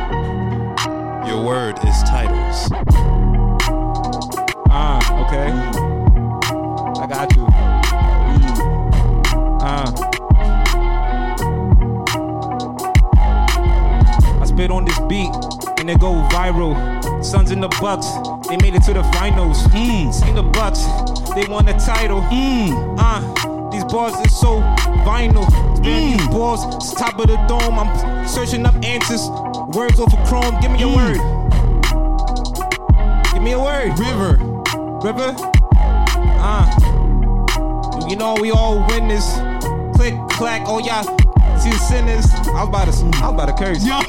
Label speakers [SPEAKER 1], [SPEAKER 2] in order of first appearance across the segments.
[SPEAKER 1] Ah, Ah. to go viral. Suns in the Bucks, they made it to the finals. Mm. Seen the Bucks, they won the title. Mm. Uh, these bars are so vinyl. Mm. These balls, it's top of the dome. I'm searching up answers. Words over Chrome. Give me a word. Give me a word.
[SPEAKER 2] River.
[SPEAKER 1] River. Uh, you know we all win this. Click clack. Oh y'all see sinners. I was about to, I was about to curse.
[SPEAKER 2] Yo,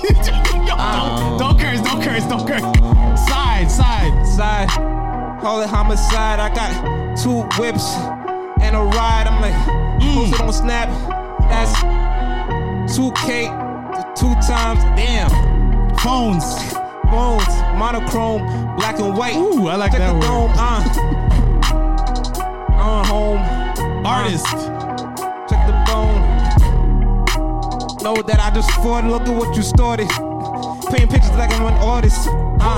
[SPEAKER 2] yo don't, don't curse, don't curse, don't curse. Side, side.
[SPEAKER 1] Side, call it homicide. I got two whips and a ride. I'm like, mm. post it on Snap. That's 2K, two times. Damn,
[SPEAKER 2] Phones.
[SPEAKER 1] bones, monochrome, black and white.
[SPEAKER 2] Ooh, I like
[SPEAKER 1] Check
[SPEAKER 2] that
[SPEAKER 1] the
[SPEAKER 2] word.
[SPEAKER 1] dome, uh. Uh, home.
[SPEAKER 2] Artist.
[SPEAKER 1] Check the bone. Know that I just fought. Look at what you started. Painting pictures like I'm an artist. Uh,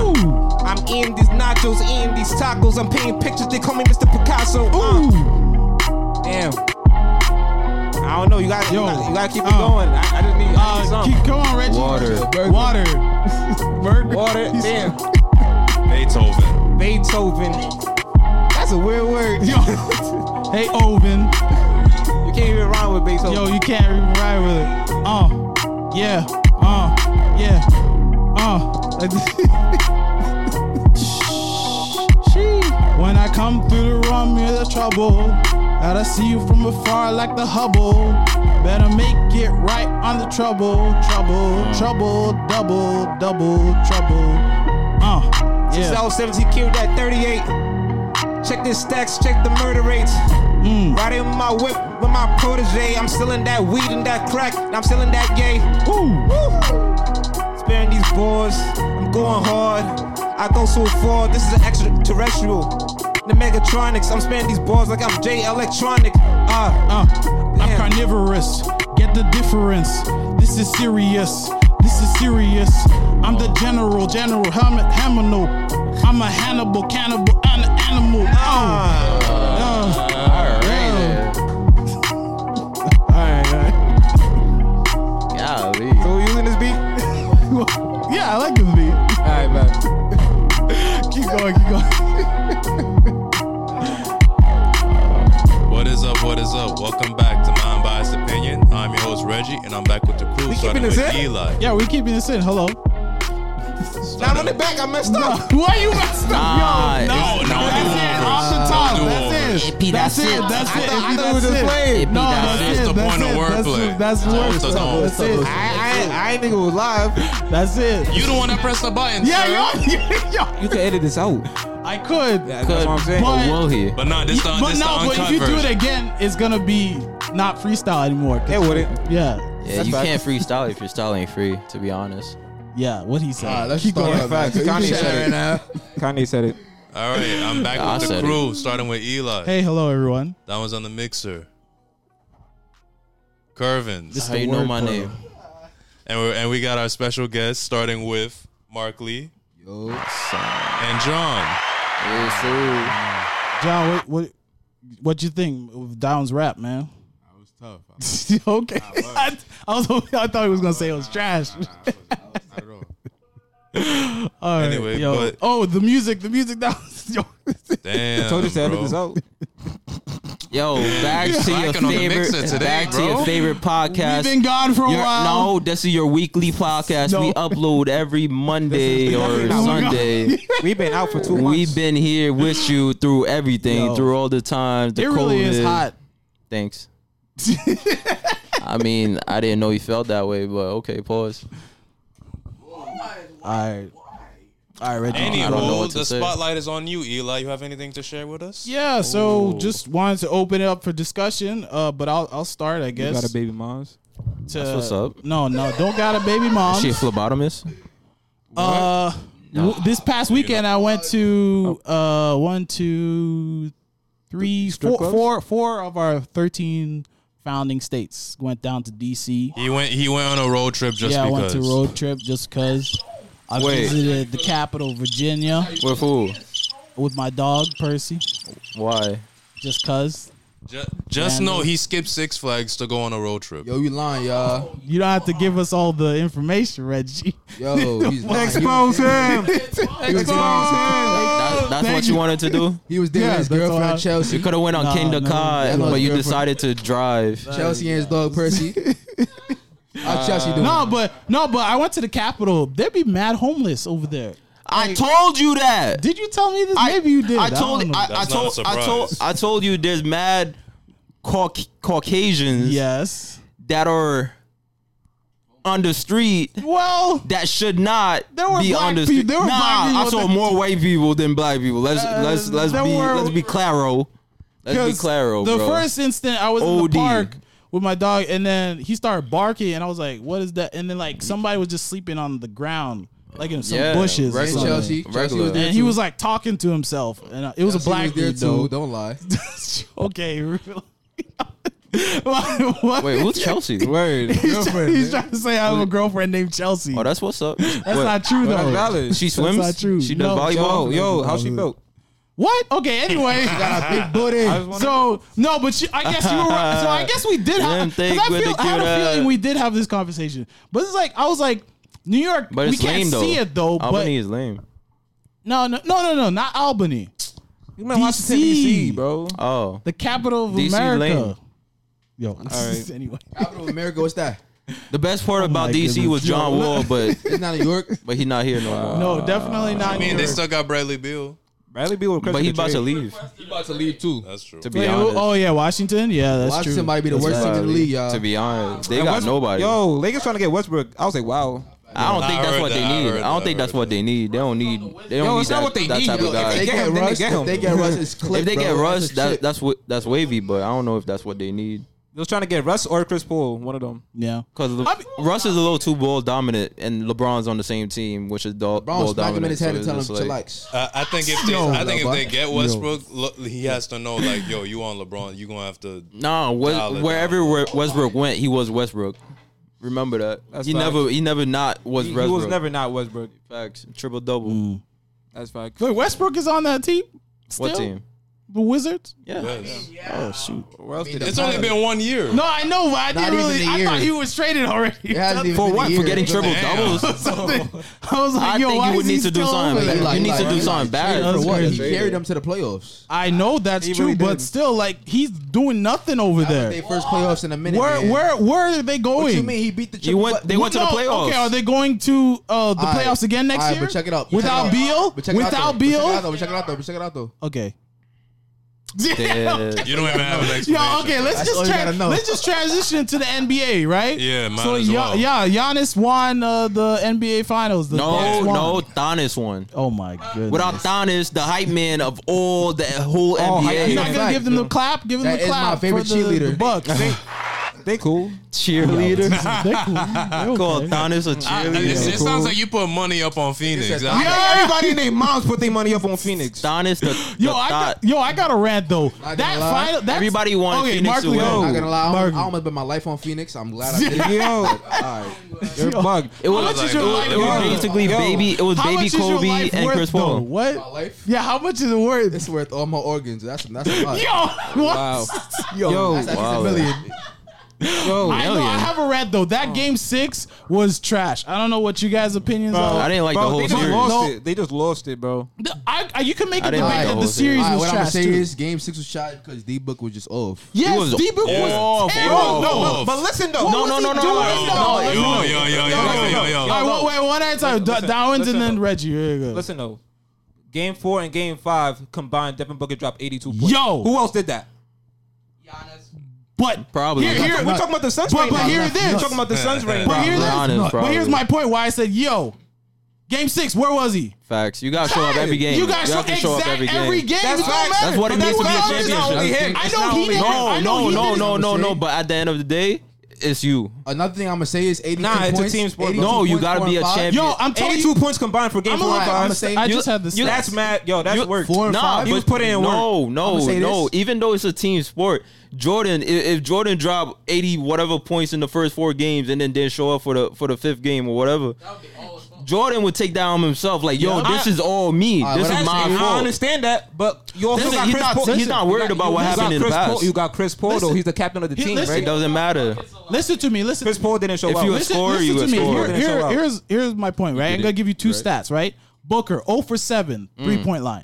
[SPEAKER 2] Ooh.
[SPEAKER 1] I'm eating these nachos, eating these tacos. I'm painting pictures. They call me Mr. Picasso. Uh,
[SPEAKER 2] Ooh.
[SPEAKER 1] damn. I don't know. You got to you
[SPEAKER 2] Yo.
[SPEAKER 1] gotta, you gotta keep it
[SPEAKER 2] Uh,
[SPEAKER 1] going. I, I just need I need
[SPEAKER 2] Uh,
[SPEAKER 1] something.
[SPEAKER 2] keep, come on, Reggie.
[SPEAKER 3] Water.
[SPEAKER 2] Burger. Water. Burger.
[SPEAKER 1] Water.
[SPEAKER 2] He's-
[SPEAKER 1] Damn.
[SPEAKER 3] Beethoven.
[SPEAKER 1] Beethoven. That's a weird word.
[SPEAKER 2] Yo. hey, Oven.
[SPEAKER 1] You can't even rhyme with Beethoven.
[SPEAKER 2] Yo, you can't even ride with it. Uh, yeah. Uh, yeah. Uh. Like this. When I come through the room, you're the trouble. Gotta see you from afar like the Hubble. Better make it right on the trouble, trouble, trouble, double, double, trouble. Uh, yeah.
[SPEAKER 1] 2017 killed that 38. Check the stacks, check the murder rates.
[SPEAKER 2] Mm.
[SPEAKER 1] Riding with my whip with my protege. I'm still in that weed and that crack. And I'm still in that gay.
[SPEAKER 2] Woo.
[SPEAKER 1] Sparing these boys. I'm going hard. I go so far. This is an extraterrestrial. The Megatronics. I'm sparing these boys like I'm J Electronic. Uh,
[SPEAKER 2] Uh, I'm
[SPEAKER 1] Damn.
[SPEAKER 2] carnivorous. Get the difference. This is serious. This is serious. I'm the general, general Hermit Hamino. I'm a Hannibal, cannibal, an animal. Oh,
[SPEAKER 1] uh.
[SPEAKER 2] uh,
[SPEAKER 3] All right.
[SPEAKER 2] yeah. all right, all
[SPEAKER 3] Golly.
[SPEAKER 1] So we using this beat?
[SPEAKER 2] right. yeah, I like this beat.
[SPEAKER 1] Alright, man.
[SPEAKER 2] Keep going, keep going.
[SPEAKER 4] What is up? What is up? Welcome back to My Unbiased Opinion. I'm your host Reggie, and I'm back with the crew.
[SPEAKER 1] We
[SPEAKER 4] starting
[SPEAKER 1] keeping
[SPEAKER 4] with
[SPEAKER 1] this in?
[SPEAKER 4] Eli.
[SPEAKER 2] Yeah, we keeping this in. Hello.
[SPEAKER 1] Now on the back, I messed up.
[SPEAKER 2] Why you messed up?
[SPEAKER 3] Nah,
[SPEAKER 2] Yo,
[SPEAKER 3] it's-
[SPEAKER 2] no,
[SPEAKER 4] no,
[SPEAKER 2] that's
[SPEAKER 4] do
[SPEAKER 2] it.
[SPEAKER 4] over.
[SPEAKER 2] Off the top.
[SPEAKER 4] Do
[SPEAKER 2] That's
[SPEAKER 3] over.
[SPEAKER 2] it.
[SPEAKER 3] AP,
[SPEAKER 2] That's
[SPEAKER 3] that's
[SPEAKER 2] it.
[SPEAKER 3] it.
[SPEAKER 2] That's
[SPEAKER 1] I thought-
[SPEAKER 2] it.
[SPEAKER 1] I thought we
[SPEAKER 2] AP, that's
[SPEAKER 1] just
[SPEAKER 2] it.
[SPEAKER 1] played.
[SPEAKER 2] No,
[SPEAKER 3] That's
[SPEAKER 2] that's
[SPEAKER 4] the
[SPEAKER 2] it. That's
[SPEAKER 4] point of
[SPEAKER 2] it. That's
[SPEAKER 4] wordplay.
[SPEAKER 2] it. That's
[SPEAKER 4] That's
[SPEAKER 2] word.
[SPEAKER 4] the goal.
[SPEAKER 2] That's it.
[SPEAKER 1] I, I, I ain't think it was live.
[SPEAKER 2] That's it.
[SPEAKER 4] You the one that pressed the button. sir.
[SPEAKER 2] Yeah, yo, yo,
[SPEAKER 1] You can edit this out.
[SPEAKER 2] I could.
[SPEAKER 1] That's what I'm saying.
[SPEAKER 2] But-
[SPEAKER 3] But will Oh, he?
[SPEAKER 4] But nah, this the
[SPEAKER 2] but
[SPEAKER 4] this
[SPEAKER 2] no,
[SPEAKER 4] the
[SPEAKER 2] but
[SPEAKER 4] uncut
[SPEAKER 2] if you do
[SPEAKER 4] version.
[SPEAKER 2] it again, it's gonna be not freestyle anymore. 'Cause-
[SPEAKER 1] It wouldn't.
[SPEAKER 2] Yeah,
[SPEAKER 3] Yeah,
[SPEAKER 1] That's
[SPEAKER 3] you
[SPEAKER 1] fact.
[SPEAKER 3] can't freestyle if your style ain't free, to be honest.
[SPEAKER 2] yeah. What he said.
[SPEAKER 4] Ah,
[SPEAKER 5] Alright, let's
[SPEAKER 2] Keep
[SPEAKER 5] start
[SPEAKER 2] going.
[SPEAKER 5] up, man.
[SPEAKER 1] Facts.
[SPEAKER 5] You
[SPEAKER 1] Kanye
[SPEAKER 5] can
[SPEAKER 1] said
[SPEAKER 5] share
[SPEAKER 1] it.
[SPEAKER 5] right now.
[SPEAKER 1] Kanye said it.
[SPEAKER 4] All right, I'm back
[SPEAKER 3] I
[SPEAKER 4] with the
[SPEAKER 3] said it.
[SPEAKER 4] crew. Starting with Eli.
[SPEAKER 2] Hey, hello everyone.
[SPEAKER 4] That one's on the mixer. Curvins.
[SPEAKER 3] How you know my name?
[SPEAKER 4] And we and we got our special guests starting with Mark Lee
[SPEAKER 5] Yo,
[SPEAKER 4] and John.
[SPEAKER 2] John, what what what you think of Down's rap, man?
[SPEAKER 5] that was tough. I
[SPEAKER 2] okay, I, I was hoping- I thought he was gonna say it was trash.
[SPEAKER 5] was- not at all.
[SPEAKER 2] All right,
[SPEAKER 4] Anyway,
[SPEAKER 2] yo.
[SPEAKER 4] but-
[SPEAKER 2] oh the music, the music that was yo.
[SPEAKER 4] Damn.
[SPEAKER 1] I told you to edit
[SPEAKER 4] bro.
[SPEAKER 1] this out.
[SPEAKER 3] Yo, back to your
[SPEAKER 4] Slacking on the
[SPEAKER 3] favorite,
[SPEAKER 4] mixer today,
[SPEAKER 3] back to
[SPEAKER 4] bro.
[SPEAKER 3] your favorite podcast.
[SPEAKER 2] We've been gone for a
[SPEAKER 3] Your-
[SPEAKER 2] while.
[SPEAKER 3] No, this is your weekly podcast.
[SPEAKER 2] No.
[SPEAKER 3] We upload every Monday or
[SPEAKER 1] definitely
[SPEAKER 2] not-
[SPEAKER 3] Sunday.
[SPEAKER 1] We've been out for two months.
[SPEAKER 3] We've been here with you through everything,
[SPEAKER 2] Yo.
[SPEAKER 3] through all the times. The
[SPEAKER 2] it really is
[SPEAKER 3] COVID.
[SPEAKER 2] hot.
[SPEAKER 3] Thanks. I mean, I didn't know you felt that way, but okay, pause.
[SPEAKER 2] All right, all right, Reggie.
[SPEAKER 3] I don't know what
[SPEAKER 4] Anywho,
[SPEAKER 3] to
[SPEAKER 4] the
[SPEAKER 3] say.
[SPEAKER 4] spotlight is on you, Eli. You have anything to share with us?
[SPEAKER 2] Yeah, so just wanted to open it up for discussion, uh, but I'll I'll start, I
[SPEAKER 1] You
[SPEAKER 2] guess.
[SPEAKER 1] got a baby mom's.
[SPEAKER 2] to-
[SPEAKER 3] That's what's up.
[SPEAKER 2] No, no, don't got a baby mom.
[SPEAKER 3] She a phlebotomist?
[SPEAKER 2] uh, w- this past weekend I went to uh one, two, three,
[SPEAKER 1] Oh. Strip
[SPEAKER 2] four,
[SPEAKER 1] clubs?
[SPEAKER 2] four, four of our thirteen founding states went down to D.C.
[SPEAKER 4] He went. He went on a road trip just
[SPEAKER 2] yeah, I went
[SPEAKER 4] because.
[SPEAKER 2] to road trip just cause. I
[SPEAKER 3] Wait.
[SPEAKER 2] visited the capital, Virginia,
[SPEAKER 3] What fool?
[SPEAKER 2] with my dog Percy,
[SPEAKER 3] Why?
[SPEAKER 2] just cause.
[SPEAKER 4] Ju- Just
[SPEAKER 2] Man,
[SPEAKER 4] know
[SPEAKER 2] this-
[SPEAKER 4] he skipped Six Flags to go on a road trip.
[SPEAKER 6] Yo, you lying, y'all.
[SPEAKER 2] You don't have to give us all the information, Reggie.
[SPEAKER 6] Yo, he's lying.
[SPEAKER 7] Expose
[SPEAKER 6] he,
[SPEAKER 7] him.
[SPEAKER 6] was-
[SPEAKER 7] Expose him.
[SPEAKER 3] That- that's
[SPEAKER 2] Thank
[SPEAKER 3] what you
[SPEAKER 2] you.
[SPEAKER 3] wanted to do.
[SPEAKER 6] he was dating
[SPEAKER 2] Yeah,
[SPEAKER 6] his
[SPEAKER 2] that's all I-
[SPEAKER 6] girlfriend
[SPEAKER 3] You
[SPEAKER 6] Chelsea.
[SPEAKER 3] could have went on
[SPEAKER 2] Nah,
[SPEAKER 3] King the
[SPEAKER 2] no.
[SPEAKER 3] Cod,
[SPEAKER 6] That was
[SPEAKER 3] but you
[SPEAKER 6] different.
[SPEAKER 3] decided to drive.
[SPEAKER 6] Chelsea and his dog Percy. How Chelsea doing?
[SPEAKER 2] No, but no, but I went to the Capitol. There'd be mad homeless over there.
[SPEAKER 3] I told you that.
[SPEAKER 2] Did you tell me this?
[SPEAKER 3] I-
[SPEAKER 2] Maybe you did.
[SPEAKER 3] I
[SPEAKER 2] don't
[SPEAKER 3] told
[SPEAKER 2] know.
[SPEAKER 3] I, I
[SPEAKER 4] That's not a
[SPEAKER 3] told I told
[SPEAKER 4] surprise.
[SPEAKER 3] I told you there's mad Cauc- Caucasians
[SPEAKER 2] yes.
[SPEAKER 3] that are on the street
[SPEAKER 2] Well,
[SPEAKER 3] that should not
[SPEAKER 2] There were
[SPEAKER 3] be
[SPEAKER 2] black
[SPEAKER 3] on the
[SPEAKER 2] peo-
[SPEAKER 3] street.
[SPEAKER 2] there were
[SPEAKER 3] nah,
[SPEAKER 2] black people
[SPEAKER 3] I saw
[SPEAKER 2] that-
[SPEAKER 3] more white people than black people. Let's
[SPEAKER 2] Uh,
[SPEAKER 3] let's let's be
[SPEAKER 2] there were-
[SPEAKER 3] let's be claro. Let's be
[SPEAKER 2] 'cause
[SPEAKER 3] claro,
[SPEAKER 2] the
[SPEAKER 3] bro.
[SPEAKER 2] first instant I was in
[SPEAKER 3] OD.
[SPEAKER 2] the park with my dog, and then he started barking, and I was like, "What is that?" And then like somebody was just sleeping on the ground, like in some
[SPEAKER 3] Yeah,
[SPEAKER 2] bushes. Or
[SPEAKER 3] regular.
[SPEAKER 6] and
[SPEAKER 2] something.
[SPEAKER 6] Chelsea. Chelsea
[SPEAKER 3] Regular.
[SPEAKER 6] was there
[SPEAKER 2] And he
[SPEAKER 6] too.
[SPEAKER 2] was like talking to himself, and uh, it was a
[SPEAKER 6] Chelsea
[SPEAKER 2] black
[SPEAKER 6] there
[SPEAKER 2] dude though.
[SPEAKER 6] Don't lie.
[SPEAKER 2] okay, really. Why- why-
[SPEAKER 3] Wait, who's Chelsea?
[SPEAKER 6] Word.
[SPEAKER 2] He's, try- he's trying to say I have a girlfriend named Chelsea.
[SPEAKER 3] Oh, that's what's up.
[SPEAKER 2] that's not true though.
[SPEAKER 3] She swims.
[SPEAKER 2] not true.
[SPEAKER 3] She
[SPEAKER 2] No.
[SPEAKER 3] does volleyball.
[SPEAKER 6] Yo,
[SPEAKER 3] how she built?
[SPEAKER 2] What? Okay. Anyway,
[SPEAKER 6] Big booty.
[SPEAKER 2] so no, but you, I guess you were. right. So I guess we did
[SPEAKER 3] Them
[SPEAKER 2] have. 'cause
[SPEAKER 3] things
[SPEAKER 2] I,
[SPEAKER 3] with
[SPEAKER 2] feel,
[SPEAKER 3] the
[SPEAKER 2] I had
[SPEAKER 3] cute
[SPEAKER 2] a feeling
[SPEAKER 3] ass.
[SPEAKER 2] we did have this conversation, but it's like I was like, New York.
[SPEAKER 3] But
[SPEAKER 2] we
[SPEAKER 3] it's
[SPEAKER 2] can't
[SPEAKER 3] lame though.
[SPEAKER 2] see it though.
[SPEAKER 3] Albany
[SPEAKER 2] But
[SPEAKER 3] is lame.
[SPEAKER 2] no, no, no, no, no, not Albany.
[SPEAKER 6] You
[SPEAKER 2] DC. Washington, DC,
[SPEAKER 6] bro.
[SPEAKER 3] Oh,
[SPEAKER 2] The capital of
[SPEAKER 3] DC
[SPEAKER 2] America.
[SPEAKER 3] lame.
[SPEAKER 2] Yo. anyway.
[SPEAKER 6] Capital of America. What's that?
[SPEAKER 3] the best part about
[SPEAKER 2] my
[SPEAKER 3] DC was
[SPEAKER 2] goodness.
[SPEAKER 3] John
[SPEAKER 2] Yo,
[SPEAKER 3] Wall, but
[SPEAKER 6] It's not New York.
[SPEAKER 3] but he not here no more.
[SPEAKER 2] No, definitely not.
[SPEAKER 4] I
[SPEAKER 2] New
[SPEAKER 4] mean, they
[SPEAKER 2] York.
[SPEAKER 4] still got Bradley Beal.
[SPEAKER 1] Bradley Beal would crush
[SPEAKER 3] but he
[SPEAKER 1] the
[SPEAKER 3] about to
[SPEAKER 1] trade.
[SPEAKER 3] leave.
[SPEAKER 6] He's about to leave too.
[SPEAKER 4] That's true.
[SPEAKER 3] To be
[SPEAKER 2] Wait,
[SPEAKER 3] honest,
[SPEAKER 2] oh, oh, yeah, Washington. Yeah, that's
[SPEAKER 6] Washington
[SPEAKER 2] true.
[SPEAKER 6] might be the worst team in the league, y'all.
[SPEAKER 3] to be honest, they
[SPEAKER 1] And
[SPEAKER 3] got
[SPEAKER 1] West-
[SPEAKER 3] nobody.
[SPEAKER 1] Yo, Lakers trying to get Westbrook. I was like, wow.
[SPEAKER 3] I don't think
[SPEAKER 4] I
[SPEAKER 3] that's
[SPEAKER 4] heard
[SPEAKER 3] what they
[SPEAKER 4] that, I
[SPEAKER 3] need.
[SPEAKER 4] heard
[SPEAKER 3] I
[SPEAKER 4] that,
[SPEAKER 3] don't
[SPEAKER 4] I
[SPEAKER 3] think that's
[SPEAKER 4] heard
[SPEAKER 3] what they need. They don't need. They don't
[SPEAKER 1] Yo,
[SPEAKER 3] need
[SPEAKER 1] it's not
[SPEAKER 3] that,
[SPEAKER 1] what they
[SPEAKER 3] that
[SPEAKER 1] need,
[SPEAKER 3] type
[SPEAKER 1] yo.
[SPEAKER 3] of
[SPEAKER 1] If
[SPEAKER 3] guy.
[SPEAKER 6] if they
[SPEAKER 1] Get
[SPEAKER 6] get
[SPEAKER 1] him, then they
[SPEAKER 6] Russ,
[SPEAKER 1] get
[SPEAKER 6] if
[SPEAKER 1] him.
[SPEAKER 6] they get Russ, it's clip.
[SPEAKER 3] if they
[SPEAKER 6] bro.
[SPEAKER 3] get Russ,
[SPEAKER 6] a
[SPEAKER 3] that,
[SPEAKER 6] chip.
[SPEAKER 3] that's what that's wavy. But I don't know if that's what they need.
[SPEAKER 1] They was trying to get Russ or Chris Paul, one of them.
[SPEAKER 2] Yeah.
[SPEAKER 3] Because
[SPEAKER 2] I mean-
[SPEAKER 3] Russ is a little too ball dominant, and LeBron's on the same team, which is do-
[SPEAKER 6] Brown
[SPEAKER 3] ball
[SPEAKER 6] smack him
[SPEAKER 3] dominant.
[SPEAKER 6] in his head and
[SPEAKER 3] so
[SPEAKER 6] tell him
[SPEAKER 3] it's
[SPEAKER 6] to
[SPEAKER 3] just like-
[SPEAKER 6] like.
[SPEAKER 4] I, Uh, I think if they,
[SPEAKER 6] Yo,
[SPEAKER 4] I think if
[SPEAKER 6] LeBron.
[SPEAKER 4] they get Westbrook, look, he has to know like, yo, you on LeBron, you gonna have to.
[SPEAKER 3] Nah,
[SPEAKER 4] Dial it
[SPEAKER 3] Wes-
[SPEAKER 4] down.
[SPEAKER 3] wherever Wes- Westbrook went, he was Westbrook. Remember that.
[SPEAKER 1] That's
[SPEAKER 3] he
[SPEAKER 1] facts.
[SPEAKER 3] never, he never not was
[SPEAKER 1] He, he
[SPEAKER 3] Westbrook.
[SPEAKER 1] was never not Westbrook.
[SPEAKER 3] facts. Triple double.
[SPEAKER 1] That's fact.
[SPEAKER 2] Wait, Westbrook is on that team?
[SPEAKER 3] What
[SPEAKER 2] Still?
[SPEAKER 3] team?
[SPEAKER 2] The Wizards?
[SPEAKER 3] Yeah.
[SPEAKER 4] Yes.
[SPEAKER 2] Oh, shoot.
[SPEAKER 1] Where else did
[SPEAKER 4] It's
[SPEAKER 1] they-
[SPEAKER 4] only been one year.
[SPEAKER 2] No, I know, but I
[SPEAKER 6] Not
[SPEAKER 2] didn't
[SPEAKER 6] even
[SPEAKER 2] really.
[SPEAKER 6] a
[SPEAKER 2] I
[SPEAKER 6] year.
[SPEAKER 2] thought he was traded already.
[SPEAKER 6] It hasn't even
[SPEAKER 3] For
[SPEAKER 6] been a
[SPEAKER 3] what?
[SPEAKER 6] year.
[SPEAKER 3] For getting
[SPEAKER 6] It's
[SPEAKER 3] triple
[SPEAKER 6] like-
[SPEAKER 4] Damn.
[SPEAKER 3] doubles?
[SPEAKER 2] I was like,
[SPEAKER 3] I
[SPEAKER 2] yo,
[SPEAKER 3] think
[SPEAKER 2] why
[SPEAKER 3] you would
[SPEAKER 2] is he
[SPEAKER 3] need to do
[SPEAKER 2] still over
[SPEAKER 3] something.
[SPEAKER 2] there?
[SPEAKER 6] there?
[SPEAKER 3] you
[SPEAKER 6] Like,
[SPEAKER 3] need to
[SPEAKER 6] like,
[SPEAKER 3] do
[SPEAKER 6] like,
[SPEAKER 3] something
[SPEAKER 6] For
[SPEAKER 3] bad.
[SPEAKER 2] That's
[SPEAKER 6] what? He
[SPEAKER 2] crazy.
[SPEAKER 6] carried them to the playoffs.
[SPEAKER 2] I know that's
[SPEAKER 1] He
[SPEAKER 2] true,
[SPEAKER 1] really
[SPEAKER 2] but
[SPEAKER 1] did.
[SPEAKER 2] still, like, he's doing nothing over
[SPEAKER 6] That was
[SPEAKER 2] there.
[SPEAKER 6] their first playoffs in a minute.
[SPEAKER 2] Where,
[SPEAKER 6] man.
[SPEAKER 2] where, where are they going?
[SPEAKER 6] What you mean he beat the?
[SPEAKER 3] You went. They
[SPEAKER 2] Well,
[SPEAKER 3] went to the
[SPEAKER 2] no,
[SPEAKER 3] playoffs.
[SPEAKER 2] Okay, are they going to uh, the
[SPEAKER 6] All right.
[SPEAKER 2] playoffs again next
[SPEAKER 6] All right,
[SPEAKER 2] year?
[SPEAKER 6] But check it out.
[SPEAKER 2] Without
[SPEAKER 6] check it out.
[SPEAKER 2] Beal?
[SPEAKER 6] But check it out,
[SPEAKER 2] Without
[SPEAKER 6] though.
[SPEAKER 2] Beal?
[SPEAKER 6] But check it out though. But check it out though.
[SPEAKER 2] Okay.
[SPEAKER 3] Dead.
[SPEAKER 4] You don't even have an explanation.
[SPEAKER 2] Yo, okay, let's
[SPEAKER 6] That's all
[SPEAKER 2] just
[SPEAKER 6] you
[SPEAKER 2] tra-
[SPEAKER 6] gotta know.
[SPEAKER 2] let's just transition to the NBA, right?
[SPEAKER 4] Yeah, might
[SPEAKER 2] so
[SPEAKER 4] as well.
[SPEAKER 2] yeah, Giannis won uh, the NBA Finals. The
[SPEAKER 3] No,
[SPEAKER 2] Bucks won.
[SPEAKER 3] no, Thanis won.
[SPEAKER 2] Oh my goodness!
[SPEAKER 3] Without Thanis, the hype man of all the whole
[SPEAKER 1] hype
[SPEAKER 2] You're
[SPEAKER 3] NBA
[SPEAKER 2] not
[SPEAKER 1] man.
[SPEAKER 2] gonna give them the clap. Give them
[SPEAKER 6] That
[SPEAKER 2] the
[SPEAKER 6] is
[SPEAKER 2] clap
[SPEAKER 6] my favorite
[SPEAKER 2] for the,
[SPEAKER 6] cheerleader.
[SPEAKER 2] the Bucks. They-
[SPEAKER 1] They cool.
[SPEAKER 3] cheerleader.
[SPEAKER 2] they cool. They
[SPEAKER 3] Call
[SPEAKER 2] okay.
[SPEAKER 3] Thanis a
[SPEAKER 4] I- it,
[SPEAKER 3] cheerleader.
[SPEAKER 4] it sounds like you put money up on Phoenix.
[SPEAKER 6] said-
[SPEAKER 4] I-
[SPEAKER 1] Yeah, everybody in their moms put their money up on Phoenix.
[SPEAKER 3] Thanis the, the
[SPEAKER 2] Yo, I
[SPEAKER 3] thought.
[SPEAKER 2] got, yo, I got a rant though.
[SPEAKER 6] gonna
[SPEAKER 2] That
[SPEAKER 6] lie.
[SPEAKER 2] final, that's,
[SPEAKER 3] Everybody wanted
[SPEAKER 2] Okay,
[SPEAKER 3] Phoenix
[SPEAKER 2] Mark
[SPEAKER 3] to win.
[SPEAKER 6] I'm
[SPEAKER 2] Leo.
[SPEAKER 6] not gonna lie. I
[SPEAKER 2] Mark-
[SPEAKER 6] almost- I almost bet my life on Phoenix. I'm glad I did. it.
[SPEAKER 1] Yo,
[SPEAKER 6] All right.
[SPEAKER 1] you're bugged.
[SPEAKER 3] It
[SPEAKER 2] How
[SPEAKER 3] was,
[SPEAKER 2] much
[SPEAKER 4] like,
[SPEAKER 2] is your
[SPEAKER 4] it was-
[SPEAKER 2] life
[SPEAKER 3] it was
[SPEAKER 2] worth?
[SPEAKER 3] basically
[SPEAKER 1] Yo.
[SPEAKER 3] baby. It was
[SPEAKER 2] How
[SPEAKER 3] baby
[SPEAKER 2] much is your
[SPEAKER 3] Kobe
[SPEAKER 2] life
[SPEAKER 3] and
[SPEAKER 2] worth,
[SPEAKER 3] Chris
[SPEAKER 2] though?
[SPEAKER 3] Paul.
[SPEAKER 6] My
[SPEAKER 2] What?
[SPEAKER 6] life.
[SPEAKER 2] Yeah, how much is it worth?
[SPEAKER 6] It's worth all my organs. That's that's a lot.
[SPEAKER 2] Yo, what?
[SPEAKER 1] Wow.
[SPEAKER 6] Yo,
[SPEAKER 1] Yo,
[SPEAKER 6] that's, that's
[SPEAKER 3] wow.
[SPEAKER 6] a million.
[SPEAKER 1] Yo,
[SPEAKER 2] I know. I
[SPEAKER 3] Million.
[SPEAKER 2] have a rant though. That game six was trash. I don't know what you guys' opinions are.
[SPEAKER 3] I didn't like
[SPEAKER 1] bro,
[SPEAKER 3] the
[SPEAKER 1] they
[SPEAKER 3] whole
[SPEAKER 1] just
[SPEAKER 3] series.
[SPEAKER 1] lost it. They just lost it, bro.
[SPEAKER 2] The- I, I- you can make
[SPEAKER 3] I
[SPEAKER 2] a debate
[SPEAKER 3] didn't like the
[SPEAKER 2] that
[SPEAKER 3] whole
[SPEAKER 2] the series
[SPEAKER 6] All right,
[SPEAKER 2] was
[SPEAKER 6] what I'm gonna
[SPEAKER 2] trash
[SPEAKER 6] say
[SPEAKER 2] too.
[SPEAKER 6] is Game Six was shot because D Book was just off.
[SPEAKER 3] It
[SPEAKER 2] Yes,
[SPEAKER 3] was
[SPEAKER 2] D Book
[SPEAKER 4] awful.
[SPEAKER 2] was
[SPEAKER 4] Bro,
[SPEAKER 2] terrible. No,
[SPEAKER 4] Yo.
[SPEAKER 1] But listen though.
[SPEAKER 2] What
[SPEAKER 3] No,
[SPEAKER 2] was
[SPEAKER 3] no,
[SPEAKER 2] he
[SPEAKER 3] no, no,
[SPEAKER 2] doing,
[SPEAKER 3] no,
[SPEAKER 2] though?
[SPEAKER 3] no,
[SPEAKER 4] Oh, Yo,
[SPEAKER 2] Like,
[SPEAKER 4] yo, yo, yo, yo, yo, yo.
[SPEAKER 2] All right,
[SPEAKER 1] no.
[SPEAKER 2] wait, wait, one at a time. Da-
[SPEAKER 1] listen,
[SPEAKER 2] Darwin's
[SPEAKER 1] listen,
[SPEAKER 2] and then
[SPEAKER 1] though.
[SPEAKER 2] Reggie. Here you go.
[SPEAKER 1] Listen though. Game four and game five combined, Devin Booker dropped 82 points.
[SPEAKER 2] Yo.
[SPEAKER 1] Who else did that?
[SPEAKER 2] But
[SPEAKER 3] Probably.
[SPEAKER 2] here, here,
[SPEAKER 1] We're talking about the Suns
[SPEAKER 2] But-
[SPEAKER 1] right
[SPEAKER 2] but
[SPEAKER 1] now.
[SPEAKER 2] here it is.
[SPEAKER 1] We're talking about the Suns right
[SPEAKER 2] but,
[SPEAKER 1] now.
[SPEAKER 2] here's,
[SPEAKER 3] Giannis,
[SPEAKER 2] but
[SPEAKER 3] probably.
[SPEAKER 2] here's my point. Why I said, "Yo, game six, where was he?
[SPEAKER 3] Facts. You gotta show up every game.
[SPEAKER 2] You guys
[SPEAKER 3] have to show up every game.
[SPEAKER 1] That's
[SPEAKER 2] It don't
[SPEAKER 1] facts.
[SPEAKER 2] matter.
[SPEAKER 3] That's what it
[SPEAKER 2] But
[SPEAKER 3] means to be a
[SPEAKER 2] what I'm
[SPEAKER 3] champion.
[SPEAKER 2] saying.
[SPEAKER 1] It's not only him.
[SPEAKER 2] I
[SPEAKER 1] It's
[SPEAKER 2] know
[SPEAKER 1] not
[SPEAKER 2] he
[SPEAKER 1] only
[SPEAKER 2] did.
[SPEAKER 1] him.
[SPEAKER 2] I
[SPEAKER 3] No,
[SPEAKER 2] know
[SPEAKER 3] no,
[SPEAKER 2] he
[SPEAKER 3] no,
[SPEAKER 2] did.
[SPEAKER 3] no, no, no.
[SPEAKER 6] shit.
[SPEAKER 3] But at the end of the day, it's you.
[SPEAKER 6] Another thing I'm gonna say is 82
[SPEAKER 1] Nah, it's a
[SPEAKER 6] points.
[SPEAKER 1] team sport, bro.
[SPEAKER 6] 82
[SPEAKER 3] No, you
[SPEAKER 6] points,
[SPEAKER 3] gotta
[SPEAKER 6] four
[SPEAKER 3] be
[SPEAKER 6] and
[SPEAKER 3] a
[SPEAKER 6] five.
[SPEAKER 3] champion.
[SPEAKER 2] Yo, I'm telling
[SPEAKER 1] 82
[SPEAKER 2] you,
[SPEAKER 1] points combined for game
[SPEAKER 2] I'm
[SPEAKER 1] four
[SPEAKER 2] gonna
[SPEAKER 1] and
[SPEAKER 2] lie,
[SPEAKER 1] five.
[SPEAKER 2] I'm saying- I
[SPEAKER 1] You-
[SPEAKER 2] just had this
[SPEAKER 1] you-
[SPEAKER 2] stat.
[SPEAKER 1] That's mad. Yo, that's
[SPEAKER 3] You-
[SPEAKER 1] work.
[SPEAKER 6] Four and
[SPEAKER 3] Nah,
[SPEAKER 6] five.
[SPEAKER 1] He was
[SPEAKER 3] but-
[SPEAKER 1] putting in work.
[SPEAKER 3] no,
[SPEAKER 6] I'ma
[SPEAKER 3] no,
[SPEAKER 6] say
[SPEAKER 3] no.
[SPEAKER 6] this.
[SPEAKER 3] Even though it's a team sport, Jordan, if, if Jordan dropped eighty whatever points in the first four games and then didn't show up for the for the fifth game or whatever, Jordan would take that on himself. Like, yo,
[SPEAKER 1] Yeah.
[SPEAKER 3] this is all me.
[SPEAKER 6] Alright,
[SPEAKER 3] this
[SPEAKER 6] what
[SPEAKER 3] is
[SPEAKER 6] I'm
[SPEAKER 3] my
[SPEAKER 6] saying-
[SPEAKER 1] I
[SPEAKER 3] fault.
[SPEAKER 1] understand that, but you also
[SPEAKER 3] Listen,
[SPEAKER 1] got
[SPEAKER 3] he's
[SPEAKER 1] Chris
[SPEAKER 3] not-
[SPEAKER 1] Paul.
[SPEAKER 3] he's not worried
[SPEAKER 1] You got-
[SPEAKER 3] about
[SPEAKER 1] you
[SPEAKER 3] what
[SPEAKER 1] got
[SPEAKER 3] happened in the
[SPEAKER 1] Chris Paul-
[SPEAKER 3] past.
[SPEAKER 1] You got Chris Paul, though.
[SPEAKER 2] Listen.
[SPEAKER 1] He's the captain of the
[SPEAKER 2] He-
[SPEAKER 1] team,
[SPEAKER 2] listen.
[SPEAKER 3] It
[SPEAKER 1] right?
[SPEAKER 3] doesn't matter.
[SPEAKER 2] Listen to me. Listen.
[SPEAKER 1] Chris Paul didn't show
[SPEAKER 3] If
[SPEAKER 1] up.
[SPEAKER 3] you a
[SPEAKER 2] listen,
[SPEAKER 3] scorer,
[SPEAKER 2] listen
[SPEAKER 3] you
[SPEAKER 2] to
[SPEAKER 3] a
[SPEAKER 2] me.
[SPEAKER 3] scorer.
[SPEAKER 2] Here,
[SPEAKER 1] Didn't show
[SPEAKER 2] here-
[SPEAKER 1] up.
[SPEAKER 2] here's here's my point. Right, I'm gonna give you two stats. Right, Booker 0 for 7 three point line.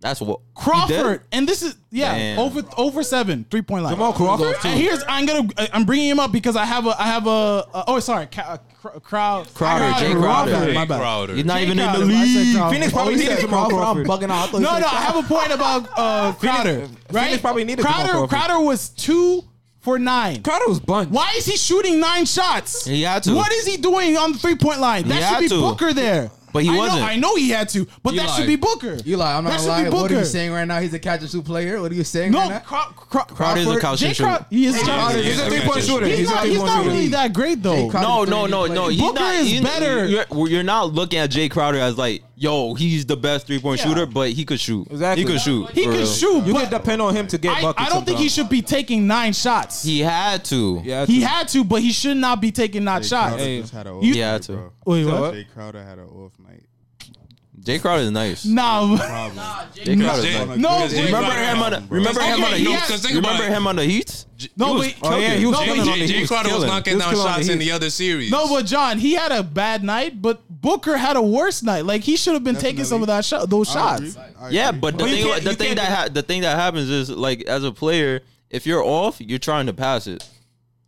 [SPEAKER 3] That's what
[SPEAKER 2] Crawford, and this is yeah
[SPEAKER 3] Damn.
[SPEAKER 2] over over seven three point line.
[SPEAKER 1] Jamal Crawford?
[SPEAKER 2] And here's I'm gonna I- I'm bringing him up because I have a I have a, a oh sorry ca- a cr- crowd
[SPEAKER 3] Crowder,
[SPEAKER 2] Crowder,
[SPEAKER 3] Jay
[SPEAKER 2] Crowder,
[SPEAKER 3] Crowder.
[SPEAKER 2] my bad.
[SPEAKER 4] Crowder.
[SPEAKER 3] He's not
[SPEAKER 2] Jay
[SPEAKER 3] even in the
[SPEAKER 2] Crowder, I said
[SPEAKER 3] league.
[SPEAKER 2] Crowder.
[SPEAKER 1] Phoenix probably
[SPEAKER 6] Oh, he
[SPEAKER 1] needed
[SPEAKER 6] said
[SPEAKER 1] Jamal
[SPEAKER 6] Crawford. I'm
[SPEAKER 1] Crawford.
[SPEAKER 6] bugging out. I thought he
[SPEAKER 2] No,
[SPEAKER 6] said
[SPEAKER 2] no, I have a point about uh, Crowder.
[SPEAKER 1] Phoenix
[SPEAKER 2] right,
[SPEAKER 1] probably needed Jamal
[SPEAKER 2] Crowder.
[SPEAKER 1] Crawford.
[SPEAKER 2] Crowder was two for nine.
[SPEAKER 1] Crowder was bunched.
[SPEAKER 2] Why is he shooting nine shots?
[SPEAKER 3] He had to.
[SPEAKER 2] What is he doing on the three point line? That
[SPEAKER 3] He
[SPEAKER 2] should
[SPEAKER 3] had
[SPEAKER 2] be
[SPEAKER 3] to.
[SPEAKER 2] Booker there.
[SPEAKER 3] But he
[SPEAKER 2] I know-
[SPEAKER 3] wasn't.
[SPEAKER 2] I know he had to, but that
[SPEAKER 6] Eli.
[SPEAKER 2] should be Booker.
[SPEAKER 6] Eli, I'm
[SPEAKER 2] That
[SPEAKER 6] not
[SPEAKER 2] should
[SPEAKER 6] lying.
[SPEAKER 2] be
[SPEAKER 6] What are
[SPEAKER 2] Booker.
[SPEAKER 6] you saying right now? He's a catch and shoot player. What are you saying right
[SPEAKER 2] No,
[SPEAKER 6] now?
[SPEAKER 2] Cro- Cro-
[SPEAKER 3] Crowder is a
[SPEAKER 2] Crawford-
[SPEAKER 3] couch and
[SPEAKER 2] Jay
[SPEAKER 3] shoot.
[SPEAKER 2] Crow- He is a couch
[SPEAKER 4] Crowder
[SPEAKER 2] and
[SPEAKER 4] is
[SPEAKER 1] He's
[SPEAKER 2] shoot.
[SPEAKER 1] a
[SPEAKER 4] Yeah,
[SPEAKER 1] three-point
[SPEAKER 4] yeah,
[SPEAKER 1] shooter.
[SPEAKER 4] yeah.
[SPEAKER 2] He's,
[SPEAKER 1] He's a
[SPEAKER 2] not, he's
[SPEAKER 1] three-point
[SPEAKER 2] not
[SPEAKER 1] shooter.
[SPEAKER 2] really that great though.
[SPEAKER 6] Crowder-
[SPEAKER 3] No,
[SPEAKER 6] Crowder's
[SPEAKER 3] no,
[SPEAKER 6] thirty
[SPEAKER 3] no,
[SPEAKER 6] play.
[SPEAKER 3] no. He's
[SPEAKER 2] Booker
[SPEAKER 3] not,
[SPEAKER 2] is
[SPEAKER 3] you-
[SPEAKER 2] better.
[SPEAKER 3] You're, you're not looking at Jay Crowder as like, yo, he's the best three point
[SPEAKER 2] Yeah.
[SPEAKER 3] shooter, but he could shoot.
[SPEAKER 1] Exactly.
[SPEAKER 3] He could shoot.
[SPEAKER 2] He
[SPEAKER 3] for
[SPEAKER 2] could
[SPEAKER 3] real.
[SPEAKER 2] shoot,
[SPEAKER 1] You
[SPEAKER 2] but
[SPEAKER 1] can depend on him to get
[SPEAKER 2] I,
[SPEAKER 1] buckets.
[SPEAKER 2] I don't think he
[SPEAKER 1] sometimes.
[SPEAKER 2] should be taking nine shots. He,
[SPEAKER 3] He had to.
[SPEAKER 1] Yeah,
[SPEAKER 2] had to, but he should not be taking nine shots.
[SPEAKER 1] Hey.
[SPEAKER 8] just had an off
[SPEAKER 2] You-
[SPEAKER 3] Yeah,
[SPEAKER 8] night,
[SPEAKER 3] too.
[SPEAKER 8] bro.
[SPEAKER 2] Wait,
[SPEAKER 1] So
[SPEAKER 2] what?
[SPEAKER 1] what?
[SPEAKER 8] Jay Crowder had an off night.
[SPEAKER 3] Jay Crowder is nice.
[SPEAKER 2] Nah,
[SPEAKER 8] Problem.
[SPEAKER 3] Jay Crowder is
[SPEAKER 4] Jay-
[SPEAKER 3] nice.
[SPEAKER 2] no,
[SPEAKER 4] Jay
[SPEAKER 2] wait.
[SPEAKER 3] Remember
[SPEAKER 4] Crowder
[SPEAKER 3] him on
[SPEAKER 4] had
[SPEAKER 3] the
[SPEAKER 4] him, bro.
[SPEAKER 3] remember him on
[SPEAKER 4] No,
[SPEAKER 2] Okay,
[SPEAKER 3] the
[SPEAKER 2] yeah.
[SPEAKER 3] Heat.
[SPEAKER 4] because think
[SPEAKER 3] Remember
[SPEAKER 4] about it.
[SPEAKER 3] him on the Heat.
[SPEAKER 4] J-
[SPEAKER 2] No,
[SPEAKER 4] he was
[SPEAKER 2] wait.
[SPEAKER 1] Oh yeah, he was
[SPEAKER 2] No,
[SPEAKER 1] killing
[SPEAKER 2] but-
[SPEAKER 1] on the
[SPEAKER 4] Jay, Jay
[SPEAKER 1] Heat.
[SPEAKER 4] Crowder was
[SPEAKER 1] Killing.
[SPEAKER 4] knocking
[SPEAKER 1] He
[SPEAKER 4] down
[SPEAKER 1] killing on
[SPEAKER 4] shots in
[SPEAKER 1] Heat.
[SPEAKER 4] the other series.
[SPEAKER 2] no, but John, he had a bad night, but Booker had a worse night. Like he should have been taking some of that shot, those shots.
[SPEAKER 3] Yeah, but the
[SPEAKER 1] Well, you
[SPEAKER 3] thing,
[SPEAKER 1] can't-
[SPEAKER 3] the
[SPEAKER 1] you
[SPEAKER 3] thing
[SPEAKER 1] can't
[SPEAKER 3] that
[SPEAKER 1] do-
[SPEAKER 3] ha- the thing that happens is like as a player, if you're off, you're trying to pass it.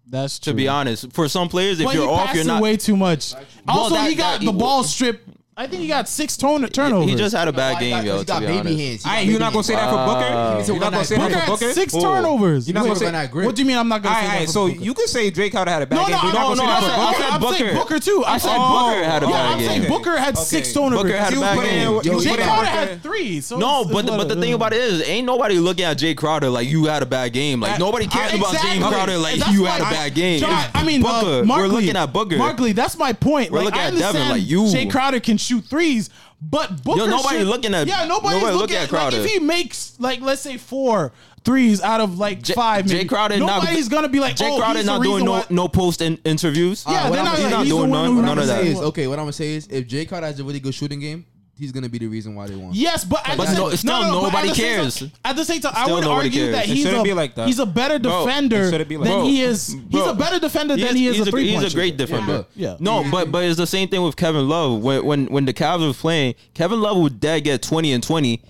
[SPEAKER 2] That's
[SPEAKER 3] To be honest, for some players, if
[SPEAKER 2] but
[SPEAKER 3] you're
[SPEAKER 2] he
[SPEAKER 3] off,
[SPEAKER 2] passed
[SPEAKER 3] you're
[SPEAKER 2] it
[SPEAKER 3] not.
[SPEAKER 2] way too much. also,
[SPEAKER 3] that-
[SPEAKER 2] he got
[SPEAKER 3] that-
[SPEAKER 2] the ball stripped. I think he got six turn turnovers.
[SPEAKER 3] He just had a
[SPEAKER 6] Why?
[SPEAKER 3] bad game,
[SPEAKER 6] Because
[SPEAKER 3] yo.
[SPEAKER 6] he
[SPEAKER 3] To
[SPEAKER 6] got
[SPEAKER 3] be
[SPEAKER 6] baby
[SPEAKER 3] honest,
[SPEAKER 6] hands. He got
[SPEAKER 1] Hey,
[SPEAKER 6] baby
[SPEAKER 1] you're not gonna say that for
[SPEAKER 3] Wow.
[SPEAKER 1] Booker. You're not gonna say
[SPEAKER 2] Booker
[SPEAKER 1] that for
[SPEAKER 2] had
[SPEAKER 1] Booker.
[SPEAKER 2] six
[SPEAKER 3] Whoa.
[SPEAKER 2] turnovers.
[SPEAKER 1] You're not
[SPEAKER 2] Wait,
[SPEAKER 1] gonna say.
[SPEAKER 6] Not great.
[SPEAKER 2] what do you mean? I'm not
[SPEAKER 1] All
[SPEAKER 2] gonna
[SPEAKER 1] right,
[SPEAKER 2] say
[SPEAKER 1] all
[SPEAKER 2] that
[SPEAKER 1] right,
[SPEAKER 2] for
[SPEAKER 1] so
[SPEAKER 2] Booker?
[SPEAKER 1] you could say Drake Howard had a bad
[SPEAKER 2] No,
[SPEAKER 1] game.
[SPEAKER 2] no,
[SPEAKER 1] but you're not
[SPEAKER 2] no,
[SPEAKER 1] gonna say
[SPEAKER 2] no.
[SPEAKER 1] that for
[SPEAKER 2] I said,
[SPEAKER 1] Booker.
[SPEAKER 2] I'm, I'm
[SPEAKER 3] Booker. I said
[SPEAKER 2] saying
[SPEAKER 3] Booker.
[SPEAKER 2] Booker too. I,
[SPEAKER 3] I
[SPEAKER 2] said
[SPEAKER 3] said Booker had a
[SPEAKER 2] Yeah,
[SPEAKER 3] bad
[SPEAKER 2] I'm
[SPEAKER 3] game.
[SPEAKER 2] saying Booker had six
[SPEAKER 1] Okay.
[SPEAKER 2] turnovers.
[SPEAKER 3] Booker had a
[SPEAKER 1] You
[SPEAKER 3] bad
[SPEAKER 1] put in
[SPEAKER 3] game.
[SPEAKER 1] what-
[SPEAKER 2] Yo,
[SPEAKER 1] you
[SPEAKER 2] Jay
[SPEAKER 1] put in
[SPEAKER 2] Crowder
[SPEAKER 1] work
[SPEAKER 2] had
[SPEAKER 1] there.
[SPEAKER 2] three. So
[SPEAKER 3] No,
[SPEAKER 2] it's-
[SPEAKER 3] but
[SPEAKER 2] it's
[SPEAKER 3] but the thing
[SPEAKER 2] whatever.
[SPEAKER 3] about it is, ain't nobody looking at Jay Crowder like you had a bad game. Like
[SPEAKER 1] I-
[SPEAKER 3] nobody cares
[SPEAKER 2] I-
[SPEAKER 3] about Jay
[SPEAKER 2] Uh, exactly.
[SPEAKER 3] Crowder like
[SPEAKER 2] That's
[SPEAKER 3] you
[SPEAKER 2] why
[SPEAKER 3] had a
[SPEAKER 2] I-
[SPEAKER 3] bad game.
[SPEAKER 2] John,
[SPEAKER 3] It's
[SPEAKER 2] I mean, uh,
[SPEAKER 3] Booker.
[SPEAKER 2] Markley,
[SPEAKER 3] we're looking at Booker.
[SPEAKER 2] Markley, that's my point.
[SPEAKER 3] We're
[SPEAKER 2] like,
[SPEAKER 3] looking
[SPEAKER 2] I
[SPEAKER 3] at Devin,
[SPEAKER 2] understand
[SPEAKER 3] like, you.
[SPEAKER 2] Jay Crowder can shoot threes, but Booker.
[SPEAKER 3] nobody
[SPEAKER 2] should-
[SPEAKER 3] looking at-
[SPEAKER 2] Yeah, nobody's
[SPEAKER 3] nobody
[SPEAKER 2] looking
[SPEAKER 3] looking at
[SPEAKER 2] at Crowder.
[SPEAKER 3] Crowder.
[SPEAKER 2] if he makes like let's say four threes out of like
[SPEAKER 3] Jay-
[SPEAKER 2] five,
[SPEAKER 3] Jay
[SPEAKER 2] maybe,
[SPEAKER 3] Crowder not-
[SPEAKER 2] nobody's gonna be like
[SPEAKER 3] Jay
[SPEAKER 2] oh,
[SPEAKER 3] Crowder
[SPEAKER 2] he's
[SPEAKER 3] not
[SPEAKER 2] the
[SPEAKER 3] doing
[SPEAKER 2] reason
[SPEAKER 3] no
[SPEAKER 2] why-
[SPEAKER 3] no post in, interviews.
[SPEAKER 2] Yeah,
[SPEAKER 6] what
[SPEAKER 2] they're
[SPEAKER 6] I'm-
[SPEAKER 2] not,
[SPEAKER 6] he's
[SPEAKER 2] like,
[SPEAKER 6] not
[SPEAKER 2] he's the
[SPEAKER 3] doing
[SPEAKER 2] one
[SPEAKER 3] none-
[SPEAKER 2] who-
[SPEAKER 6] What
[SPEAKER 3] none
[SPEAKER 6] I'm
[SPEAKER 3] of that.
[SPEAKER 6] saying is, okay, what I'm gonna say is, if Jay Crowder has a really good shooting game, he's gonna be the reason why they won.
[SPEAKER 2] Yes, but at
[SPEAKER 3] But
[SPEAKER 2] the
[SPEAKER 3] no,
[SPEAKER 2] same-
[SPEAKER 3] still
[SPEAKER 2] but
[SPEAKER 3] nobody
[SPEAKER 2] at the same
[SPEAKER 3] cares.
[SPEAKER 2] time- At the same time, I
[SPEAKER 3] Still
[SPEAKER 2] would
[SPEAKER 3] nobody
[SPEAKER 2] argue
[SPEAKER 3] cares.
[SPEAKER 2] that
[SPEAKER 3] It
[SPEAKER 2] he's
[SPEAKER 1] shouldn't
[SPEAKER 2] a,
[SPEAKER 1] be like that.
[SPEAKER 2] he's a better
[SPEAKER 3] Bro,
[SPEAKER 2] defender
[SPEAKER 1] it shouldn't be like
[SPEAKER 2] than
[SPEAKER 1] that.
[SPEAKER 2] he is. He's
[SPEAKER 3] Bro,
[SPEAKER 2] a better defender
[SPEAKER 3] He
[SPEAKER 2] than
[SPEAKER 3] is-
[SPEAKER 2] he is
[SPEAKER 3] he's
[SPEAKER 2] a three
[SPEAKER 3] He's
[SPEAKER 2] point
[SPEAKER 3] a great defender.
[SPEAKER 2] Yeah.
[SPEAKER 3] No, but but it's the same thing with Kevin Love. When when when the Cavs were playing, Kevin Love would dead get twenty and twenty.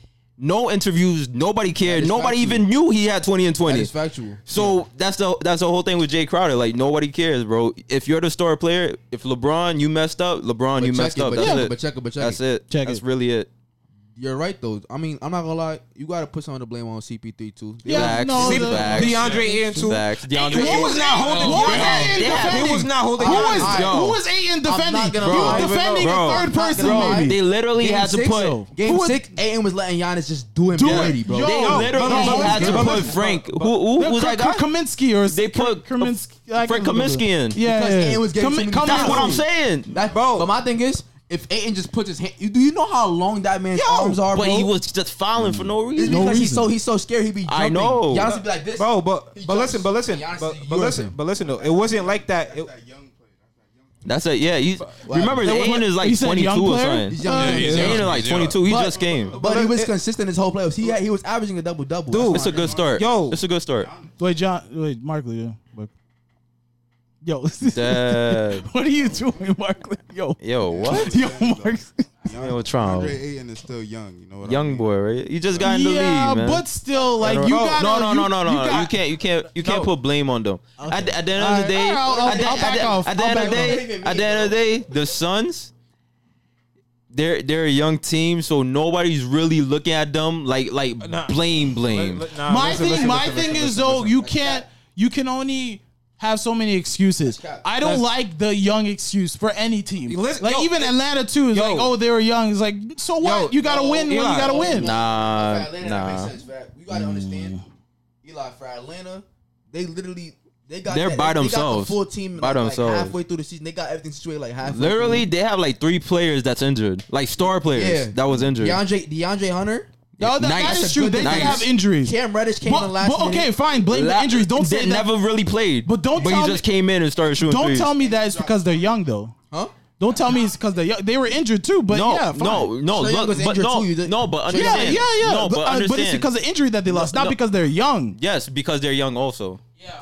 [SPEAKER 3] No interviews. Nobody cared.
[SPEAKER 6] is
[SPEAKER 3] Nobody
[SPEAKER 6] factual.
[SPEAKER 3] even knew he had twenty and
[SPEAKER 6] that
[SPEAKER 3] twenty.
[SPEAKER 6] is factual.
[SPEAKER 3] So that's the that's the whole thing with Jay Crowder. Like nobody cares, bro. If you're the star player, if LeBron you messed up, LeBron
[SPEAKER 6] But
[SPEAKER 3] you
[SPEAKER 6] check
[SPEAKER 3] messed
[SPEAKER 6] it,
[SPEAKER 3] up.
[SPEAKER 6] but
[SPEAKER 3] That's
[SPEAKER 6] check it,
[SPEAKER 3] it.
[SPEAKER 6] but check it, but check
[SPEAKER 3] that's
[SPEAKER 6] it.
[SPEAKER 3] it.
[SPEAKER 2] Check
[SPEAKER 3] that's
[SPEAKER 2] it.
[SPEAKER 3] really it.
[SPEAKER 6] You're right though. I mean, I'm not gonna lie. You gotta put some of the blame on CP3 too. They
[SPEAKER 2] Yeah,
[SPEAKER 3] Facts,
[SPEAKER 2] no, the-
[SPEAKER 3] facts,
[SPEAKER 1] DeAndre Ayton too.
[SPEAKER 3] facts. DeAndre
[SPEAKER 2] Who was
[SPEAKER 3] Ayton.
[SPEAKER 2] not holding? Who was Aiden
[SPEAKER 3] Yeah.
[SPEAKER 2] defending?
[SPEAKER 1] He was not holding
[SPEAKER 2] Who
[SPEAKER 1] Giannis.
[SPEAKER 2] was
[SPEAKER 3] Yo.
[SPEAKER 2] who was Aiden
[SPEAKER 6] I'm not
[SPEAKER 2] defending?
[SPEAKER 6] gonna
[SPEAKER 2] He
[SPEAKER 6] lie.
[SPEAKER 2] was defending
[SPEAKER 3] Bro.
[SPEAKER 2] a third
[SPEAKER 6] I'm not
[SPEAKER 2] person,
[SPEAKER 6] gonna lie.
[SPEAKER 2] maybe.
[SPEAKER 3] They literally
[SPEAKER 6] Game
[SPEAKER 3] had to
[SPEAKER 6] six,
[SPEAKER 3] put.
[SPEAKER 6] though. game
[SPEAKER 2] Who was-
[SPEAKER 6] six. Aiden was letting Giannis just do him
[SPEAKER 2] Do
[SPEAKER 6] dirty,
[SPEAKER 2] it.
[SPEAKER 6] bro.
[SPEAKER 2] Yo.
[SPEAKER 3] They
[SPEAKER 2] No,
[SPEAKER 3] literally
[SPEAKER 2] no, no,
[SPEAKER 3] had to
[SPEAKER 2] but-
[SPEAKER 3] put Frank. Who, who
[SPEAKER 2] They're
[SPEAKER 3] was that
[SPEAKER 2] K-
[SPEAKER 3] guy?
[SPEAKER 2] Kaminsky or
[SPEAKER 3] They put
[SPEAKER 2] Kaminsky. I
[SPEAKER 3] Frank
[SPEAKER 2] can't remember.
[SPEAKER 3] Kaminsky in.
[SPEAKER 2] Yeah,
[SPEAKER 6] Because
[SPEAKER 2] yeah.
[SPEAKER 6] Aiden was getting
[SPEAKER 2] Kami-
[SPEAKER 6] too many
[SPEAKER 2] Kaminsky.
[SPEAKER 6] fouls.
[SPEAKER 3] That's what I'm saying.
[SPEAKER 6] That, bro. But my thing is, if Aiden just puts his hand, you, do you know how long that man's arms are, bro?
[SPEAKER 3] But he was just fouling for no
[SPEAKER 6] It's
[SPEAKER 3] reason.
[SPEAKER 6] because he's
[SPEAKER 2] reason.
[SPEAKER 6] so he's so scared. He be jumping.
[SPEAKER 3] I know.
[SPEAKER 6] Giannis would be like this,
[SPEAKER 1] Bro, but
[SPEAKER 6] He
[SPEAKER 1] but
[SPEAKER 6] jumps.
[SPEAKER 1] listen, but listen,
[SPEAKER 6] Giannis,
[SPEAKER 1] but,
[SPEAKER 6] you
[SPEAKER 1] but
[SPEAKER 6] are
[SPEAKER 1] listen,
[SPEAKER 6] him.
[SPEAKER 1] but listen though, it wasn't like that. It,
[SPEAKER 8] That young player.
[SPEAKER 3] That's it. Yeah, he's remember
[SPEAKER 6] That was
[SPEAKER 3] Aiden
[SPEAKER 6] what-
[SPEAKER 3] is like
[SPEAKER 2] You said
[SPEAKER 3] 22
[SPEAKER 2] young
[SPEAKER 3] or
[SPEAKER 2] player?
[SPEAKER 3] something.
[SPEAKER 6] He's young.
[SPEAKER 4] Yeah, he's young.
[SPEAKER 3] Aiden is like
[SPEAKER 4] He's young.
[SPEAKER 3] 22. He
[SPEAKER 6] But-
[SPEAKER 3] just came.
[SPEAKER 6] But he was
[SPEAKER 1] it-
[SPEAKER 6] consistent his whole playoffs. He had, he was averaging a double double.
[SPEAKER 1] Dude,
[SPEAKER 3] It's a good start.
[SPEAKER 1] Yo.
[SPEAKER 3] it's a good start.
[SPEAKER 2] Wait, John. Wait, Markley. Yeah. But- Yo,
[SPEAKER 3] Dad.
[SPEAKER 2] what are you doing, Markley? Yo,
[SPEAKER 3] Yo, what?
[SPEAKER 2] yo, Mark.
[SPEAKER 3] Yo, Trump.
[SPEAKER 8] Andre Ayton is still young. You know what I
[SPEAKER 3] Young
[SPEAKER 8] mean?
[SPEAKER 3] boy, right? He just got in the
[SPEAKER 2] Yeah,
[SPEAKER 3] league, man.
[SPEAKER 2] but still, like you
[SPEAKER 3] no,
[SPEAKER 2] got
[SPEAKER 3] no, no, no, no, no. You,
[SPEAKER 2] got-
[SPEAKER 3] can't, you can't, you can't
[SPEAKER 2] No.
[SPEAKER 3] put blame on them. At, the- at the end of the
[SPEAKER 2] Alright,
[SPEAKER 3] day,
[SPEAKER 2] alright, I'll-
[SPEAKER 3] at the-
[SPEAKER 2] I'll
[SPEAKER 3] at
[SPEAKER 2] back
[SPEAKER 3] the-
[SPEAKER 2] off.
[SPEAKER 3] at the
[SPEAKER 2] I'll
[SPEAKER 3] end of the
[SPEAKER 2] back
[SPEAKER 3] day, at the end of the day, the Suns, they're they're a young team, so nobody's really looking at them like like
[SPEAKER 1] Nah.
[SPEAKER 3] blame, blame.
[SPEAKER 1] nah,
[SPEAKER 2] my
[SPEAKER 1] listen,
[SPEAKER 2] thing,
[SPEAKER 1] listen,
[SPEAKER 2] my
[SPEAKER 1] listen,
[SPEAKER 2] thing
[SPEAKER 1] listen,
[SPEAKER 2] is
[SPEAKER 1] listen,
[SPEAKER 2] though,
[SPEAKER 1] listen.
[SPEAKER 2] you can't, you can only have so many excuses. I don't like the young excuse for any team.
[SPEAKER 1] Listen-
[SPEAKER 2] like
[SPEAKER 1] yo,
[SPEAKER 2] even Atlanta too is
[SPEAKER 1] yo.
[SPEAKER 2] like, oh, they were young. It's like, so what?
[SPEAKER 1] Yo,
[SPEAKER 2] you gotta
[SPEAKER 6] yo,
[SPEAKER 2] win when
[SPEAKER 1] Eli.
[SPEAKER 2] you gotta win.
[SPEAKER 3] Nah,
[SPEAKER 6] Atlanta,
[SPEAKER 3] nah.
[SPEAKER 6] that makes sense, Fab. You gotta understand,
[SPEAKER 2] Mm.
[SPEAKER 6] Eli for Atlanta, they literally they got
[SPEAKER 3] They're
[SPEAKER 6] that-
[SPEAKER 3] by
[SPEAKER 6] they got the
[SPEAKER 3] themselves.
[SPEAKER 6] full team
[SPEAKER 3] By
[SPEAKER 6] like, like
[SPEAKER 3] themselves.
[SPEAKER 6] halfway through the season, they got everything situated like halfway.
[SPEAKER 3] Literally,
[SPEAKER 6] through.
[SPEAKER 3] they have like three players that's injured, like star players
[SPEAKER 6] Yeah.
[SPEAKER 3] that was injured.
[SPEAKER 6] DeAndre DeAndre Hunter,
[SPEAKER 2] No, that- that
[SPEAKER 3] Nice.
[SPEAKER 2] is true. They did
[SPEAKER 3] Nice.
[SPEAKER 2] have injuries.
[SPEAKER 6] Cam Reddish came
[SPEAKER 2] But,
[SPEAKER 6] in last.
[SPEAKER 2] but okay,
[SPEAKER 6] minute.
[SPEAKER 2] fine. Blame
[SPEAKER 3] La-
[SPEAKER 2] the injuries. Don't say
[SPEAKER 3] they
[SPEAKER 2] that.
[SPEAKER 3] never really played,
[SPEAKER 2] But don't
[SPEAKER 3] But
[SPEAKER 2] tell
[SPEAKER 3] he just came in and started shooting.
[SPEAKER 2] Don't
[SPEAKER 3] threes.
[SPEAKER 2] tell me that it's because they're young though.
[SPEAKER 6] huh?
[SPEAKER 2] Don't tell me it's because they they were injured too. But
[SPEAKER 3] no,
[SPEAKER 2] yeah, fine.
[SPEAKER 3] no, no,
[SPEAKER 6] Trae Young
[SPEAKER 3] look,
[SPEAKER 6] was
[SPEAKER 3] but
[SPEAKER 6] injured
[SPEAKER 3] no,
[SPEAKER 6] too, you did-
[SPEAKER 3] no, but
[SPEAKER 6] Trae Young-
[SPEAKER 2] Yeah,
[SPEAKER 3] understand.
[SPEAKER 2] yeah, yeah.
[SPEAKER 3] No, but,
[SPEAKER 2] uh,
[SPEAKER 3] understand.
[SPEAKER 2] it's because of injury that they lost, not
[SPEAKER 3] no.
[SPEAKER 2] because they're young.
[SPEAKER 3] Yes, because they're young also. Yeah.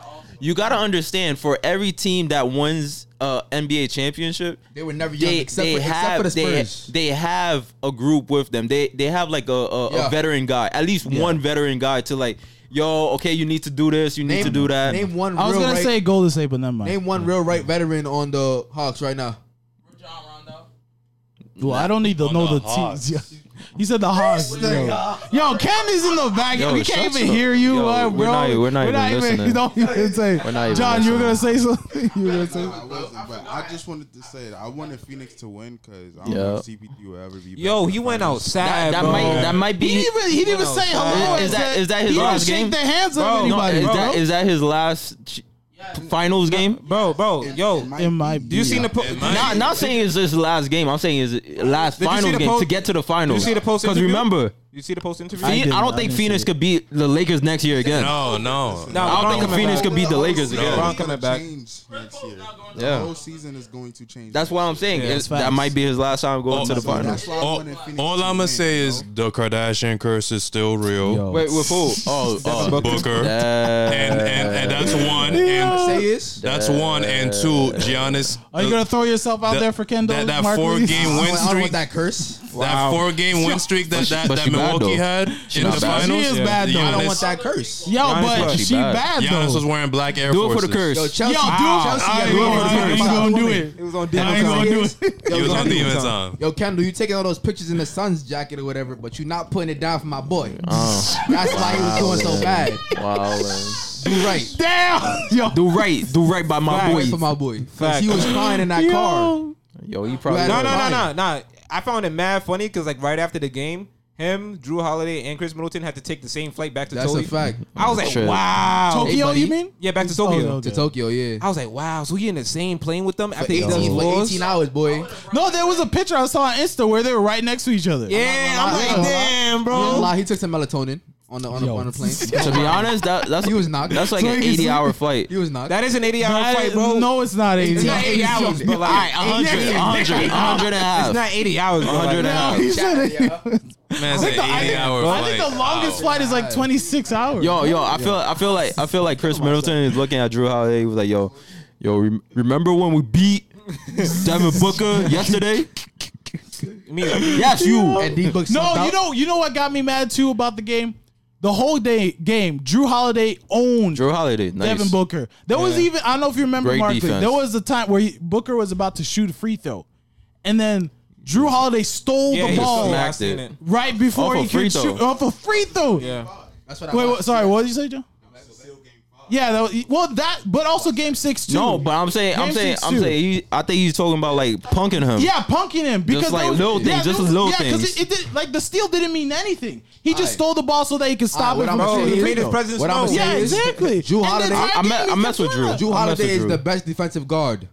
[SPEAKER 3] You gotta understand for every team that wins uh NBA championship,
[SPEAKER 6] They were never young
[SPEAKER 3] they,
[SPEAKER 6] except,
[SPEAKER 3] they
[SPEAKER 6] for, except
[SPEAKER 3] have
[SPEAKER 6] for the
[SPEAKER 3] they,
[SPEAKER 6] Spurs.
[SPEAKER 3] they have a group with them. They they have like a a,
[SPEAKER 6] Yeah.
[SPEAKER 3] a veteran guy, at least one veteran guy to like, yo, okay, you need to do this, you need
[SPEAKER 6] name,
[SPEAKER 3] to do that.
[SPEAKER 6] Name one.
[SPEAKER 2] I was
[SPEAKER 6] real
[SPEAKER 2] gonna
[SPEAKER 6] right,
[SPEAKER 2] say Golden State, but never mind.
[SPEAKER 6] Name one real right veteran on the Hawks right now.
[SPEAKER 2] well, I don't need to
[SPEAKER 4] On
[SPEAKER 2] know
[SPEAKER 4] the
[SPEAKER 2] the,
[SPEAKER 4] Hawks.
[SPEAKER 2] teams. you said the Hawks. Yo. yo, Ken is in the back.
[SPEAKER 3] Yo,
[SPEAKER 2] we can't
[SPEAKER 3] shut
[SPEAKER 2] even
[SPEAKER 3] up.
[SPEAKER 2] hear you,
[SPEAKER 3] Yo,
[SPEAKER 2] uh,
[SPEAKER 3] we're
[SPEAKER 2] bro.
[SPEAKER 3] not- e-, we're not even listening.
[SPEAKER 2] Don't even say.
[SPEAKER 3] not even
[SPEAKER 2] John, you were gonna say something. You were gonna
[SPEAKER 8] No,
[SPEAKER 2] say.
[SPEAKER 8] I wasn't, but I just wanted to say that I wanted Phoenix to win because I don't
[SPEAKER 3] Yeah.
[SPEAKER 8] know if CP3 will ever be. back
[SPEAKER 1] Yo,
[SPEAKER 8] in
[SPEAKER 1] he
[SPEAKER 8] the
[SPEAKER 1] went
[SPEAKER 8] finals.
[SPEAKER 1] outside,
[SPEAKER 3] that that
[SPEAKER 1] bro.
[SPEAKER 3] might that might
[SPEAKER 2] He
[SPEAKER 3] be
[SPEAKER 2] didn't even, he didn't even
[SPEAKER 1] Went
[SPEAKER 2] say hello.
[SPEAKER 3] outside. Is that- is that his
[SPEAKER 2] he
[SPEAKER 3] last
[SPEAKER 2] didn't
[SPEAKER 3] game?
[SPEAKER 2] shake the hands of
[SPEAKER 1] Bro, no,
[SPEAKER 3] no,
[SPEAKER 2] anybody.
[SPEAKER 3] is
[SPEAKER 2] bro.
[SPEAKER 3] that is that his last ch- finals game?
[SPEAKER 1] bro, bro, yo.
[SPEAKER 8] It might
[SPEAKER 2] it might
[SPEAKER 8] be.
[SPEAKER 2] be. uh,
[SPEAKER 1] Do you seen the po-
[SPEAKER 4] It might-
[SPEAKER 3] Ah, Not not saying it's his last game. I'm saying it's last
[SPEAKER 1] Did you see
[SPEAKER 3] final
[SPEAKER 1] the
[SPEAKER 3] game
[SPEAKER 1] post-
[SPEAKER 3] to get to the finals.
[SPEAKER 1] see the post
[SPEAKER 3] Because
[SPEAKER 1] interview?
[SPEAKER 3] remember,
[SPEAKER 1] you see the post interview?
[SPEAKER 3] Phoenix-
[SPEAKER 2] didn't-
[SPEAKER 3] I,
[SPEAKER 2] I
[SPEAKER 3] don't think
[SPEAKER 2] didn't
[SPEAKER 3] Phoenix
[SPEAKER 2] see
[SPEAKER 3] could beat the Lakers next year again.
[SPEAKER 4] No, no.
[SPEAKER 1] Nah,
[SPEAKER 3] I
[SPEAKER 1] LeBron
[SPEAKER 3] don't think
[SPEAKER 1] coming
[SPEAKER 3] Phoenix
[SPEAKER 1] back.
[SPEAKER 3] could beat the
[SPEAKER 8] whole
[SPEAKER 3] Lakers
[SPEAKER 8] season
[SPEAKER 3] again.
[SPEAKER 8] is
[SPEAKER 1] LeBron coming
[SPEAKER 8] gonna
[SPEAKER 1] back.
[SPEAKER 8] Change next year. The
[SPEAKER 3] Yeah,
[SPEAKER 8] whole season is going to change.
[SPEAKER 3] that's why I'm saying
[SPEAKER 1] Yeah,
[SPEAKER 3] it-
[SPEAKER 2] that's
[SPEAKER 3] that
[SPEAKER 2] facts.
[SPEAKER 3] might be his last time going
[SPEAKER 4] Oh,
[SPEAKER 3] to the
[SPEAKER 4] that's
[SPEAKER 8] So
[SPEAKER 3] finals.
[SPEAKER 8] that's why I
[SPEAKER 4] All,
[SPEAKER 8] wanted Phoenix
[SPEAKER 4] all
[SPEAKER 8] to
[SPEAKER 4] I'm gonna
[SPEAKER 8] win,
[SPEAKER 4] say
[SPEAKER 8] you
[SPEAKER 4] is
[SPEAKER 8] know?
[SPEAKER 4] the Kardashian curse is still real.
[SPEAKER 2] Yo.
[SPEAKER 3] Wait, with who? Oh, oh,
[SPEAKER 4] Booker.
[SPEAKER 3] uh,
[SPEAKER 4] and, and and that's one. And
[SPEAKER 2] Uh,
[SPEAKER 6] Say this.
[SPEAKER 4] that's one and two. Giannis.
[SPEAKER 2] Are you gonna throw yourself out
[SPEAKER 4] the-
[SPEAKER 2] there for Kendall?
[SPEAKER 4] that, that
[SPEAKER 2] Mark Lee?
[SPEAKER 4] four game win
[SPEAKER 6] I don't, I don't
[SPEAKER 4] streak.
[SPEAKER 6] want
[SPEAKER 4] That,
[SPEAKER 6] that curse.
[SPEAKER 4] four game win streak that that,
[SPEAKER 3] but
[SPEAKER 4] that
[SPEAKER 3] she bad,
[SPEAKER 4] Milwaukee
[SPEAKER 3] though.
[SPEAKER 4] had in the
[SPEAKER 3] not bad.
[SPEAKER 4] finals.
[SPEAKER 2] She is bad, though.
[SPEAKER 6] I don't
[SPEAKER 4] Giannis-
[SPEAKER 6] want that curse.
[SPEAKER 2] Yo,
[SPEAKER 1] Giannis
[SPEAKER 2] but
[SPEAKER 1] was-
[SPEAKER 2] she bad,
[SPEAKER 4] Giannis was
[SPEAKER 2] though.
[SPEAKER 4] wearing black Air
[SPEAKER 3] do it for
[SPEAKER 4] Forces.
[SPEAKER 3] the curse.
[SPEAKER 6] Chelsea,
[SPEAKER 2] Yo, dude,
[SPEAKER 6] Chelsea,
[SPEAKER 2] I
[SPEAKER 6] got
[SPEAKER 2] ain't
[SPEAKER 6] beat
[SPEAKER 2] gonna-
[SPEAKER 6] on
[SPEAKER 2] I ain't
[SPEAKER 6] defense.
[SPEAKER 2] gonna do it.
[SPEAKER 1] It was on
[SPEAKER 2] I ain't
[SPEAKER 1] Denver.
[SPEAKER 2] gonna do it.
[SPEAKER 4] He was on
[SPEAKER 6] Giannis-
[SPEAKER 4] demon time.
[SPEAKER 6] Yo, Kendall, you taking all those pictures in the Suns jacket or whatever, but you not putting it down for my boy.
[SPEAKER 2] Oh.
[SPEAKER 6] That's why he was doing so bad.
[SPEAKER 3] Wow.
[SPEAKER 6] Do right.
[SPEAKER 2] Damn. Yo,
[SPEAKER 3] Do right, do right by my
[SPEAKER 6] Do right
[SPEAKER 3] boy.
[SPEAKER 6] for my boy. 'Cause
[SPEAKER 1] Fact.
[SPEAKER 6] He was crying in that car.
[SPEAKER 2] yo.
[SPEAKER 3] Yo, he probably
[SPEAKER 1] No,
[SPEAKER 6] No,
[SPEAKER 1] no, no, no, no. I found it mad funny because like right after the game, him, Drew Holiday, and Chris Middleton had to take the same flight back to
[SPEAKER 6] That's
[SPEAKER 1] Tokyo.
[SPEAKER 6] a fact.
[SPEAKER 1] I was like,
[SPEAKER 3] Shit.
[SPEAKER 1] wow.
[SPEAKER 2] Tokyo,
[SPEAKER 6] buddy.
[SPEAKER 2] you mean?
[SPEAKER 1] Yeah, back to
[SPEAKER 2] Oh,
[SPEAKER 1] Tokyo.
[SPEAKER 2] no,
[SPEAKER 6] To
[SPEAKER 2] okay.
[SPEAKER 6] Tokyo, yeah.
[SPEAKER 1] I was like, wow. So he in the same plane with them after
[SPEAKER 6] For
[SPEAKER 1] he does
[SPEAKER 6] 18, for 18 hours, boy.
[SPEAKER 2] No, there was a picture I saw on Insta where they were right next to each other.
[SPEAKER 1] Yeah, I'm
[SPEAKER 6] I'm not gonna
[SPEAKER 1] like,
[SPEAKER 6] lie.
[SPEAKER 1] damn,
[SPEAKER 6] Don't
[SPEAKER 1] bro.
[SPEAKER 6] lie, he took some melatonin on the on, the,
[SPEAKER 2] Yo.
[SPEAKER 6] on the plane.
[SPEAKER 3] To be honest, that, that's
[SPEAKER 6] He was knocked.
[SPEAKER 3] That's like an
[SPEAKER 2] Please.
[SPEAKER 3] 80 hour flight.
[SPEAKER 6] He was not.
[SPEAKER 1] That is an 80 hour
[SPEAKER 2] I-
[SPEAKER 1] fight, bro.
[SPEAKER 2] No, it's not 80.
[SPEAKER 1] it's not 80 hours, but like,
[SPEAKER 3] Alright, 100, 100, 100 and a half.
[SPEAKER 1] it's not 80 hours, bro. 100
[SPEAKER 3] and a half.
[SPEAKER 2] He said it.
[SPEAKER 4] Man, it's an
[SPEAKER 2] I think-
[SPEAKER 4] 80 hour
[SPEAKER 2] I
[SPEAKER 4] flight.
[SPEAKER 2] think the
[SPEAKER 1] Oh,
[SPEAKER 2] longest
[SPEAKER 4] Wow.
[SPEAKER 2] flight is like 26 hours.
[SPEAKER 3] Yo, yo, I feel, I feel like, I feel like Chris Middleton is looking at Drew Holiday. He was like, yo, yo, rem- remember when we beat Devin Booker yesterday? Yes, you.
[SPEAKER 6] and D books.
[SPEAKER 2] No, you know, you know what got me mad too about the game? The whole day game, Drew Holiday owned
[SPEAKER 3] Drew Holiday, nice.
[SPEAKER 2] Devin Booker. There was even I don't know if you remember
[SPEAKER 3] Great
[SPEAKER 2] Mark. Lee,
[SPEAKER 3] defense.
[SPEAKER 2] There was a time where he, Booker was about to shoot a free throw, and then Drew Holiday stole
[SPEAKER 1] Yeah,
[SPEAKER 2] the
[SPEAKER 1] he
[SPEAKER 2] ball
[SPEAKER 1] smacked seen
[SPEAKER 3] smacked it.
[SPEAKER 1] it.
[SPEAKER 2] right before
[SPEAKER 3] Off a
[SPEAKER 2] he
[SPEAKER 3] free
[SPEAKER 2] could
[SPEAKER 3] throw.
[SPEAKER 2] shoot off a free throw.
[SPEAKER 1] Yeah.
[SPEAKER 6] That's what I
[SPEAKER 2] Wait,
[SPEAKER 6] watched.
[SPEAKER 2] what, sorry, what did you say, John? Yeah, that was, well, that but also game six too.
[SPEAKER 3] No, but I'm saying, I'm
[SPEAKER 2] Game
[SPEAKER 3] saying,
[SPEAKER 2] six,
[SPEAKER 3] I'm
[SPEAKER 2] too.
[SPEAKER 3] saying, he, I think he's talking about like punking him.
[SPEAKER 2] Yeah, punking him because
[SPEAKER 3] like
[SPEAKER 2] there was-
[SPEAKER 3] little things, just
[SPEAKER 2] there was-
[SPEAKER 3] little
[SPEAKER 2] yeah, 'cause
[SPEAKER 3] things.
[SPEAKER 2] It, it did, like the steal didn't mean anything. He just
[SPEAKER 6] Alright.
[SPEAKER 2] stole the ball so that he could stop
[SPEAKER 6] Alright,
[SPEAKER 2] it
[SPEAKER 6] what
[SPEAKER 2] from
[SPEAKER 6] I'ma
[SPEAKER 2] shooting
[SPEAKER 6] say
[SPEAKER 2] a
[SPEAKER 6] is-
[SPEAKER 2] free throw.
[SPEAKER 1] his presence
[SPEAKER 6] What I'ma
[SPEAKER 1] known.
[SPEAKER 6] say
[SPEAKER 2] Yeah,
[SPEAKER 6] is-
[SPEAKER 2] exactly.
[SPEAKER 6] Drew
[SPEAKER 2] And the
[SPEAKER 6] Holiday-
[SPEAKER 2] entire
[SPEAKER 3] I me-
[SPEAKER 2] game
[SPEAKER 3] I
[SPEAKER 2] he
[SPEAKER 3] mess
[SPEAKER 2] kept
[SPEAKER 3] with
[SPEAKER 2] doing
[SPEAKER 3] Drew.
[SPEAKER 2] that.
[SPEAKER 6] Drew
[SPEAKER 3] I'm messing
[SPEAKER 6] Holiday is
[SPEAKER 3] with
[SPEAKER 6] the
[SPEAKER 3] Drew.
[SPEAKER 6] best defensive guard,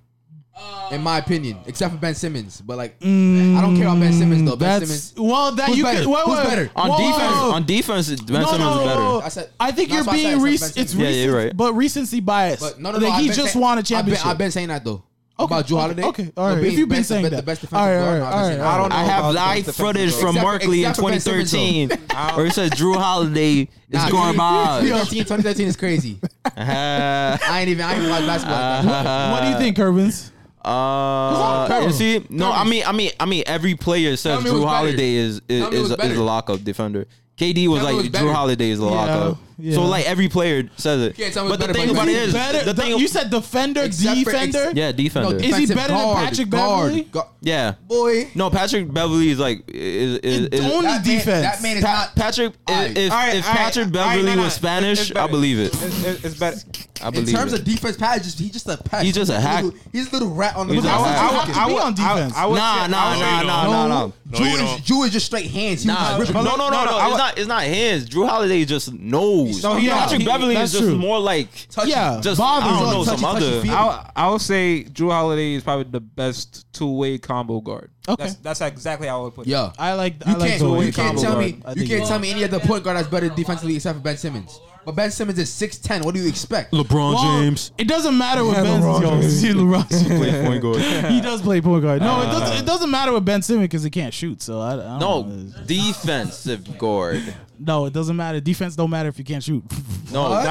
[SPEAKER 6] in my opinion, except for Ben Simmons. But like, I don't care about Ben Simmons though. Ben
[SPEAKER 2] Mm, That's
[SPEAKER 6] Simmons.
[SPEAKER 2] well. That
[SPEAKER 6] Who's
[SPEAKER 2] you
[SPEAKER 6] better?
[SPEAKER 2] Could, wait,
[SPEAKER 6] Who's
[SPEAKER 2] wait,
[SPEAKER 6] better?
[SPEAKER 3] On
[SPEAKER 2] whoa.
[SPEAKER 3] defense, on defense, Ben
[SPEAKER 2] No,
[SPEAKER 3] Simmons
[SPEAKER 2] no, no.
[SPEAKER 3] is better.
[SPEAKER 6] I said-
[SPEAKER 2] I think
[SPEAKER 6] that's
[SPEAKER 2] you're
[SPEAKER 6] what I said,
[SPEAKER 2] being
[SPEAKER 6] I
[SPEAKER 2] re-
[SPEAKER 6] said Ben
[SPEAKER 2] it's
[SPEAKER 6] Simmons.
[SPEAKER 3] Yeah,
[SPEAKER 2] recency,
[SPEAKER 3] you're right.
[SPEAKER 2] but recency bias.
[SPEAKER 6] But no, no, no.
[SPEAKER 2] like
[SPEAKER 6] I've
[SPEAKER 2] he
[SPEAKER 6] been
[SPEAKER 2] just
[SPEAKER 6] saying-
[SPEAKER 2] won a
[SPEAKER 6] I've been-
[SPEAKER 2] championship.
[SPEAKER 6] I've been saying that though.
[SPEAKER 2] Okay,
[SPEAKER 6] About Drew
[SPEAKER 2] okay,
[SPEAKER 6] Holiday.
[SPEAKER 2] okay, all right.
[SPEAKER 6] Being
[SPEAKER 2] If you've been
[SPEAKER 6] best-
[SPEAKER 2] saying
[SPEAKER 6] the
[SPEAKER 2] that.
[SPEAKER 6] best defensive
[SPEAKER 2] All right,
[SPEAKER 6] guard,
[SPEAKER 2] all right,
[SPEAKER 6] I've been
[SPEAKER 2] all
[SPEAKER 6] saying
[SPEAKER 2] right,
[SPEAKER 6] that.
[SPEAKER 2] all
[SPEAKER 1] I don't know.
[SPEAKER 3] I
[SPEAKER 1] about
[SPEAKER 3] have
[SPEAKER 1] the
[SPEAKER 3] live
[SPEAKER 1] defensive
[SPEAKER 3] footage
[SPEAKER 1] zone.
[SPEAKER 3] from
[SPEAKER 6] Except for-
[SPEAKER 3] Markley in
[SPEAKER 6] except for Ben Simmons, though.
[SPEAKER 3] 2013, where he says Drew Holiday is garbage.
[SPEAKER 6] 2013, 2013 is crazy.
[SPEAKER 3] Uh,
[SPEAKER 6] I ain't even. I ain't even watch basketball. like that.
[SPEAKER 2] what do you think, Kervins?
[SPEAKER 3] Uh, you see, no, I mean, I mean, I mean, every player says
[SPEAKER 6] Tell me
[SPEAKER 3] Drew
[SPEAKER 6] who's better.
[SPEAKER 3] Holiday is
[SPEAKER 6] Tell
[SPEAKER 3] is
[SPEAKER 6] me
[SPEAKER 3] is,
[SPEAKER 6] who's
[SPEAKER 3] is
[SPEAKER 6] better.
[SPEAKER 3] a lockup defender. KD was
[SPEAKER 6] Tell
[SPEAKER 3] like
[SPEAKER 6] me who's
[SPEAKER 3] Drew
[SPEAKER 6] better.
[SPEAKER 3] Holiday is a lockup.
[SPEAKER 2] yeah.
[SPEAKER 3] So like every player says it.
[SPEAKER 6] can't tell me
[SPEAKER 3] but the
[SPEAKER 6] who's
[SPEAKER 3] thing
[SPEAKER 6] better,
[SPEAKER 3] about
[SPEAKER 6] but
[SPEAKER 3] it
[SPEAKER 6] who's
[SPEAKER 3] is,
[SPEAKER 2] Better,
[SPEAKER 3] the
[SPEAKER 2] the-
[SPEAKER 3] thing,
[SPEAKER 2] you said defender,
[SPEAKER 6] Except for-
[SPEAKER 2] defender.
[SPEAKER 3] yeah,
[SPEAKER 6] No,
[SPEAKER 3] defender,
[SPEAKER 2] he
[SPEAKER 6] defensive
[SPEAKER 2] better than
[SPEAKER 6] guard,
[SPEAKER 2] Patrick
[SPEAKER 6] guard,
[SPEAKER 2] Beverley?
[SPEAKER 6] guard.
[SPEAKER 3] yeah.
[SPEAKER 6] Boy,
[SPEAKER 3] No, Patrick Beverly is like is is, is
[SPEAKER 2] only
[SPEAKER 6] that man,
[SPEAKER 2] defense.
[SPEAKER 6] that man is
[SPEAKER 3] Pa-
[SPEAKER 6] not.
[SPEAKER 3] Patrick. i-
[SPEAKER 6] Alright.
[SPEAKER 3] If,
[SPEAKER 1] Alright,
[SPEAKER 3] if
[SPEAKER 1] alright,
[SPEAKER 3] Patrick
[SPEAKER 1] alright,
[SPEAKER 3] Beverly
[SPEAKER 1] no, no,
[SPEAKER 3] was
[SPEAKER 1] it's-
[SPEAKER 3] Spanish,
[SPEAKER 1] it's
[SPEAKER 3] I
[SPEAKER 1] better.
[SPEAKER 3] believe it.
[SPEAKER 1] It's, it's- it's better.
[SPEAKER 3] I
[SPEAKER 6] In
[SPEAKER 3] believe
[SPEAKER 6] terms
[SPEAKER 3] it.
[SPEAKER 6] of defense, Pat is just he's just a pet.
[SPEAKER 3] He's just a hack.
[SPEAKER 6] Little, he's a little rat on the.
[SPEAKER 3] He's
[SPEAKER 6] court.
[SPEAKER 3] a hack.
[SPEAKER 6] I was- I
[SPEAKER 2] have
[SPEAKER 6] was-
[SPEAKER 2] to be on defense.
[SPEAKER 1] I, I would
[SPEAKER 3] Nah,
[SPEAKER 1] say-
[SPEAKER 3] nah,
[SPEAKER 1] I would-
[SPEAKER 3] nah, nah, nah, nah.
[SPEAKER 4] No,
[SPEAKER 6] Drew
[SPEAKER 4] you
[SPEAKER 6] is,
[SPEAKER 4] don't.
[SPEAKER 6] Drew is just straight hands. He
[SPEAKER 3] Nah,
[SPEAKER 6] was
[SPEAKER 3] Drew-
[SPEAKER 6] just
[SPEAKER 3] no,
[SPEAKER 6] ripping-
[SPEAKER 3] no, no, no. It's not. It's not hands. Drew Holiday just knows.
[SPEAKER 1] No, he-
[SPEAKER 3] Patrick
[SPEAKER 1] he-
[SPEAKER 3] Beverly
[SPEAKER 2] that's
[SPEAKER 3] is just
[SPEAKER 2] true.
[SPEAKER 3] more like
[SPEAKER 6] touchy.
[SPEAKER 2] Yeah,
[SPEAKER 3] just
[SPEAKER 2] bothers
[SPEAKER 3] I don't know
[SPEAKER 2] us.
[SPEAKER 3] some
[SPEAKER 6] touchy
[SPEAKER 3] other.
[SPEAKER 6] feeling.
[SPEAKER 1] I'll, I'll say Drew Holiday is probably the best two way combo guard.
[SPEAKER 2] Okay.
[SPEAKER 1] That's, that's exactly how I would put it.
[SPEAKER 6] Yeah.
[SPEAKER 2] I like.
[SPEAKER 6] You
[SPEAKER 2] I like
[SPEAKER 6] can't,
[SPEAKER 2] the way
[SPEAKER 6] you
[SPEAKER 2] he
[SPEAKER 6] can't
[SPEAKER 2] combo
[SPEAKER 6] tell
[SPEAKER 2] guard.
[SPEAKER 6] me
[SPEAKER 2] I
[SPEAKER 6] you
[SPEAKER 2] think
[SPEAKER 6] can't
[SPEAKER 2] he-
[SPEAKER 6] tell me any other point guard that's better defensively except for Ben Simmons. But Ben Simmons is 6'10. What do you expect?
[SPEAKER 3] LeBron
[SPEAKER 2] Well,
[SPEAKER 3] James.
[SPEAKER 2] It doesn't matter what Ben Simmons. Yo, LeBron James.
[SPEAKER 3] Play point guard.
[SPEAKER 2] He does play point guard. No, it
[SPEAKER 6] Uh.
[SPEAKER 2] doesn't. It doesn't matter with Ben Simmons because he can't shoot. So I, I don't
[SPEAKER 3] No,
[SPEAKER 2] know.
[SPEAKER 3] defensive guard.
[SPEAKER 2] no, it doesn't matter. Defense don't matter if you can't shoot.
[SPEAKER 6] Oh,
[SPEAKER 3] No,
[SPEAKER 6] What?
[SPEAKER 1] Nah,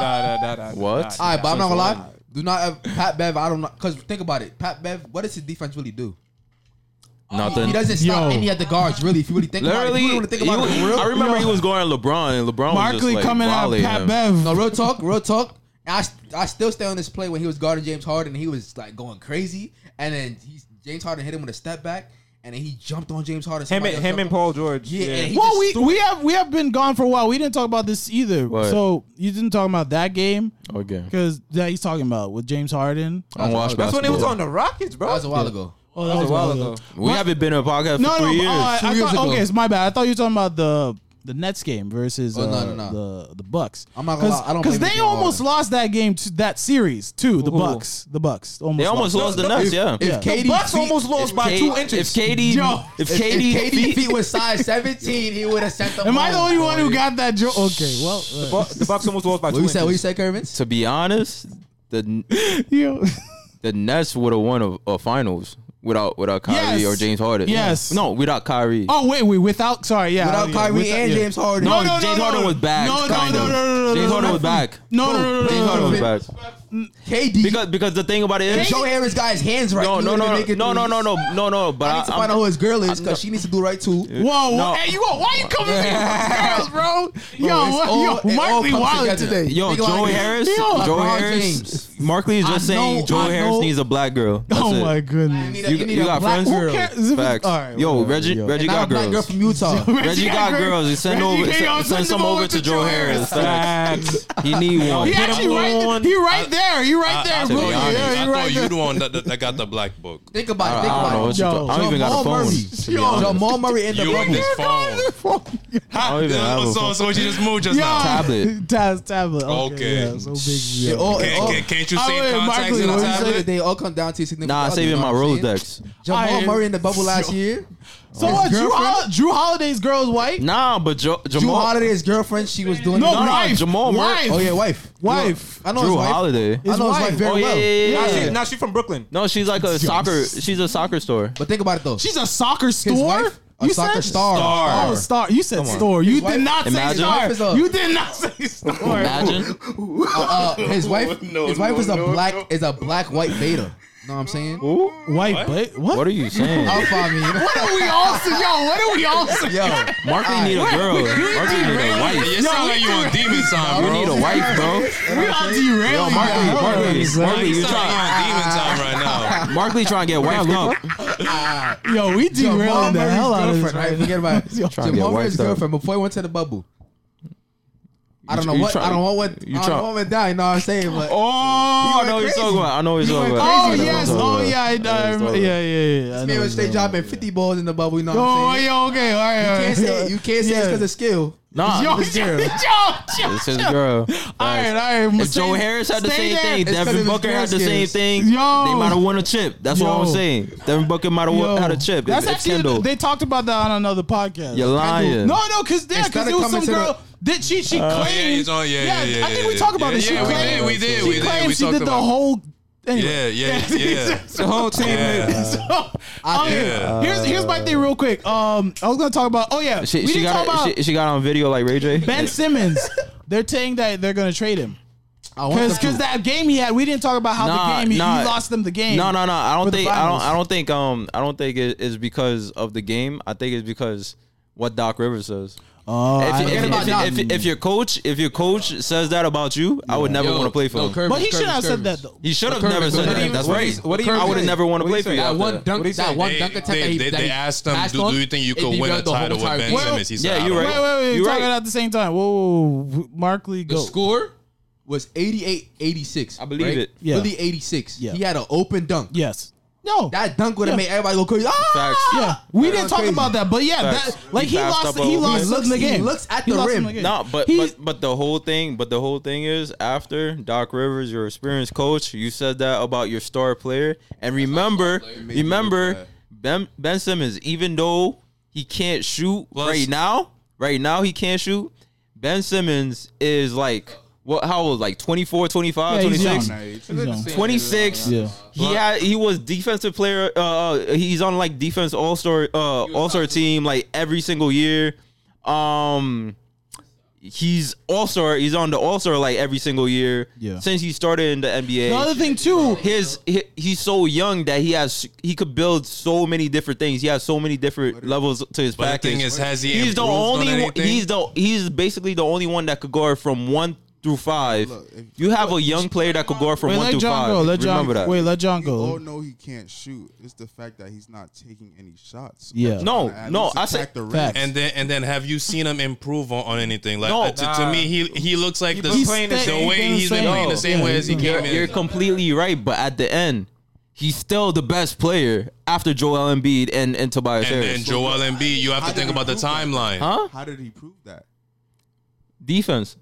[SPEAKER 1] nah, nah, nah, nah.
[SPEAKER 3] What?
[SPEAKER 6] All right, but I'm not gonna lie. Do not have Pat Bev. I don't know. Because think about it. Pat Bev, what does his defense really do? He
[SPEAKER 3] nothing.
[SPEAKER 6] doesn't stop
[SPEAKER 2] Yo.
[SPEAKER 6] any of the guards, really. If you really think about it, if
[SPEAKER 3] Literally,
[SPEAKER 6] you really wanna think
[SPEAKER 3] he
[SPEAKER 6] about
[SPEAKER 3] was-
[SPEAKER 6] it, real,
[SPEAKER 3] I remember he was guarding LeBron, and LeBron was just
[SPEAKER 2] Barkley
[SPEAKER 3] like
[SPEAKER 2] coming out
[SPEAKER 3] volleying
[SPEAKER 2] Pat
[SPEAKER 3] him.
[SPEAKER 2] Bev.
[SPEAKER 6] No, real talk, real talk. I, st- I still stay on this play when he was guarding James Harden. He was like going crazy, and then he, James Harden hit him with a step back, and then he jumped on James Harden.
[SPEAKER 1] Him,
[SPEAKER 6] Somebody
[SPEAKER 1] and,
[SPEAKER 6] else
[SPEAKER 1] him
[SPEAKER 6] jumped
[SPEAKER 1] and
[SPEAKER 6] on-
[SPEAKER 1] Paul George.
[SPEAKER 6] Yeah, and he
[SPEAKER 2] Well,
[SPEAKER 6] just
[SPEAKER 2] we
[SPEAKER 6] threw-
[SPEAKER 2] we have we have been gone for a while. We didn't talk about this either.
[SPEAKER 3] What?
[SPEAKER 2] So you didn't talk about that game
[SPEAKER 3] Okay.
[SPEAKER 2] because that he's talking about with James Harden.
[SPEAKER 3] I don't watch
[SPEAKER 1] That's when it was
[SPEAKER 3] basketball.
[SPEAKER 1] on the Rockets, bro.
[SPEAKER 6] that Oh, was a while ago.
[SPEAKER 2] Oh,
[SPEAKER 1] That was a while ago.
[SPEAKER 3] We haven't been in a podcast for
[SPEAKER 2] No, no.
[SPEAKER 3] three
[SPEAKER 2] uh,
[SPEAKER 3] years.
[SPEAKER 2] I
[SPEAKER 6] Two years
[SPEAKER 2] thought-
[SPEAKER 6] ago.
[SPEAKER 2] okay, it's my bad. I thought you were talking about the the Nets game versus
[SPEAKER 6] Oh, no,
[SPEAKER 2] uh,
[SPEAKER 6] no, no.
[SPEAKER 2] the the Bucks.
[SPEAKER 6] I'm not gonna lie, I don't
[SPEAKER 2] because
[SPEAKER 6] blame
[SPEAKER 2] they
[SPEAKER 6] you for
[SPEAKER 2] almost
[SPEAKER 6] Harden.
[SPEAKER 2] lost that game to that series too. The
[SPEAKER 1] Who?
[SPEAKER 2] Bucks, the Bucks, almost
[SPEAKER 3] they almost lost the Nets. Yeah.
[SPEAKER 6] If
[SPEAKER 2] Yeah.
[SPEAKER 6] KD
[SPEAKER 1] The Bucks
[SPEAKER 6] feet,
[SPEAKER 1] almost lost by
[SPEAKER 3] K-
[SPEAKER 1] two inches.
[SPEAKER 3] If KD,
[SPEAKER 2] Yo,
[SPEAKER 3] if
[SPEAKER 6] If KD,
[SPEAKER 3] KD,
[SPEAKER 6] feet, was size 17, he would have sent them.
[SPEAKER 2] Am I the
[SPEAKER 6] home,
[SPEAKER 2] only one who
[SPEAKER 6] boy.
[SPEAKER 2] got that joke? Okay, well, uh,
[SPEAKER 1] Bu- the Bucks almost lost by
[SPEAKER 6] What
[SPEAKER 1] two
[SPEAKER 6] you
[SPEAKER 1] inches.
[SPEAKER 6] said? What you said, Kervin?
[SPEAKER 3] to be honest, the
[SPEAKER 2] you-
[SPEAKER 3] the Nets would have won a, a finals without without Kyrie
[SPEAKER 2] Yes.
[SPEAKER 3] or James Harden.
[SPEAKER 2] Yes.
[SPEAKER 3] No, without Kyrie.
[SPEAKER 2] oh wait, wait, without sorry, yeah,
[SPEAKER 6] Without
[SPEAKER 2] yeah,
[SPEAKER 6] Kyrie
[SPEAKER 2] without-
[SPEAKER 6] and
[SPEAKER 2] yeah.
[SPEAKER 6] James Harden.
[SPEAKER 2] No, no,
[SPEAKER 3] James
[SPEAKER 2] no,
[SPEAKER 3] Harden
[SPEAKER 2] no.
[SPEAKER 3] was back.
[SPEAKER 2] No, no,
[SPEAKER 3] kind
[SPEAKER 2] no,
[SPEAKER 3] of.
[SPEAKER 2] no, no, no, no,
[SPEAKER 3] James
[SPEAKER 2] no,
[SPEAKER 3] Harden
[SPEAKER 2] no.
[SPEAKER 3] was back.
[SPEAKER 2] No, no, no, no,
[SPEAKER 3] James
[SPEAKER 2] no,
[SPEAKER 3] Harden was
[SPEAKER 2] no.
[SPEAKER 3] back.
[SPEAKER 6] KD.
[SPEAKER 3] Because because the thing about it is,
[SPEAKER 6] Joe Harris got his hands right.
[SPEAKER 3] no,
[SPEAKER 6] He
[SPEAKER 3] no,
[SPEAKER 6] would've
[SPEAKER 3] no,
[SPEAKER 6] been making
[SPEAKER 3] no, no, no,
[SPEAKER 6] threes.
[SPEAKER 3] no, no, no. But
[SPEAKER 6] I
[SPEAKER 3] I,
[SPEAKER 6] need to
[SPEAKER 3] I'm-
[SPEAKER 6] find out who his girl is
[SPEAKER 3] I'm
[SPEAKER 6] because
[SPEAKER 3] not-
[SPEAKER 6] she needs to do right too.
[SPEAKER 2] Whoa, whoa,
[SPEAKER 3] No.
[SPEAKER 2] hey, you go, why you coming to me with girls, bro? Yo,
[SPEAKER 6] it's
[SPEAKER 2] what,
[SPEAKER 6] all-
[SPEAKER 2] yo,
[SPEAKER 6] it all
[SPEAKER 2] Markley
[SPEAKER 6] comes
[SPEAKER 2] Wilder
[SPEAKER 6] together.
[SPEAKER 2] today.
[SPEAKER 3] Yo,
[SPEAKER 6] Think about
[SPEAKER 3] Joe
[SPEAKER 6] it.
[SPEAKER 3] Harris.
[SPEAKER 2] Yo,
[SPEAKER 3] Joe
[SPEAKER 6] LeBron
[SPEAKER 3] Harris.
[SPEAKER 6] James.
[SPEAKER 3] Markley is
[SPEAKER 2] I
[SPEAKER 3] just saying
[SPEAKER 2] know,
[SPEAKER 3] Joe
[SPEAKER 2] I
[SPEAKER 3] Harris
[SPEAKER 2] know.
[SPEAKER 3] needs a black girl. That's
[SPEAKER 2] oh
[SPEAKER 3] it.
[SPEAKER 2] my
[SPEAKER 6] You
[SPEAKER 2] goodness.
[SPEAKER 6] need a-
[SPEAKER 3] You-
[SPEAKER 6] you need
[SPEAKER 3] you
[SPEAKER 6] a
[SPEAKER 3] got
[SPEAKER 6] black
[SPEAKER 3] friends?
[SPEAKER 6] girl.
[SPEAKER 2] Who cares?
[SPEAKER 3] Facts.
[SPEAKER 2] All right,
[SPEAKER 3] Yo,
[SPEAKER 2] whatever,
[SPEAKER 3] Reggie,
[SPEAKER 2] yo.
[SPEAKER 3] Reggie
[SPEAKER 6] Not a
[SPEAKER 3] got
[SPEAKER 6] black girl
[SPEAKER 3] girls.
[SPEAKER 6] from Utah.
[SPEAKER 3] Reggie got girls. He send
[SPEAKER 2] Reggie
[SPEAKER 3] over,
[SPEAKER 2] got girls.
[SPEAKER 3] send, send some over to Joe Harris.
[SPEAKER 1] Facts.
[SPEAKER 3] He need one.
[SPEAKER 2] He actually right, he right there. He right
[SPEAKER 4] I,
[SPEAKER 2] there,
[SPEAKER 4] Uh, to be
[SPEAKER 2] bro.
[SPEAKER 4] honest,
[SPEAKER 2] Yeah,
[SPEAKER 4] I
[SPEAKER 2] he
[SPEAKER 4] thought
[SPEAKER 2] right
[SPEAKER 4] you
[SPEAKER 2] there.
[SPEAKER 4] the one that, that, that got the black book.
[SPEAKER 6] Think about it. Think
[SPEAKER 3] I don't know
[SPEAKER 6] about
[SPEAKER 3] what
[SPEAKER 6] it.
[SPEAKER 3] you're
[SPEAKER 2] Yo,
[SPEAKER 3] talking. I don't even got a
[SPEAKER 6] Jamal
[SPEAKER 3] phone.
[SPEAKER 6] Murray.
[SPEAKER 3] to be honest.
[SPEAKER 6] Jamal Murray in the
[SPEAKER 4] You and
[SPEAKER 6] bubble.
[SPEAKER 4] this phone.
[SPEAKER 3] I don't Oh, even have
[SPEAKER 4] So,
[SPEAKER 3] a
[SPEAKER 4] so,
[SPEAKER 3] phone.
[SPEAKER 4] so what you just moved just
[SPEAKER 2] Yo,
[SPEAKER 4] now?
[SPEAKER 3] Tablet.
[SPEAKER 2] Tabs, tablet.
[SPEAKER 4] Okay.
[SPEAKER 2] Okay. yeah, so big.
[SPEAKER 6] It
[SPEAKER 2] Yeah.
[SPEAKER 6] all- it
[SPEAKER 4] Can't,
[SPEAKER 6] all-
[SPEAKER 4] can't, can't you
[SPEAKER 2] Oh,
[SPEAKER 4] save
[SPEAKER 2] wait,
[SPEAKER 4] contacts
[SPEAKER 2] Markley,
[SPEAKER 4] in a
[SPEAKER 2] what you
[SPEAKER 6] At the end of the
[SPEAKER 4] tablet?
[SPEAKER 6] day, it all come down to your significant
[SPEAKER 3] Nah,
[SPEAKER 6] other,
[SPEAKER 3] saving
[SPEAKER 6] you know
[SPEAKER 3] my
[SPEAKER 6] what I'm
[SPEAKER 3] Rolodex.
[SPEAKER 6] saying? Jamal
[SPEAKER 2] I-
[SPEAKER 6] Murray in the bubble last year.
[SPEAKER 2] So what? Drew,
[SPEAKER 6] girlfriend?
[SPEAKER 2] Hol- Drew Holiday's girl's white?
[SPEAKER 3] Nah, but jo-
[SPEAKER 6] Drew
[SPEAKER 3] Jamal.
[SPEAKER 6] Holiday's girlfriend, she was doing
[SPEAKER 2] No,
[SPEAKER 6] it.
[SPEAKER 3] no,
[SPEAKER 2] wife.
[SPEAKER 3] Jamal Murray-
[SPEAKER 2] wife.
[SPEAKER 6] Oh yeah, wife.
[SPEAKER 2] Wife.
[SPEAKER 6] I know his
[SPEAKER 3] Drew
[SPEAKER 6] wife.
[SPEAKER 3] Holiday.
[SPEAKER 6] I know his wife
[SPEAKER 2] wife.
[SPEAKER 6] very
[SPEAKER 3] Oh yeah,
[SPEAKER 6] well.
[SPEAKER 1] Now,
[SPEAKER 3] yeah,
[SPEAKER 1] she,
[SPEAKER 3] yeah.
[SPEAKER 1] now she from Brooklyn.
[SPEAKER 3] No, she's like a soccer. She's a soccer store.
[SPEAKER 6] But think about it though.
[SPEAKER 2] She's a soccer store?
[SPEAKER 6] wife? A
[SPEAKER 2] you
[SPEAKER 6] soccer
[SPEAKER 2] said?
[SPEAKER 6] star. Star.
[SPEAKER 2] Oh, star. You said store. You
[SPEAKER 6] wife-
[SPEAKER 2] did not
[SPEAKER 3] Imagine.
[SPEAKER 2] say
[SPEAKER 6] His wife
[SPEAKER 2] star.
[SPEAKER 6] is a-
[SPEAKER 2] You did not say store.
[SPEAKER 3] Imagine.
[SPEAKER 6] Uh, uh, his wife,
[SPEAKER 8] No,
[SPEAKER 6] his wife
[SPEAKER 8] no,
[SPEAKER 6] is a
[SPEAKER 8] no,
[SPEAKER 6] black,
[SPEAKER 8] no.
[SPEAKER 6] is a black white beta. Know what I'm saying?
[SPEAKER 2] White butt? What?
[SPEAKER 3] What are you saying?
[SPEAKER 6] Alpha, I mean.
[SPEAKER 2] What are we all saying? Yo, what are we all saying?
[SPEAKER 6] Yo,
[SPEAKER 3] Markley need a girl. Markley need a wife.
[SPEAKER 4] You sound like you on demon time,
[SPEAKER 3] You
[SPEAKER 4] bro.
[SPEAKER 3] need a wife, bro.
[SPEAKER 2] We all derailing.
[SPEAKER 3] Yo, Markley,
[SPEAKER 2] y'all.
[SPEAKER 3] Markley, Markley,
[SPEAKER 4] You
[SPEAKER 3] you
[SPEAKER 4] sound like you
[SPEAKER 3] trying?
[SPEAKER 4] on demon time right now.
[SPEAKER 3] Markley trying to get wifed up.
[SPEAKER 2] Yo, we derailing the hell out of this.
[SPEAKER 6] girlfriend, right? Forget about it.
[SPEAKER 2] Yo,
[SPEAKER 3] trying to get
[SPEAKER 6] Jamal Murray's
[SPEAKER 3] wiped out.
[SPEAKER 6] girlfriend before he went to the bubble. I don't know
[SPEAKER 3] you
[SPEAKER 6] what
[SPEAKER 3] try-
[SPEAKER 6] I don't want what
[SPEAKER 3] you
[SPEAKER 6] I
[SPEAKER 3] try-
[SPEAKER 6] don't want to die. You know what I'm saying? But
[SPEAKER 3] Oh, I know what you're
[SPEAKER 6] crazy.
[SPEAKER 3] talking about. I know what you're talking
[SPEAKER 6] went
[SPEAKER 3] about.
[SPEAKER 2] Oh
[SPEAKER 6] crazy.
[SPEAKER 3] I know
[SPEAKER 2] yes.
[SPEAKER 3] what
[SPEAKER 2] Oh
[SPEAKER 3] you're
[SPEAKER 2] yeah. I,
[SPEAKER 3] talking about. I know
[SPEAKER 2] I
[SPEAKER 3] what you're
[SPEAKER 2] remember.
[SPEAKER 3] talking
[SPEAKER 2] Yeah, yeah, yeah. I
[SPEAKER 6] me
[SPEAKER 2] know
[SPEAKER 6] and
[SPEAKER 2] what
[SPEAKER 6] Shay
[SPEAKER 2] you're talking
[SPEAKER 6] dropping 50 balls in the bubble. You know what
[SPEAKER 2] about.
[SPEAKER 6] I'm
[SPEAKER 2] Oh
[SPEAKER 6] saying?
[SPEAKER 2] yeah. Okay. All right. all
[SPEAKER 6] You can't
[SPEAKER 2] right.
[SPEAKER 6] say it. You can't say it's because of skill.
[SPEAKER 3] about. Nah,
[SPEAKER 2] Yo,
[SPEAKER 6] It's
[SPEAKER 2] yo,
[SPEAKER 6] zero.
[SPEAKER 2] yo, yo,
[SPEAKER 3] it's his
[SPEAKER 2] yo.
[SPEAKER 3] girl.
[SPEAKER 2] All right, all right.
[SPEAKER 3] If Joe Harris had the same thing,
[SPEAKER 6] It's 'cause of
[SPEAKER 3] Devin
[SPEAKER 6] his
[SPEAKER 3] Booker had the
[SPEAKER 6] grandkids.
[SPEAKER 3] same thing,
[SPEAKER 2] Yo.
[SPEAKER 3] they might have won a chip. That's what I'm
[SPEAKER 2] Yo.
[SPEAKER 3] saying. Devin Booker might have had a chip.
[SPEAKER 2] That's
[SPEAKER 3] It's, it's
[SPEAKER 2] actually
[SPEAKER 3] Kendall.
[SPEAKER 2] they talked about that on another podcast.
[SPEAKER 3] You're lying.
[SPEAKER 2] No, no, because there,
[SPEAKER 6] Instead
[SPEAKER 2] because
[SPEAKER 6] of
[SPEAKER 2] it was
[SPEAKER 6] coming
[SPEAKER 2] some
[SPEAKER 6] to the-
[SPEAKER 2] girl. Did she? She
[SPEAKER 4] Oh,
[SPEAKER 2] claimed.
[SPEAKER 4] yeah, he's on. Yeah, yeah, yeah.
[SPEAKER 2] I think we
[SPEAKER 4] yeah,
[SPEAKER 2] talked about
[SPEAKER 4] yeah,
[SPEAKER 2] this. She
[SPEAKER 4] Yeah, we
[SPEAKER 2] claimed-
[SPEAKER 4] did. We did.
[SPEAKER 2] She
[SPEAKER 4] We did.
[SPEAKER 2] claimed
[SPEAKER 4] We
[SPEAKER 2] she
[SPEAKER 4] talked
[SPEAKER 2] did the
[SPEAKER 4] about it.
[SPEAKER 2] whole. Anyway.
[SPEAKER 4] Yeah, yeah, yeah.
[SPEAKER 1] The whole team.
[SPEAKER 4] Yeah.
[SPEAKER 2] So, um,
[SPEAKER 4] Yeah.
[SPEAKER 2] here's here's my thing, real quick. Um, I was gonna talk about. Oh yeah,
[SPEAKER 3] She,
[SPEAKER 2] we
[SPEAKER 3] she
[SPEAKER 2] didn't talk
[SPEAKER 3] got
[SPEAKER 2] about
[SPEAKER 3] she, she got on video like Ray J.
[SPEAKER 2] Ben Simmons. They're saying that they're gonna trade him
[SPEAKER 6] I want them
[SPEAKER 2] because
[SPEAKER 6] to.
[SPEAKER 2] that game he had. We didn't talk about how
[SPEAKER 3] Nah,
[SPEAKER 2] the game he,
[SPEAKER 3] nah.
[SPEAKER 2] he lost them the game.
[SPEAKER 3] No, no, no. I
[SPEAKER 2] for
[SPEAKER 3] don't
[SPEAKER 2] the
[SPEAKER 3] think I don't
[SPEAKER 2] finals.
[SPEAKER 3] I don't think um I don't think it is because of the game. I think it's because what Doc Rivers says.
[SPEAKER 2] Oh,
[SPEAKER 3] If,
[SPEAKER 2] I-
[SPEAKER 3] if,
[SPEAKER 6] forget
[SPEAKER 3] if,
[SPEAKER 6] about Doc.
[SPEAKER 3] if, if, if your coach if your coach says that about you, I would never
[SPEAKER 6] Yo,
[SPEAKER 3] want to play for
[SPEAKER 6] no,
[SPEAKER 3] him.
[SPEAKER 6] Kervis,
[SPEAKER 2] but he
[SPEAKER 6] Kervis,
[SPEAKER 2] should have said
[SPEAKER 6] Kervis.
[SPEAKER 2] that though.
[SPEAKER 3] He should have
[SPEAKER 6] Kermit,
[SPEAKER 3] never said
[SPEAKER 6] what do
[SPEAKER 3] that.
[SPEAKER 6] you-
[SPEAKER 3] That's
[SPEAKER 6] what do
[SPEAKER 3] right.
[SPEAKER 6] you-
[SPEAKER 1] what do you-
[SPEAKER 3] I would have
[SPEAKER 1] Kermit,
[SPEAKER 3] never want
[SPEAKER 1] what
[SPEAKER 3] to
[SPEAKER 1] do
[SPEAKER 3] play
[SPEAKER 1] you
[SPEAKER 3] for
[SPEAKER 1] say?
[SPEAKER 3] you.
[SPEAKER 1] That
[SPEAKER 3] after
[SPEAKER 6] one
[SPEAKER 3] that.
[SPEAKER 6] dunk-
[SPEAKER 1] What he
[SPEAKER 6] that
[SPEAKER 1] said?
[SPEAKER 6] one
[SPEAKER 4] They-
[SPEAKER 6] dunk attack.
[SPEAKER 4] they-
[SPEAKER 6] that he-
[SPEAKER 4] they-
[SPEAKER 6] that
[SPEAKER 4] they
[SPEAKER 6] he
[SPEAKER 4] asked him,
[SPEAKER 6] passed
[SPEAKER 4] do-
[SPEAKER 6] on,
[SPEAKER 4] do you think you
[SPEAKER 6] it
[SPEAKER 4] could win
[SPEAKER 6] derailed
[SPEAKER 4] a
[SPEAKER 6] the whole
[SPEAKER 4] title with
[SPEAKER 6] entire
[SPEAKER 4] Ben
[SPEAKER 6] world.
[SPEAKER 4] Simmons? He said,
[SPEAKER 3] Yeah,
[SPEAKER 4] "I don't
[SPEAKER 3] you're right.
[SPEAKER 2] Wait, wait, wait.
[SPEAKER 3] You're
[SPEAKER 2] talking
[SPEAKER 3] right.
[SPEAKER 2] at the same time. Whoa, whoa, whoa. Markley,
[SPEAKER 6] The
[SPEAKER 2] go.
[SPEAKER 6] score was 88 86.
[SPEAKER 3] I believe it.
[SPEAKER 2] Yeah.
[SPEAKER 6] Really 86.
[SPEAKER 2] Yeah.
[SPEAKER 6] He had an open dunk.
[SPEAKER 2] Yes. No.
[SPEAKER 6] That dunk would have
[SPEAKER 2] Yeah.
[SPEAKER 6] made everybody go crazy. Ah!
[SPEAKER 3] Facts.
[SPEAKER 2] yeah. We didn't
[SPEAKER 6] was
[SPEAKER 2] talk
[SPEAKER 6] crazy.
[SPEAKER 2] about that, but yeah,
[SPEAKER 3] Facts.
[SPEAKER 2] that, like he,
[SPEAKER 3] He passed
[SPEAKER 2] lost.
[SPEAKER 3] up
[SPEAKER 2] He
[SPEAKER 3] a-
[SPEAKER 2] lost
[SPEAKER 6] He
[SPEAKER 2] them
[SPEAKER 6] looks-
[SPEAKER 2] the
[SPEAKER 6] he
[SPEAKER 2] game.
[SPEAKER 6] looks at
[SPEAKER 2] He
[SPEAKER 6] the
[SPEAKER 2] lost them
[SPEAKER 6] rim.
[SPEAKER 2] game.
[SPEAKER 3] No, but,
[SPEAKER 2] He-
[SPEAKER 3] but but the whole thing, but the whole thing is after Doc Rivers, your experienced coach, you said that about your star player, and remember, remember Ben Ben Simmons, even though he can't shoot
[SPEAKER 4] Plus-
[SPEAKER 3] right now, right now he can't shoot. Ben Simmons is like what? How old? Like 24, 25,
[SPEAKER 2] Yeah, he's
[SPEAKER 3] 26?
[SPEAKER 2] young.
[SPEAKER 8] Nice.
[SPEAKER 2] He's young.
[SPEAKER 3] 26.
[SPEAKER 2] Yeah.
[SPEAKER 3] He had he was defensive player. Uh, he's on like defense all star uh all star team like every single year. Um, he's all star. He's on the all star like every single year.
[SPEAKER 2] Yeah.
[SPEAKER 3] Since he started in the NBA.
[SPEAKER 2] The other thing too,
[SPEAKER 3] his he, he's so young that he has he could build so many different things. He has so many different levels to his
[SPEAKER 4] But the
[SPEAKER 3] package.
[SPEAKER 4] thing is, has he
[SPEAKER 3] he's the
[SPEAKER 4] improved on
[SPEAKER 3] only one,
[SPEAKER 4] anything?
[SPEAKER 3] he's the he's basically the only one that could guard from one through five.
[SPEAKER 8] Look, if-
[SPEAKER 3] you have a young player that could guard from
[SPEAKER 2] wait,
[SPEAKER 3] one
[SPEAKER 2] let
[SPEAKER 3] through
[SPEAKER 2] John
[SPEAKER 3] five.
[SPEAKER 2] go. Let John.
[SPEAKER 3] Remember that.
[SPEAKER 2] Wait, let John
[SPEAKER 8] We all
[SPEAKER 2] go.
[SPEAKER 8] know Oh, he can't shoot. It's the fact that he's not taking any shots.
[SPEAKER 2] Yeah.
[SPEAKER 3] No,
[SPEAKER 8] At
[SPEAKER 3] no,
[SPEAKER 8] least
[SPEAKER 3] I say-
[SPEAKER 8] attack the rim.
[SPEAKER 2] Facts.
[SPEAKER 4] And then and then have you seen him improve on, on anything? Like
[SPEAKER 3] No.
[SPEAKER 4] uh, to, to me, he he looks like the,
[SPEAKER 2] He's
[SPEAKER 4] the,
[SPEAKER 2] staying
[SPEAKER 4] way
[SPEAKER 2] the
[SPEAKER 4] he's been
[SPEAKER 2] same.
[SPEAKER 4] playing the same
[SPEAKER 2] Yeah,
[SPEAKER 4] way as he
[SPEAKER 2] he's
[SPEAKER 4] came
[SPEAKER 3] You're,
[SPEAKER 4] in.
[SPEAKER 3] you're completely right, but at the end, he's still the best player after Joel Embiid and, and Tobias
[SPEAKER 4] and
[SPEAKER 3] Harris.
[SPEAKER 4] then Joel Embiid, you have
[SPEAKER 8] How
[SPEAKER 4] to think
[SPEAKER 8] did he
[SPEAKER 4] about the
[SPEAKER 8] prove that?
[SPEAKER 4] timeline.
[SPEAKER 3] huh?
[SPEAKER 8] How did he prove that?
[SPEAKER 3] Defense,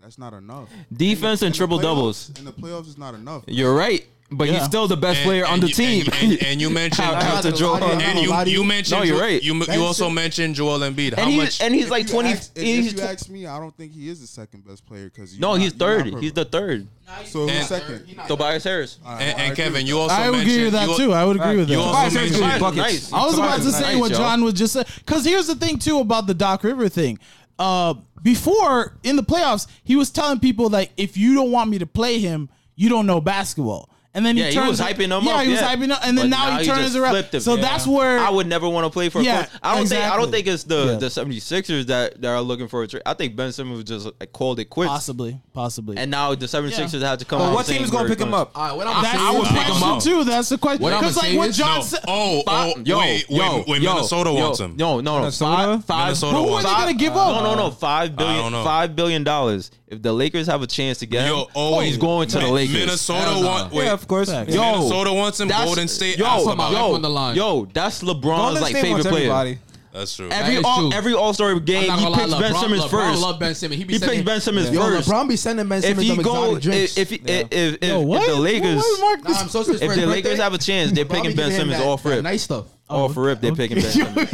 [SPEAKER 8] That's not enough.
[SPEAKER 3] defense, and
[SPEAKER 8] the
[SPEAKER 3] triple
[SPEAKER 8] playoffs-
[SPEAKER 3] doubles.
[SPEAKER 8] In the playoffs is not enough.
[SPEAKER 3] You're right, but he's
[SPEAKER 2] Yeah.
[SPEAKER 3] still the best
[SPEAKER 4] And-
[SPEAKER 3] player on
[SPEAKER 4] and
[SPEAKER 3] the
[SPEAKER 4] you-
[SPEAKER 3] team.
[SPEAKER 4] and- and- and you mentioned-
[SPEAKER 3] after Joel,
[SPEAKER 6] And
[SPEAKER 4] And you, you mentioned
[SPEAKER 3] No, you're
[SPEAKER 4] Jo-
[SPEAKER 3] right.
[SPEAKER 4] You, m- you also mentioned Joel Embiid. How
[SPEAKER 3] and he's
[SPEAKER 4] much?
[SPEAKER 3] and he's
[SPEAKER 8] If
[SPEAKER 3] like
[SPEAKER 8] you
[SPEAKER 3] twenty.
[SPEAKER 8] ask- if,
[SPEAKER 3] he's
[SPEAKER 8] if you
[SPEAKER 3] tw-
[SPEAKER 8] ask me, I don't think he is the second best player because
[SPEAKER 3] no, he's third. He's the third.
[SPEAKER 8] so
[SPEAKER 4] And-
[SPEAKER 8] who's second?
[SPEAKER 3] Tobias Harris.
[SPEAKER 8] All right,
[SPEAKER 4] and,
[SPEAKER 8] I
[SPEAKER 4] and
[SPEAKER 8] agree
[SPEAKER 4] Kevin,
[SPEAKER 8] with
[SPEAKER 4] you also
[SPEAKER 2] I would
[SPEAKER 4] mentioned
[SPEAKER 2] agree with that
[SPEAKER 4] you, al-
[SPEAKER 2] too. I would agree with
[SPEAKER 4] you
[SPEAKER 2] that.
[SPEAKER 4] also
[SPEAKER 3] Harris
[SPEAKER 4] mentioned
[SPEAKER 3] is
[SPEAKER 4] buckets.
[SPEAKER 3] nice.
[SPEAKER 2] I was about
[SPEAKER 3] Tobias
[SPEAKER 2] to
[SPEAKER 3] is
[SPEAKER 2] say
[SPEAKER 3] nice,
[SPEAKER 2] what
[SPEAKER 3] yo.
[SPEAKER 2] John was just saying. Because here's the thing too about the Doc River thing. Uh, before in the playoffs, he was telling people like, if you don't want me to play him, you don't know basketball. And then
[SPEAKER 3] Yeah,
[SPEAKER 2] he,
[SPEAKER 3] he
[SPEAKER 2] turns
[SPEAKER 3] was hyping them
[SPEAKER 2] yeah,
[SPEAKER 3] up,
[SPEAKER 2] he was
[SPEAKER 3] yeah.
[SPEAKER 2] hyping up, and then
[SPEAKER 3] But
[SPEAKER 2] now,
[SPEAKER 3] now
[SPEAKER 2] he
[SPEAKER 3] he
[SPEAKER 2] turns
[SPEAKER 3] just flipped
[SPEAKER 2] around.
[SPEAKER 3] him,
[SPEAKER 2] So
[SPEAKER 3] yeah.
[SPEAKER 2] that's where
[SPEAKER 3] I would never want to play for. a
[SPEAKER 2] Yeah,
[SPEAKER 3] coach. I don't think I
[SPEAKER 2] exactly.
[SPEAKER 3] don't think it's the
[SPEAKER 2] Yeah.
[SPEAKER 3] the 76ers that that are looking for a trade. I think Ben Simmons just like, called it quits,
[SPEAKER 2] possibly, possibly.
[SPEAKER 3] and now the 76ers have to come.
[SPEAKER 1] But
[SPEAKER 3] out
[SPEAKER 1] what
[SPEAKER 3] saying
[SPEAKER 1] team's gonna
[SPEAKER 3] we're
[SPEAKER 1] pick him
[SPEAKER 3] gonna-
[SPEAKER 1] up?
[SPEAKER 6] All right, what I'm
[SPEAKER 2] that's the
[SPEAKER 6] saying is-
[SPEAKER 4] would pick him
[SPEAKER 2] question
[SPEAKER 4] up.
[SPEAKER 2] too. That's the question.
[SPEAKER 6] What I'ma
[SPEAKER 2] Because like
[SPEAKER 6] say
[SPEAKER 2] what
[SPEAKER 6] is-
[SPEAKER 2] John
[SPEAKER 4] No.
[SPEAKER 2] said,
[SPEAKER 4] Oh, oh,
[SPEAKER 3] Yo,
[SPEAKER 4] wait,
[SPEAKER 3] yo,
[SPEAKER 4] wait, wait,
[SPEAKER 3] yo,
[SPEAKER 4] Minnesota
[SPEAKER 3] yo,
[SPEAKER 4] wants him.
[SPEAKER 3] No, no, no.
[SPEAKER 1] Minnesota?
[SPEAKER 3] Five, five,
[SPEAKER 4] Minnesota
[SPEAKER 2] Who
[SPEAKER 4] wants
[SPEAKER 2] are they
[SPEAKER 4] him.
[SPEAKER 2] gonna give up?
[SPEAKER 3] No, no, no. Five
[SPEAKER 4] I don't
[SPEAKER 3] billion,
[SPEAKER 4] know.
[SPEAKER 3] five billion dollars. If the Lakers have a chance to get him,
[SPEAKER 4] Yo, oh,
[SPEAKER 3] he's
[SPEAKER 4] wait.
[SPEAKER 3] going to the
[SPEAKER 4] Min-
[SPEAKER 3] Lakers.
[SPEAKER 4] Minnesota
[SPEAKER 6] Hell
[SPEAKER 4] wants.
[SPEAKER 6] no.
[SPEAKER 4] Wait,
[SPEAKER 1] Yeah, of course.
[SPEAKER 2] Facts.
[SPEAKER 3] Yo,
[SPEAKER 4] Minnesota wants him.
[SPEAKER 3] that's-
[SPEAKER 4] Golden State.
[SPEAKER 3] Yo,
[SPEAKER 4] asked him out.
[SPEAKER 3] yo,
[SPEAKER 6] on the line.
[SPEAKER 3] yo, that's LeBron's
[SPEAKER 1] Golden
[SPEAKER 3] like
[SPEAKER 1] State
[SPEAKER 3] favorite
[SPEAKER 1] wants
[SPEAKER 3] player.
[SPEAKER 1] everybody.
[SPEAKER 4] That's true.
[SPEAKER 3] Every
[SPEAKER 6] is
[SPEAKER 3] all
[SPEAKER 6] true.
[SPEAKER 3] every All Star game,
[SPEAKER 6] I'm
[SPEAKER 3] he
[SPEAKER 6] not gonna
[SPEAKER 3] picks
[SPEAKER 6] lie,
[SPEAKER 3] Ben
[SPEAKER 6] LeBron-
[SPEAKER 3] Simmons
[SPEAKER 6] LeBron
[SPEAKER 3] first.
[SPEAKER 6] love Ben Simmons. He be
[SPEAKER 3] He
[SPEAKER 6] sending-
[SPEAKER 3] picks Ben Simmons
[SPEAKER 6] Yo,
[SPEAKER 3] first.
[SPEAKER 6] LeBron be sending Ben
[SPEAKER 3] If he
[SPEAKER 6] Simmons some
[SPEAKER 3] go,
[SPEAKER 6] exotic
[SPEAKER 3] if
[SPEAKER 6] drinks.
[SPEAKER 3] if if, if, if,
[SPEAKER 2] Yo, what?
[SPEAKER 3] the Lakers,
[SPEAKER 2] Why Mark
[SPEAKER 6] Nah, I'm so serious
[SPEAKER 3] if
[SPEAKER 6] for
[SPEAKER 3] the
[SPEAKER 6] his
[SPEAKER 3] Lakers
[SPEAKER 6] birthday,
[SPEAKER 3] have a chance, they're
[SPEAKER 6] Bobby
[SPEAKER 3] picking
[SPEAKER 6] giving
[SPEAKER 3] Ben
[SPEAKER 6] him
[SPEAKER 3] Simmons
[SPEAKER 6] that-
[SPEAKER 3] off
[SPEAKER 6] that
[SPEAKER 3] rip.
[SPEAKER 6] Nice stuff.
[SPEAKER 3] Off rip, they're picking Ben Simmons.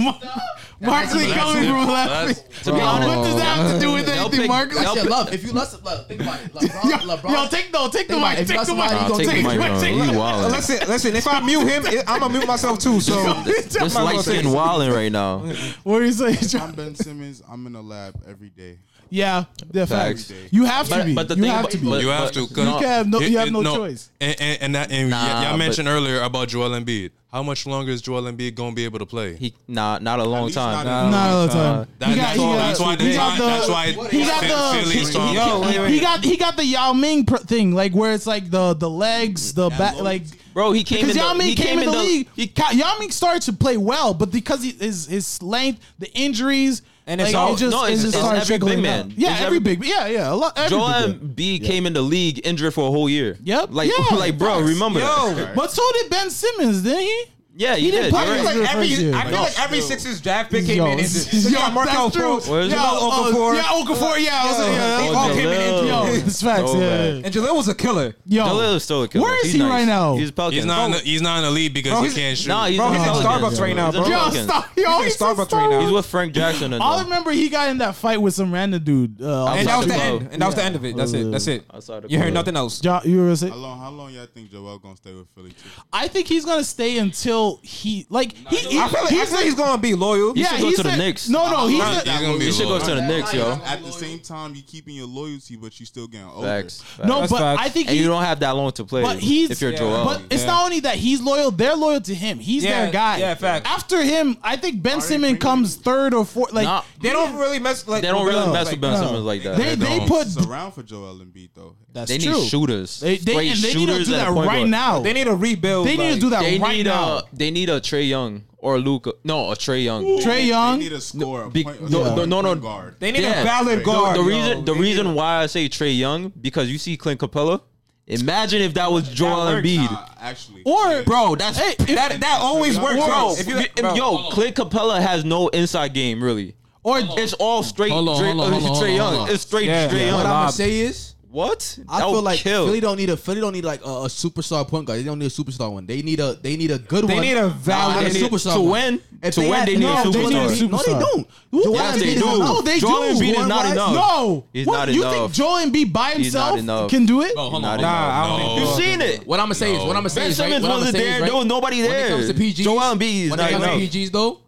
[SPEAKER 2] Barkley
[SPEAKER 4] That's
[SPEAKER 2] coming
[SPEAKER 4] different.
[SPEAKER 2] from left.
[SPEAKER 4] That's-
[SPEAKER 3] To be honest,
[SPEAKER 2] What does that have to do with
[SPEAKER 3] They'll
[SPEAKER 2] anything,
[SPEAKER 3] pick-
[SPEAKER 2] Mark?
[SPEAKER 3] they'll
[SPEAKER 6] That shit,
[SPEAKER 3] pick-
[SPEAKER 6] love. If you love, love, think about it. LeBron, LeBron.
[SPEAKER 2] Yo, take no, take the
[SPEAKER 6] Think about
[SPEAKER 2] mic,
[SPEAKER 6] it. If
[SPEAKER 2] take
[SPEAKER 6] that's
[SPEAKER 2] the
[SPEAKER 6] somebody
[SPEAKER 2] mic.
[SPEAKER 6] you
[SPEAKER 3] I'll
[SPEAKER 6] gonna
[SPEAKER 3] take the
[SPEAKER 6] take
[SPEAKER 3] mic,
[SPEAKER 6] it.
[SPEAKER 3] bro. You wildin'.
[SPEAKER 1] Listen, listen. If I mute him, I'm gonna mute myself too. So
[SPEAKER 3] This
[SPEAKER 1] I'm
[SPEAKER 3] light
[SPEAKER 1] gonna say-
[SPEAKER 3] skin wilding right now.
[SPEAKER 2] What are you saying?
[SPEAKER 8] that. I'm
[SPEAKER 2] John?
[SPEAKER 8] Ben Simmons. I'm in the lab every day.
[SPEAKER 2] Yeah, yeah,
[SPEAKER 3] Facts.
[SPEAKER 2] facts. You have to
[SPEAKER 3] But-
[SPEAKER 2] be.
[SPEAKER 3] but the
[SPEAKER 2] you
[SPEAKER 3] thing
[SPEAKER 2] have
[SPEAKER 3] about-
[SPEAKER 2] to be.
[SPEAKER 3] but-
[SPEAKER 4] You have to. 'cause-
[SPEAKER 2] You can have no- you have no choice.
[SPEAKER 4] And and, and, that, and
[SPEAKER 3] Nah,
[SPEAKER 4] y- y'all
[SPEAKER 3] but-
[SPEAKER 4] mentioned earlier about Joel Embiid. How much longer is Joel Embiid gonna be able to play?
[SPEAKER 3] He nah, not a long
[SPEAKER 8] least
[SPEAKER 3] time.
[SPEAKER 8] not
[SPEAKER 2] Not all
[SPEAKER 3] uh,
[SPEAKER 2] the time.
[SPEAKER 4] That-
[SPEAKER 2] He got-
[SPEAKER 4] that's,
[SPEAKER 2] he
[SPEAKER 4] all-
[SPEAKER 2] got-
[SPEAKER 4] that's why.
[SPEAKER 2] he got the-
[SPEAKER 4] That's why.
[SPEAKER 2] he got the-
[SPEAKER 4] Philly's
[SPEAKER 2] he-
[SPEAKER 4] talking.
[SPEAKER 1] Yo, wait, wait.
[SPEAKER 2] He got he got the Yao Ming pr- thing, like where it's like the the legs, the back, like
[SPEAKER 3] Bro, he came in
[SPEAKER 2] because
[SPEAKER 3] the
[SPEAKER 2] Yao Ming
[SPEAKER 3] he
[SPEAKER 2] came in the, league.
[SPEAKER 3] he-
[SPEAKER 2] Ka- Yao Ming started to play well, but because he, his his length, the injuries,
[SPEAKER 1] And it's
[SPEAKER 2] like,
[SPEAKER 1] all-
[SPEAKER 2] it just,
[SPEAKER 3] no,
[SPEAKER 2] it
[SPEAKER 3] it's-
[SPEAKER 2] just
[SPEAKER 3] it's
[SPEAKER 2] started
[SPEAKER 3] every big
[SPEAKER 2] trickling
[SPEAKER 3] man.
[SPEAKER 2] down. Yeah,
[SPEAKER 3] It's
[SPEAKER 2] every
[SPEAKER 3] every-
[SPEAKER 2] big. Yeah, yeah. A lot, every
[SPEAKER 3] Joel
[SPEAKER 2] big man.
[SPEAKER 3] Embiid came in the league injured for a whole year.
[SPEAKER 2] Yep.
[SPEAKER 3] Like,
[SPEAKER 2] Yeah.
[SPEAKER 3] like, bro, remember
[SPEAKER 1] Yo.
[SPEAKER 3] that?
[SPEAKER 2] But so did Ben Simmons, didn't he?
[SPEAKER 3] Yeah, he, did.
[SPEAKER 2] didn't play.
[SPEAKER 3] You're
[SPEAKER 2] He
[SPEAKER 3] right.
[SPEAKER 2] was
[SPEAKER 1] like every,
[SPEAKER 2] Yo.
[SPEAKER 1] I feel like every Sixers draft pick came
[SPEAKER 2] Yo,
[SPEAKER 1] in. Is,
[SPEAKER 2] yo,
[SPEAKER 1] yeah, Markel
[SPEAKER 2] that's true.
[SPEAKER 1] Fultz,
[SPEAKER 3] Where is
[SPEAKER 1] Jamal
[SPEAKER 2] uh,
[SPEAKER 1] Okafor,
[SPEAKER 2] yeah, Okafor, yeah, I was-
[SPEAKER 1] Yo.
[SPEAKER 2] yeah,
[SPEAKER 1] They
[SPEAKER 2] that's-
[SPEAKER 1] all came in
[SPEAKER 2] Yo,
[SPEAKER 3] Oh, Jalil.
[SPEAKER 2] it's facts,
[SPEAKER 3] So
[SPEAKER 2] yeah.
[SPEAKER 3] bad.
[SPEAKER 1] and Jalil was a killer.
[SPEAKER 2] Yo,
[SPEAKER 3] Jalil is still a killer.
[SPEAKER 2] Oh. Where is
[SPEAKER 3] He's
[SPEAKER 2] he
[SPEAKER 3] nice.
[SPEAKER 2] right now?
[SPEAKER 3] He's Pelicans.
[SPEAKER 4] He's not. In the, he's not in the league because
[SPEAKER 1] Bro,
[SPEAKER 4] he
[SPEAKER 1] he's-
[SPEAKER 4] can't shoot.
[SPEAKER 3] Nah, he's
[SPEAKER 1] Bro,
[SPEAKER 3] in
[SPEAKER 1] he's in
[SPEAKER 3] Pelicans.
[SPEAKER 1] Starbucks right now,
[SPEAKER 3] He's in
[SPEAKER 1] bro.
[SPEAKER 2] yo,
[SPEAKER 3] Pelicans.
[SPEAKER 2] stop, yo,
[SPEAKER 1] in
[SPEAKER 2] he's in
[SPEAKER 1] Starbucks right now.
[SPEAKER 3] He's with Frank Jackson. And
[SPEAKER 2] All I
[SPEAKER 3] them.
[SPEAKER 2] remember he got in that fight with some random dude. Uh,
[SPEAKER 3] And
[SPEAKER 1] And that was the
[SPEAKER 3] Outside the
[SPEAKER 1] end.
[SPEAKER 3] club.
[SPEAKER 1] And that was the end of it. That's it. That's it.
[SPEAKER 3] Outside the
[SPEAKER 1] You heard
[SPEAKER 3] club.
[SPEAKER 1] nothing else.
[SPEAKER 2] John, you were gonna say-
[SPEAKER 8] How long? How long y'all think Joel gonna stay with Philly? Too?
[SPEAKER 2] I think he's gonna stay until he like he. he-
[SPEAKER 1] I feel like, I
[SPEAKER 2] he's
[SPEAKER 1] feel like he's gonna be loyal.
[SPEAKER 2] yeah,
[SPEAKER 3] should go
[SPEAKER 2] he's
[SPEAKER 3] to the
[SPEAKER 2] a-
[SPEAKER 3] Knicks.
[SPEAKER 2] No, no,
[SPEAKER 4] He's
[SPEAKER 2] he's. a-
[SPEAKER 4] gonna be
[SPEAKER 3] Oh, He should go
[SPEAKER 4] loyal.
[SPEAKER 3] to the Knicks, yo.
[SPEAKER 8] At the same time, you keeping your loyalty, but you still getting older.
[SPEAKER 3] Facts.
[SPEAKER 2] no,
[SPEAKER 1] That's
[SPEAKER 2] but
[SPEAKER 1] facts.
[SPEAKER 2] I think
[SPEAKER 3] And you
[SPEAKER 2] he.
[SPEAKER 3] don't have that long to play
[SPEAKER 2] But he's.
[SPEAKER 3] if you're
[SPEAKER 1] Yeah.
[SPEAKER 3] Joel.
[SPEAKER 2] But it's not only that he's loyal; they're loyal to him. He's
[SPEAKER 1] Yeah,
[SPEAKER 2] their guy.
[SPEAKER 1] yeah, facts.
[SPEAKER 2] After him, I think Ben Simmons comes third or fourth. Like
[SPEAKER 3] Nah.
[SPEAKER 1] They don't really mess. Like,
[SPEAKER 3] they don't really
[SPEAKER 2] No,
[SPEAKER 3] mess with Ben
[SPEAKER 2] no.
[SPEAKER 3] Simmons like that.
[SPEAKER 2] Uh, they they
[SPEAKER 4] don't.
[SPEAKER 2] put.
[SPEAKER 8] It's around for Joel Embiid though.
[SPEAKER 2] That's
[SPEAKER 3] They need
[SPEAKER 2] true.
[SPEAKER 3] shooters.
[SPEAKER 2] They they,
[SPEAKER 3] Straight
[SPEAKER 2] and they need to
[SPEAKER 3] shooters
[SPEAKER 2] do
[SPEAKER 3] and a
[SPEAKER 2] that
[SPEAKER 3] point
[SPEAKER 2] right
[SPEAKER 3] guard.
[SPEAKER 2] now.
[SPEAKER 1] They need a rebuild.
[SPEAKER 2] They need to
[SPEAKER 1] like-
[SPEAKER 2] do that
[SPEAKER 3] They
[SPEAKER 2] right
[SPEAKER 3] need
[SPEAKER 2] now.
[SPEAKER 3] a they need a Trey Young or Luca. No, a Trey Young.
[SPEAKER 2] Trey Young.
[SPEAKER 8] They need a scorer. a
[SPEAKER 3] be-
[SPEAKER 8] point- a
[SPEAKER 3] no,
[SPEAKER 8] scoring
[SPEAKER 3] no, no, no.
[SPEAKER 8] point guard.
[SPEAKER 1] They need
[SPEAKER 3] Yeah.
[SPEAKER 1] a valid
[SPEAKER 8] The-
[SPEAKER 1] guard.
[SPEAKER 3] The
[SPEAKER 1] yo.
[SPEAKER 3] reason the
[SPEAKER 1] They
[SPEAKER 3] reason why I say Trey Young because you see Clint Capella. Imagine if that was Joel
[SPEAKER 1] works.
[SPEAKER 3] Embiid,
[SPEAKER 8] Nah, Uh, actually,
[SPEAKER 2] Or
[SPEAKER 3] bro. That's
[SPEAKER 1] that that always works.
[SPEAKER 3] bro.
[SPEAKER 1] Bro, if you,
[SPEAKER 3] y-
[SPEAKER 1] bro.
[SPEAKER 3] Yo, Clint Capella has no inside game really, or it's all straight.
[SPEAKER 6] Hold on,
[SPEAKER 3] Trey
[SPEAKER 6] hold on, hold on,
[SPEAKER 3] Trey
[SPEAKER 6] hold on,
[SPEAKER 3] Young.
[SPEAKER 6] hold on.
[SPEAKER 3] It's straight
[SPEAKER 1] Yeah.
[SPEAKER 3] Trey
[SPEAKER 1] Yeah.
[SPEAKER 6] What
[SPEAKER 3] Young.
[SPEAKER 6] I'm gonna
[SPEAKER 1] Rob.
[SPEAKER 6] say is,
[SPEAKER 3] What?
[SPEAKER 6] I
[SPEAKER 3] That
[SPEAKER 6] feel
[SPEAKER 3] would
[SPEAKER 6] like
[SPEAKER 3] kill.
[SPEAKER 6] Philly don't need a Philly don't need like a, a superstar point guard. They don't need a superstar one. They need a they need a good
[SPEAKER 1] They
[SPEAKER 6] one.
[SPEAKER 1] need a
[SPEAKER 6] and
[SPEAKER 1] valid-
[SPEAKER 6] a
[SPEAKER 3] They need-
[SPEAKER 6] superstar
[SPEAKER 3] to
[SPEAKER 6] one.
[SPEAKER 3] win-
[SPEAKER 6] If
[SPEAKER 3] to win, they need a
[SPEAKER 6] no,
[SPEAKER 2] superstar.
[SPEAKER 6] No, they don't. Joel
[SPEAKER 3] Yes, they
[SPEAKER 6] Embiid is-
[SPEAKER 3] do.
[SPEAKER 6] No, they
[SPEAKER 3] Joel
[SPEAKER 6] do.
[SPEAKER 3] Embiid is not
[SPEAKER 6] Why-
[SPEAKER 3] enough.
[SPEAKER 2] No,
[SPEAKER 3] He's
[SPEAKER 2] what?
[SPEAKER 3] not
[SPEAKER 2] you
[SPEAKER 3] enough.
[SPEAKER 2] think Joel Embiid by
[SPEAKER 3] He's not
[SPEAKER 2] himself
[SPEAKER 3] enough.
[SPEAKER 2] can do it?
[SPEAKER 4] Oh, hold
[SPEAKER 3] Nah,
[SPEAKER 4] on.
[SPEAKER 1] nah, I don't
[SPEAKER 4] no,
[SPEAKER 1] think-
[SPEAKER 3] You've
[SPEAKER 4] no.
[SPEAKER 3] seen it.
[SPEAKER 6] What I'm gonna say is what I'm gonna say
[SPEAKER 3] Ben
[SPEAKER 6] is right.
[SPEAKER 3] Simmons
[SPEAKER 6] What I'm gonna
[SPEAKER 3] wasn't
[SPEAKER 6] say
[SPEAKER 3] there.
[SPEAKER 6] is right.
[SPEAKER 3] There was nobody there.
[SPEAKER 6] When it comes to PGs,
[SPEAKER 3] Joel Embiid is
[SPEAKER 6] when
[SPEAKER 3] not
[SPEAKER 6] it comes to
[SPEAKER 3] enough.
[SPEAKER 6] PGs though,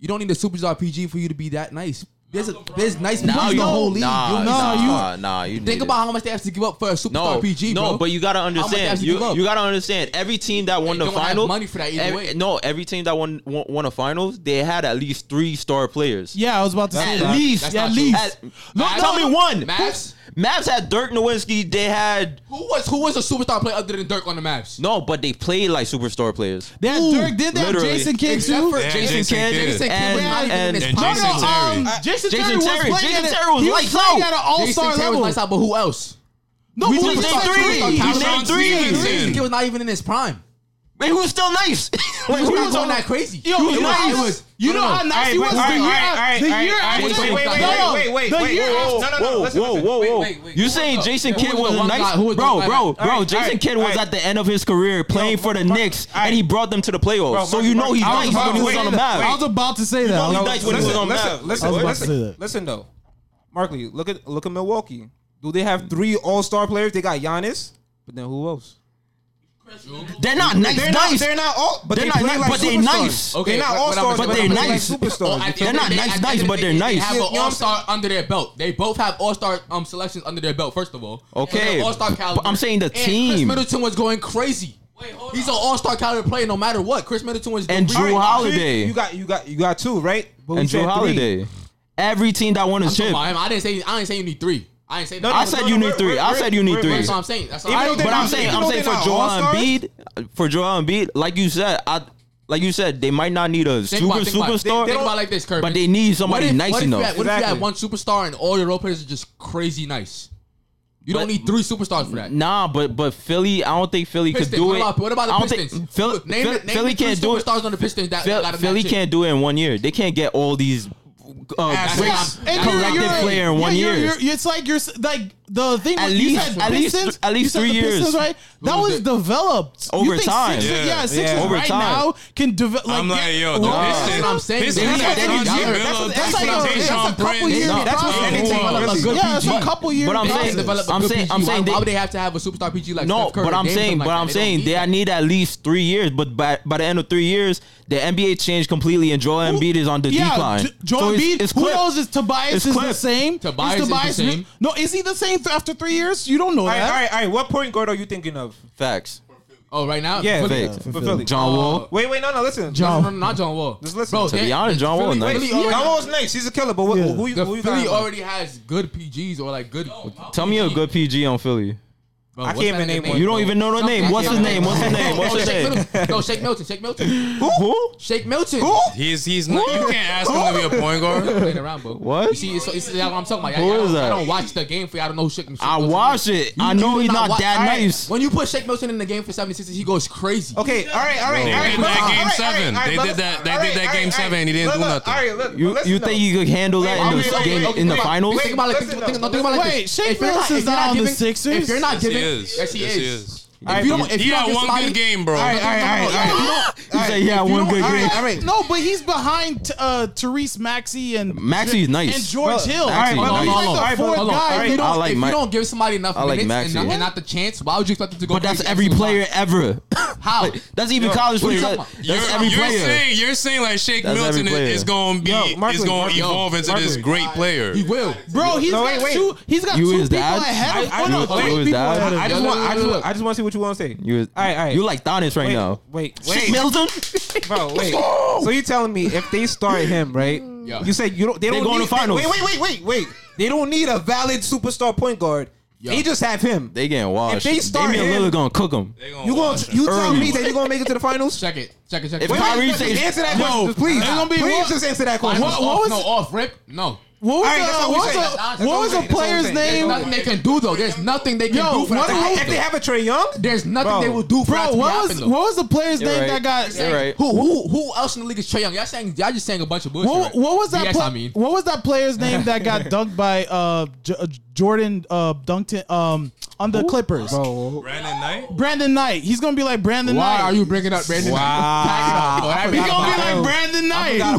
[SPEAKER 6] you don't need a superstar PG for you to be that nice. There's a, there's nice
[SPEAKER 3] Nah,
[SPEAKER 6] PGs in
[SPEAKER 3] you-
[SPEAKER 6] the whole league.
[SPEAKER 3] Nah,
[SPEAKER 6] You-
[SPEAKER 3] nah,
[SPEAKER 2] you-
[SPEAKER 3] nah, nah, you need
[SPEAKER 6] Think
[SPEAKER 3] it.
[SPEAKER 6] about how much they have to give up for a superstar
[SPEAKER 3] no,
[SPEAKER 6] PG,
[SPEAKER 3] no,
[SPEAKER 6] bro.
[SPEAKER 3] but you gotta
[SPEAKER 6] much they have
[SPEAKER 3] understand.
[SPEAKER 6] to
[SPEAKER 3] You,
[SPEAKER 6] give up?
[SPEAKER 3] you gotta understand. Every team that won
[SPEAKER 6] They
[SPEAKER 3] the
[SPEAKER 6] don't have
[SPEAKER 3] final,
[SPEAKER 6] money for that either
[SPEAKER 3] every-
[SPEAKER 6] way.
[SPEAKER 3] no, every team that won won, won a finals, they had at least three star players.
[SPEAKER 2] Yeah, I was about to say
[SPEAKER 3] At
[SPEAKER 2] that.
[SPEAKER 3] least,
[SPEAKER 6] That's
[SPEAKER 2] yeah, at
[SPEAKER 6] not true.
[SPEAKER 2] least.
[SPEAKER 3] At-
[SPEAKER 2] No,
[SPEAKER 3] tell
[SPEAKER 2] no,
[SPEAKER 3] me one.
[SPEAKER 6] Mavs?
[SPEAKER 3] Mavs had Dirk Nowitzki. They had
[SPEAKER 6] Who was who was a superstar player other than Dirk on the Mavs?
[SPEAKER 3] no, but they played like superstar players.
[SPEAKER 2] They had Dirk, did they have
[SPEAKER 3] literally.
[SPEAKER 2] Jason Kidd
[SPEAKER 6] Except
[SPEAKER 2] too?
[SPEAKER 6] for
[SPEAKER 4] And
[SPEAKER 6] Jason,
[SPEAKER 4] Jason
[SPEAKER 6] Kidd.
[SPEAKER 4] Kidd.
[SPEAKER 6] Jason Kidd
[SPEAKER 3] And-
[SPEAKER 6] was not even in
[SPEAKER 3] and-
[SPEAKER 6] this
[SPEAKER 4] and
[SPEAKER 6] pot.
[SPEAKER 4] Jason
[SPEAKER 2] No, no,
[SPEAKER 4] Terry.
[SPEAKER 2] um, Jason,
[SPEAKER 3] Jason
[SPEAKER 2] Terry was
[SPEAKER 3] Terry.
[SPEAKER 2] playing
[SPEAKER 3] Jason
[SPEAKER 2] at, a-
[SPEAKER 3] Terry was
[SPEAKER 2] he
[SPEAKER 3] lights
[SPEAKER 2] playing at
[SPEAKER 3] out.
[SPEAKER 2] an all-star
[SPEAKER 6] Jason Terry
[SPEAKER 2] level.
[SPEAKER 6] was nice, but who else?
[SPEAKER 2] no,
[SPEAKER 3] We
[SPEAKER 2] who
[SPEAKER 3] just
[SPEAKER 2] was
[SPEAKER 3] named
[SPEAKER 2] that
[SPEAKER 3] three.
[SPEAKER 2] three?
[SPEAKER 3] We
[SPEAKER 2] He
[SPEAKER 3] named
[SPEAKER 2] shot
[SPEAKER 3] three.
[SPEAKER 2] three.
[SPEAKER 6] Jason Kidd was not even in his prime.
[SPEAKER 3] But he was still nice. like,
[SPEAKER 6] He
[SPEAKER 3] who
[SPEAKER 6] was
[SPEAKER 3] you
[SPEAKER 6] not going
[SPEAKER 3] talking-
[SPEAKER 6] that crazy.
[SPEAKER 2] Yo,
[SPEAKER 6] He
[SPEAKER 2] you know,
[SPEAKER 6] was-
[SPEAKER 2] how-
[SPEAKER 6] he was-
[SPEAKER 2] you know
[SPEAKER 6] no, no,
[SPEAKER 2] how
[SPEAKER 6] no.
[SPEAKER 2] nice he
[SPEAKER 1] All
[SPEAKER 2] was
[SPEAKER 1] right,
[SPEAKER 2] the
[SPEAKER 1] but- all
[SPEAKER 2] year
[SPEAKER 1] right, all right,
[SPEAKER 2] after.
[SPEAKER 1] all
[SPEAKER 2] The
[SPEAKER 1] right,
[SPEAKER 2] year
[SPEAKER 1] all right,
[SPEAKER 2] after.
[SPEAKER 6] wait, wait, wait,
[SPEAKER 2] No,
[SPEAKER 1] wait, wait,
[SPEAKER 2] the
[SPEAKER 1] wait,
[SPEAKER 2] year
[SPEAKER 1] wait, wait. No, no,
[SPEAKER 2] after-
[SPEAKER 1] no,
[SPEAKER 3] Whoa,
[SPEAKER 1] listen,
[SPEAKER 3] whoa,
[SPEAKER 1] listen.
[SPEAKER 3] whoa,
[SPEAKER 1] Wait,
[SPEAKER 3] whoa!
[SPEAKER 6] wait, wait.
[SPEAKER 3] You
[SPEAKER 6] Who
[SPEAKER 3] saying
[SPEAKER 6] was the-
[SPEAKER 3] Jason
[SPEAKER 6] yeah, who
[SPEAKER 3] Kidd
[SPEAKER 6] was
[SPEAKER 3] was
[SPEAKER 6] the
[SPEAKER 3] a
[SPEAKER 6] one
[SPEAKER 3] nice
[SPEAKER 6] guy- who was the
[SPEAKER 3] bro,
[SPEAKER 6] one guy
[SPEAKER 3] bro,
[SPEAKER 6] back?
[SPEAKER 3] bro?
[SPEAKER 1] Alright,
[SPEAKER 3] Jason
[SPEAKER 1] alright,
[SPEAKER 3] Kidd was
[SPEAKER 1] alright.
[SPEAKER 3] at the end of his career playing for the
[SPEAKER 1] Mar-
[SPEAKER 3] Knicks,
[SPEAKER 1] alright.
[SPEAKER 3] and he brought them to the playoffs.
[SPEAKER 1] Bro,
[SPEAKER 3] so
[SPEAKER 1] Mar-
[SPEAKER 3] you know he's
[SPEAKER 1] Mar-
[SPEAKER 3] nice
[SPEAKER 1] Mar-
[SPEAKER 3] when he was
[SPEAKER 1] Mar-
[SPEAKER 3] on the
[SPEAKER 2] I
[SPEAKER 3] map.
[SPEAKER 2] was about to say that.
[SPEAKER 3] he
[SPEAKER 2] I was-
[SPEAKER 3] nice when he was on
[SPEAKER 1] listen,
[SPEAKER 3] Mavs.
[SPEAKER 1] listen,
[SPEAKER 2] I was about to
[SPEAKER 1] listen,
[SPEAKER 2] say that.
[SPEAKER 1] listen though, Markley, look at look at Milwaukee. Do they have three All Star players? They got Giannis, but then who else?
[SPEAKER 3] They're not nice,
[SPEAKER 1] They're not.
[SPEAKER 3] nice.
[SPEAKER 1] They're not all. But
[SPEAKER 3] They're
[SPEAKER 1] they
[SPEAKER 3] not
[SPEAKER 1] play
[SPEAKER 3] ni-
[SPEAKER 1] like
[SPEAKER 3] but they
[SPEAKER 1] superstars.
[SPEAKER 3] nice.
[SPEAKER 1] They're not all stars,
[SPEAKER 3] but they're nice. Oh,
[SPEAKER 1] superstars.
[SPEAKER 6] At the
[SPEAKER 3] They're
[SPEAKER 6] end of
[SPEAKER 3] not
[SPEAKER 6] the day-
[SPEAKER 3] nice,
[SPEAKER 6] at the
[SPEAKER 3] nice,
[SPEAKER 6] end of
[SPEAKER 3] but
[SPEAKER 6] the
[SPEAKER 3] they're
[SPEAKER 6] day,
[SPEAKER 3] nice.
[SPEAKER 6] They
[SPEAKER 3] You
[SPEAKER 6] have an
[SPEAKER 3] know
[SPEAKER 1] what I'm
[SPEAKER 6] all star under their belt. They both have all star um selections under their belt. First of all,
[SPEAKER 3] Okay,
[SPEAKER 6] all star
[SPEAKER 3] but
[SPEAKER 6] caliber.
[SPEAKER 3] I'm saying the
[SPEAKER 6] And Chris
[SPEAKER 3] team.
[SPEAKER 6] Middleton was going crazy. He's an all star caliber player no matter what. Chris Middleton was
[SPEAKER 3] And
[SPEAKER 6] doing-
[SPEAKER 3] Drew Holiday.
[SPEAKER 1] You got you got you got two right. But we
[SPEAKER 3] and Joe
[SPEAKER 1] said three.
[SPEAKER 3] Holiday. Every team that won a
[SPEAKER 6] I'm talking
[SPEAKER 3] chip.
[SPEAKER 6] about him. I didn't say I didn't say you need three. I didn't say that.
[SPEAKER 3] I said you need three. I said you need three.
[SPEAKER 6] That's what I'm saying. That's what
[SPEAKER 1] Even though
[SPEAKER 6] I'm
[SPEAKER 1] they're
[SPEAKER 3] But
[SPEAKER 6] saying.
[SPEAKER 1] not-
[SPEAKER 3] I'm saying,
[SPEAKER 1] even
[SPEAKER 3] I'm
[SPEAKER 1] though
[SPEAKER 3] saying for
[SPEAKER 1] they're not
[SPEAKER 3] Joel
[SPEAKER 1] all-stars?
[SPEAKER 3] Embiid, for Joel Embiid, like you said, I like you said, they might not need a
[SPEAKER 6] Think
[SPEAKER 3] super
[SPEAKER 6] about- think about-
[SPEAKER 3] superstar,
[SPEAKER 6] Think about it like this, Kirby.
[SPEAKER 3] but they need somebody
[SPEAKER 6] what if,
[SPEAKER 3] nice
[SPEAKER 6] what if
[SPEAKER 3] enough.
[SPEAKER 6] You had, what if you
[SPEAKER 1] Exactly.
[SPEAKER 6] had one superstar and all your role players are just crazy nice? You don't
[SPEAKER 3] But-
[SPEAKER 6] need three superstars for that.
[SPEAKER 3] Nah, but but Philly, I don't think Philly could
[SPEAKER 6] Pistons,
[SPEAKER 3] do
[SPEAKER 6] what,
[SPEAKER 3] it.
[SPEAKER 6] about, what about
[SPEAKER 3] I
[SPEAKER 6] the
[SPEAKER 3] don't
[SPEAKER 6] Pistons?
[SPEAKER 3] Think, Phil,
[SPEAKER 6] name
[SPEAKER 3] Phil-
[SPEAKER 6] it- name
[SPEAKER 3] Philly
[SPEAKER 6] the three
[SPEAKER 3] can't do it.
[SPEAKER 6] Superstars on the Pistons that
[SPEAKER 3] Phil-
[SPEAKER 6] got a
[SPEAKER 3] Philly
[SPEAKER 6] match
[SPEAKER 3] can't do it in one year. They can't get all these uh,
[SPEAKER 6] That's
[SPEAKER 3] great
[SPEAKER 6] what I'm-
[SPEAKER 2] And you're-
[SPEAKER 6] That's what I'm
[SPEAKER 3] collective
[SPEAKER 2] you're-
[SPEAKER 6] saying.
[SPEAKER 3] player in one
[SPEAKER 2] yeah,
[SPEAKER 3] year.
[SPEAKER 2] you're- you're- it's like you're s- like the thing.
[SPEAKER 3] At
[SPEAKER 2] with- you
[SPEAKER 3] least-
[SPEAKER 2] said
[SPEAKER 3] at least
[SPEAKER 2] Pistons,
[SPEAKER 3] at least
[SPEAKER 2] you said
[SPEAKER 3] three
[SPEAKER 2] the
[SPEAKER 3] years.
[SPEAKER 2] Pistons, right? That
[SPEAKER 6] Who's
[SPEAKER 2] was
[SPEAKER 6] it?
[SPEAKER 2] developed You
[SPEAKER 3] Over
[SPEAKER 2] think
[SPEAKER 3] time.
[SPEAKER 2] Sixers,
[SPEAKER 4] Yeah.
[SPEAKER 2] yeah, Sixers
[SPEAKER 1] Yeah.
[SPEAKER 2] right
[SPEAKER 3] Over time.
[SPEAKER 2] now can develop. Like,
[SPEAKER 4] I'm like,
[SPEAKER 2] yeah,
[SPEAKER 4] yo, the
[SPEAKER 2] wow.
[SPEAKER 4] Pistons.
[SPEAKER 6] That's what I'm saying.
[SPEAKER 4] Pistons
[SPEAKER 6] They
[SPEAKER 4] got
[SPEAKER 6] need
[SPEAKER 4] Reggie
[SPEAKER 6] Reggie
[SPEAKER 4] Miller,
[SPEAKER 6] Miller.
[SPEAKER 2] That's like
[SPEAKER 4] Tayshaun
[SPEAKER 2] a, that's a couple
[SPEAKER 4] Prince.
[SPEAKER 2] year
[SPEAKER 3] No, that's
[SPEAKER 2] process.
[SPEAKER 4] what anything
[SPEAKER 2] Yeah,
[SPEAKER 4] develops
[SPEAKER 1] a good
[SPEAKER 2] it's a
[SPEAKER 3] PG.
[SPEAKER 2] couple year
[SPEAKER 3] But I'm
[SPEAKER 6] They
[SPEAKER 3] saying-
[SPEAKER 6] can't
[SPEAKER 2] process.
[SPEAKER 6] develop a
[SPEAKER 3] I'm
[SPEAKER 6] good
[SPEAKER 3] saying-
[SPEAKER 6] PG.
[SPEAKER 3] I'm saying
[SPEAKER 6] why,
[SPEAKER 3] they-
[SPEAKER 6] why would they have to have a superstar PG like
[SPEAKER 3] No,
[SPEAKER 6] Steph Curry?
[SPEAKER 3] but I'm
[SPEAKER 6] They ain't
[SPEAKER 3] saying,
[SPEAKER 6] something
[SPEAKER 3] but
[SPEAKER 6] like
[SPEAKER 3] I'm
[SPEAKER 6] that. They
[SPEAKER 3] saying
[SPEAKER 6] don't need
[SPEAKER 3] they
[SPEAKER 6] that.
[SPEAKER 3] need at least three years. But by by the end of three years, the NBA changed completely, and Joel Embiid is on the decline.
[SPEAKER 2] J- Joel
[SPEAKER 3] So it's-
[SPEAKER 2] Embiid.
[SPEAKER 3] it's
[SPEAKER 2] who
[SPEAKER 3] clipped.
[SPEAKER 2] knows? Is Tobias
[SPEAKER 3] It's
[SPEAKER 2] is the
[SPEAKER 3] clipped.
[SPEAKER 2] same?
[SPEAKER 6] Tobias is the
[SPEAKER 2] Mid-
[SPEAKER 6] same.
[SPEAKER 2] No, is he the same th- after three years? You don't know
[SPEAKER 1] All right, all
[SPEAKER 2] that.
[SPEAKER 1] right, all right. What point guard are you thinking of?
[SPEAKER 3] Facts.
[SPEAKER 6] Oh, right now?
[SPEAKER 1] Yeah,
[SPEAKER 6] Philly-
[SPEAKER 3] Facts.
[SPEAKER 1] For Philly.
[SPEAKER 3] John
[SPEAKER 6] Oh,
[SPEAKER 3] Wall.
[SPEAKER 1] Wait, wait, no, no. Listen,
[SPEAKER 2] John-
[SPEAKER 6] No, no, no, not John Wall.
[SPEAKER 1] Just listen. To
[SPEAKER 3] be
[SPEAKER 6] they-
[SPEAKER 3] honest, John Wall
[SPEAKER 6] Philly-
[SPEAKER 3] nice.
[SPEAKER 6] Philly
[SPEAKER 1] Wait,
[SPEAKER 6] already-
[SPEAKER 1] John Wall's nice. He's a killer. But what,
[SPEAKER 2] Yeah.
[SPEAKER 1] who, you-
[SPEAKER 6] The
[SPEAKER 1] who you
[SPEAKER 6] Philly
[SPEAKER 1] got?
[SPEAKER 6] already has good PGs or like good.
[SPEAKER 3] Tell me a good PG on Philly.
[SPEAKER 6] Bro,
[SPEAKER 1] I
[SPEAKER 6] what's
[SPEAKER 1] can't
[SPEAKER 6] that
[SPEAKER 1] even name
[SPEAKER 6] nigga
[SPEAKER 1] one.
[SPEAKER 3] You don't even know the
[SPEAKER 6] Something.
[SPEAKER 3] name. What's
[SPEAKER 6] I
[SPEAKER 3] his
[SPEAKER 6] can't
[SPEAKER 3] name? What's his
[SPEAKER 6] remember.
[SPEAKER 3] name? What's
[SPEAKER 6] Oh,
[SPEAKER 3] his
[SPEAKER 6] Shake
[SPEAKER 3] name?
[SPEAKER 6] Milton. No, Shake Milton. Shake Milton.
[SPEAKER 3] Who?
[SPEAKER 6] Shake Milton.
[SPEAKER 4] He's he's not. You can't ask him to be a point guard.
[SPEAKER 6] Playing around, bro.
[SPEAKER 3] What?
[SPEAKER 6] You see, it's, it's, that's what I'm talking about.
[SPEAKER 3] Who
[SPEAKER 6] Y'all- y'all
[SPEAKER 3] is
[SPEAKER 6] don't-
[SPEAKER 3] that?
[SPEAKER 6] y'all don't watch the game for y'all. I don't know who Shake Milton
[SPEAKER 3] I
[SPEAKER 6] is.
[SPEAKER 3] watch it. I
[SPEAKER 6] You
[SPEAKER 3] know
[SPEAKER 6] do
[SPEAKER 3] he's not
[SPEAKER 6] wa-
[SPEAKER 3] that
[SPEAKER 6] All right.
[SPEAKER 3] nice.
[SPEAKER 6] When you put Shake Milton in the game for 76, he goes crazy.
[SPEAKER 1] Okay, all right, all right.
[SPEAKER 4] They
[SPEAKER 1] all right,
[SPEAKER 4] did
[SPEAKER 1] look,
[SPEAKER 4] that
[SPEAKER 1] all
[SPEAKER 4] game
[SPEAKER 1] right,
[SPEAKER 4] seven.
[SPEAKER 1] all right,
[SPEAKER 4] They
[SPEAKER 1] look,
[SPEAKER 4] did that- they
[SPEAKER 1] all
[SPEAKER 4] did
[SPEAKER 1] right,
[SPEAKER 4] that
[SPEAKER 1] all
[SPEAKER 4] game
[SPEAKER 1] right,
[SPEAKER 4] seven and he didn't
[SPEAKER 1] look,
[SPEAKER 4] do
[SPEAKER 1] look,
[SPEAKER 4] nothing.
[SPEAKER 1] All right, look.
[SPEAKER 3] You
[SPEAKER 1] listen
[SPEAKER 3] you
[SPEAKER 1] though.
[SPEAKER 3] think you could handle
[SPEAKER 1] Wait,
[SPEAKER 3] that in
[SPEAKER 1] wait,
[SPEAKER 3] the
[SPEAKER 1] wait,
[SPEAKER 3] game
[SPEAKER 1] wait,
[SPEAKER 3] in the
[SPEAKER 1] wait.
[SPEAKER 3] finals?
[SPEAKER 6] Think about it. Think,
[SPEAKER 1] Listen,
[SPEAKER 6] think,
[SPEAKER 1] though.
[SPEAKER 6] think about it like
[SPEAKER 2] Wait,
[SPEAKER 6] this.
[SPEAKER 2] Shake
[SPEAKER 6] If you're
[SPEAKER 2] Milton is
[SPEAKER 6] if you're
[SPEAKER 2] not on the
[SPEAKER 6] giving-
[SPEAKER 2] Sixers?
[SPEAKER 6] If you're not
[SPEAKER 4] Yes, he
[SPEAKER 6] giving,
[SPEAKER 4] is.
[SPEAKER 6] yes, he
[SPEAKER 4] Yes, he
[SPEAKER 6] is.
[SPEAKER 4] is.
[SPEAKER 1] All right,
[SPEAKER 6] If you don't,
[SPEAKER 1] but-
[SPEAKER 6] if
[SPEAKER 4] He
[SPEAKER 6] you don't
[SPEAKER 4] had
[SPEAKER 6] give
[SPEAKER 4] one
[SPEAKER 6] somebody-
[SPEAKER 4] good game, bro.
[SPEAKER 1] all right, all right, all right, all right.
[SPEAKER 3] He said he had one good
[SPEAKER 1] all
[SPEAKER 3] game.
[SPEAKER 1] right, all right.
[SPEAKER 2] No, but he's behind t- uh, Therese Maxey and
[SPEAKER 3] Maxey's nice.
[SPEAKER 2] and George
[SPEAKER 1] Bro,
[SPEAKER 2] Hill.
[SPEAKER 1] all right,
[SPEAKER 2] He's
[SPEAKER 1] hold on,
[SPEAKER 2] like
[SPEAKER 1] hold on,
[SPEAKER 2] the
[SPEAKER 1] all right,
[SPEAKER 2] fourth
[SPEAKER 1] hold on,
[SPEAKER 2] guy.
[SPEAKER 1] all right.
[SPEAKER 6] If you don't,
[SPEAKER 3] I like
[SPEAKER 6] if
[SPEAKER 3] Ma-
[SPEAKER 6] you don't give somebody enough
[SPEAKER 3] I like
[SPEAKER 6] minutes
[SPEAKER 3] Maxey.
[SPEAKER 6] and not, and not the chance, why would you expect them to go?
[SPEAKER 3] But that's
[SPEAKER 6] crazy
[SPEAKER 3] every
[SPEAKER 6] every
[SPEAKER 3] player ever. like, that's even college
[SPEAKER 6] what are
[SPEAKER 3] players. That-
[SPEAKER 6] you talking about?
[SPEAKER 3] That's
[SPEAKER 4] You're,
[SPEAKER 3] every
[SPEAKER 4] you're
[SPEAKER 3] player.
[SPEAKER 4] saying you're saying like Shake
[SPEAKER 3] That's every
[SPEAKER 4] Milton is,
[SPEAKER 3] player.
[SPEAKER 4] is going to be
[SPEAKER 1] Yo,
[SPEAKER 4] is
[SPEAKER 1] Markley,
[SPEAKER 4] going to
[SPEAKER 1] Markley,
[SPEAKER 4] evolve into this
[SPEAKER 1] Markley.
[SPEAKER 4] great player.
[SPEAKER 6] He will,
[SPEAKER 2] Bro, he's
[SPEAKER 1] No,
[SPEAKER 2] got
[SPEAKER 1] wait, wait.
[SPEAKER 2] two. He's got
[SPEAKER 3] You
[SPEAKER 2] two
[SPEAKER 3] is
[SPEAKER 2] people
[SPEAKER 3] that?
[SPEAKER 2] ahead of.
[SPEAKER 1] I- I-
[SPEAKER 2] Oh, no,
[SPEAKER 1] you-
[SPEAKER 2] two
[SPEAKER 1] wait,
[SPEAKER 3] you is
[SPEAKER 2] people
[SPEAKER 3] that?
[SPEAKER 2] ahead of
[SPEAKER 1] I just
[SPEAKER 6] Yeah,
[SPEAKER 1] want,
[SPEAKER 6] no,
[SPEAKER 1] I
[SPEAKER 6] no,
[SPEAKER 1] just,
[SPEAKER 6] no,
[SPEAKER 1] want-
[SPEAKER 6] no.
[SPEAKER 1] I just want to see what you want to say.
[SPEAKER 3] You,
[SPEAKER 1] all right, all right.
[SPEAKER 3] you like Donis right
[SPEAKER 1] wait,
[SPEAKER 3] now.
[SPEAKER 1] Wait,
[SPEAKER 3] Shake
[SPEAKER 1] wait,
[SPEAKER 3] Milton?
[SPEAKER 1] bro, wait. So you telling me if they start him, right?
[SPEAKER 6] Yeah.
[SPEAKER 1] You said you don't. They don't
[SPEAKER 3] going
[SPEAKER 1] need,
[SPEAKER 3] to finals.
[SPEAKER 1] Wait, wait, wait, wait, wait. They don't need a valid superstar point guard.
[SPEAKER 6] Yeah.
[SPEAKER 1] They just have him.
[SPEAKER 3] They getting washed.
[SPEAKER 1] If they start
[SPEAKER 3] Damian
[SPEAKER 1] him-
[SPEAKER 3] Lillard gonna cook him.
[SPEAKER 4] They
[SPEAKER 1] you going?
[SPEAKER 4] watch him.
[SPEAKER 1] You tell
[SPEAKER 3] Early.
[SPEAKER 1] me that you're gonna make it to the finals?
[SPEAKER 6] Check it, check it, check it.
[SPEAKER 3] If Kyrie
[SPEAKER 1] Just
[SPEAKER 3] says,
[SPEAKER 1] answer that question, just please.
[SPEAKER 6] It's gonna be
[SPEAKER 1] please
[SPEAKER 6] what?
[SPEAKER 1] just answer that
[SPEAKER 6] Finals
[SPEAKER 1] question.
[SPEAKER 6] off, no off rip, no.
[SPEAKER 2] What was,
[SPEAKER 1] All right, that's
[SPEAKER 2] the,
[SPEAKER 1] what we
[SPEAKER 2] what was
[SPEAKER 1] say.
[SPEAKER 2] the-
[SPEAKER 6] That's
[SPEAKER 2] what was
[SPEAKER 6] what we
[SPEAKER 2] the
[SPEAKER 6] say. That's
[SPEAKER 1] what we
[SPEAKER 2] player's
[SPEAKER 1] say. That's
[SPEAKER 6] There's
[SPEAKER 2] name?
[SPEAKER 6] nothing they can do though. There's nothing they can
[SPEAKER 2] Yo,
[SPEAKER 6] do for
[SPEAKER 2] what
[SPEAKER 6] that to
[SPEAKER 2] do you-
[SPEAKER 6] happen.
[SPEAKER 1] If they have a Trey Young,
[SPEAKER 6] There's nothing
[SPEAKER 1] Bro.
[SPEAKER 6] they will do for that
[SPEAKER 2] Bro,
[SPEAKER 6] to be
[SPEAKER 2] what
[SPEAKER 6] happen,
[SPEAKER 2] was
[SPEAKER 6] though.
[SPEAKER 2] what was the player's
[SPEAKER 3] You're
[SPEAKER 2] name
[SPEAKER 3] right.
[SPEAKER 2] that got?
[SPEAKER 3] You're right.
[SPEAKER 6] Who who who else in the league is Trey Young? Y'all saying y'all just saying a bunch of bullshit.
[SPEAKER 2] What,
[SPEAKER 6] right?
[SPEAKER 2] what was that?
[SPEAKER 6] Yes,
[SPEAKER 2] pla-
[SPEAKER 6] I mean.
[SPEAKER 2] what was that player's name that got dunked by uh, J- uh, Jordan uh, Dunkton um, on the Clippers?
[SPEAKER 4] Brandon Knight?
[SPEAKER 2] Brandon Knight. He's gonna be like Brandon
[SPEAKER 6] Why
[SPEAKER 2] Knight.
[SPEAKER 6] are you bringing up Brandon?
[SPEAKER 1] Wow.
[SPEAKER 6] Pack it up, boy.
[SPEAKER 2] He's
[SPEAKER 6] I forgot
[SPEAKER 2] gonna be
[SPEAKER 6] about him.
[SPEAKER 2] like Brandon
[SPEAKER 6] forgot
[SPEAKER 2] Knight.
[SPEAKER 6] about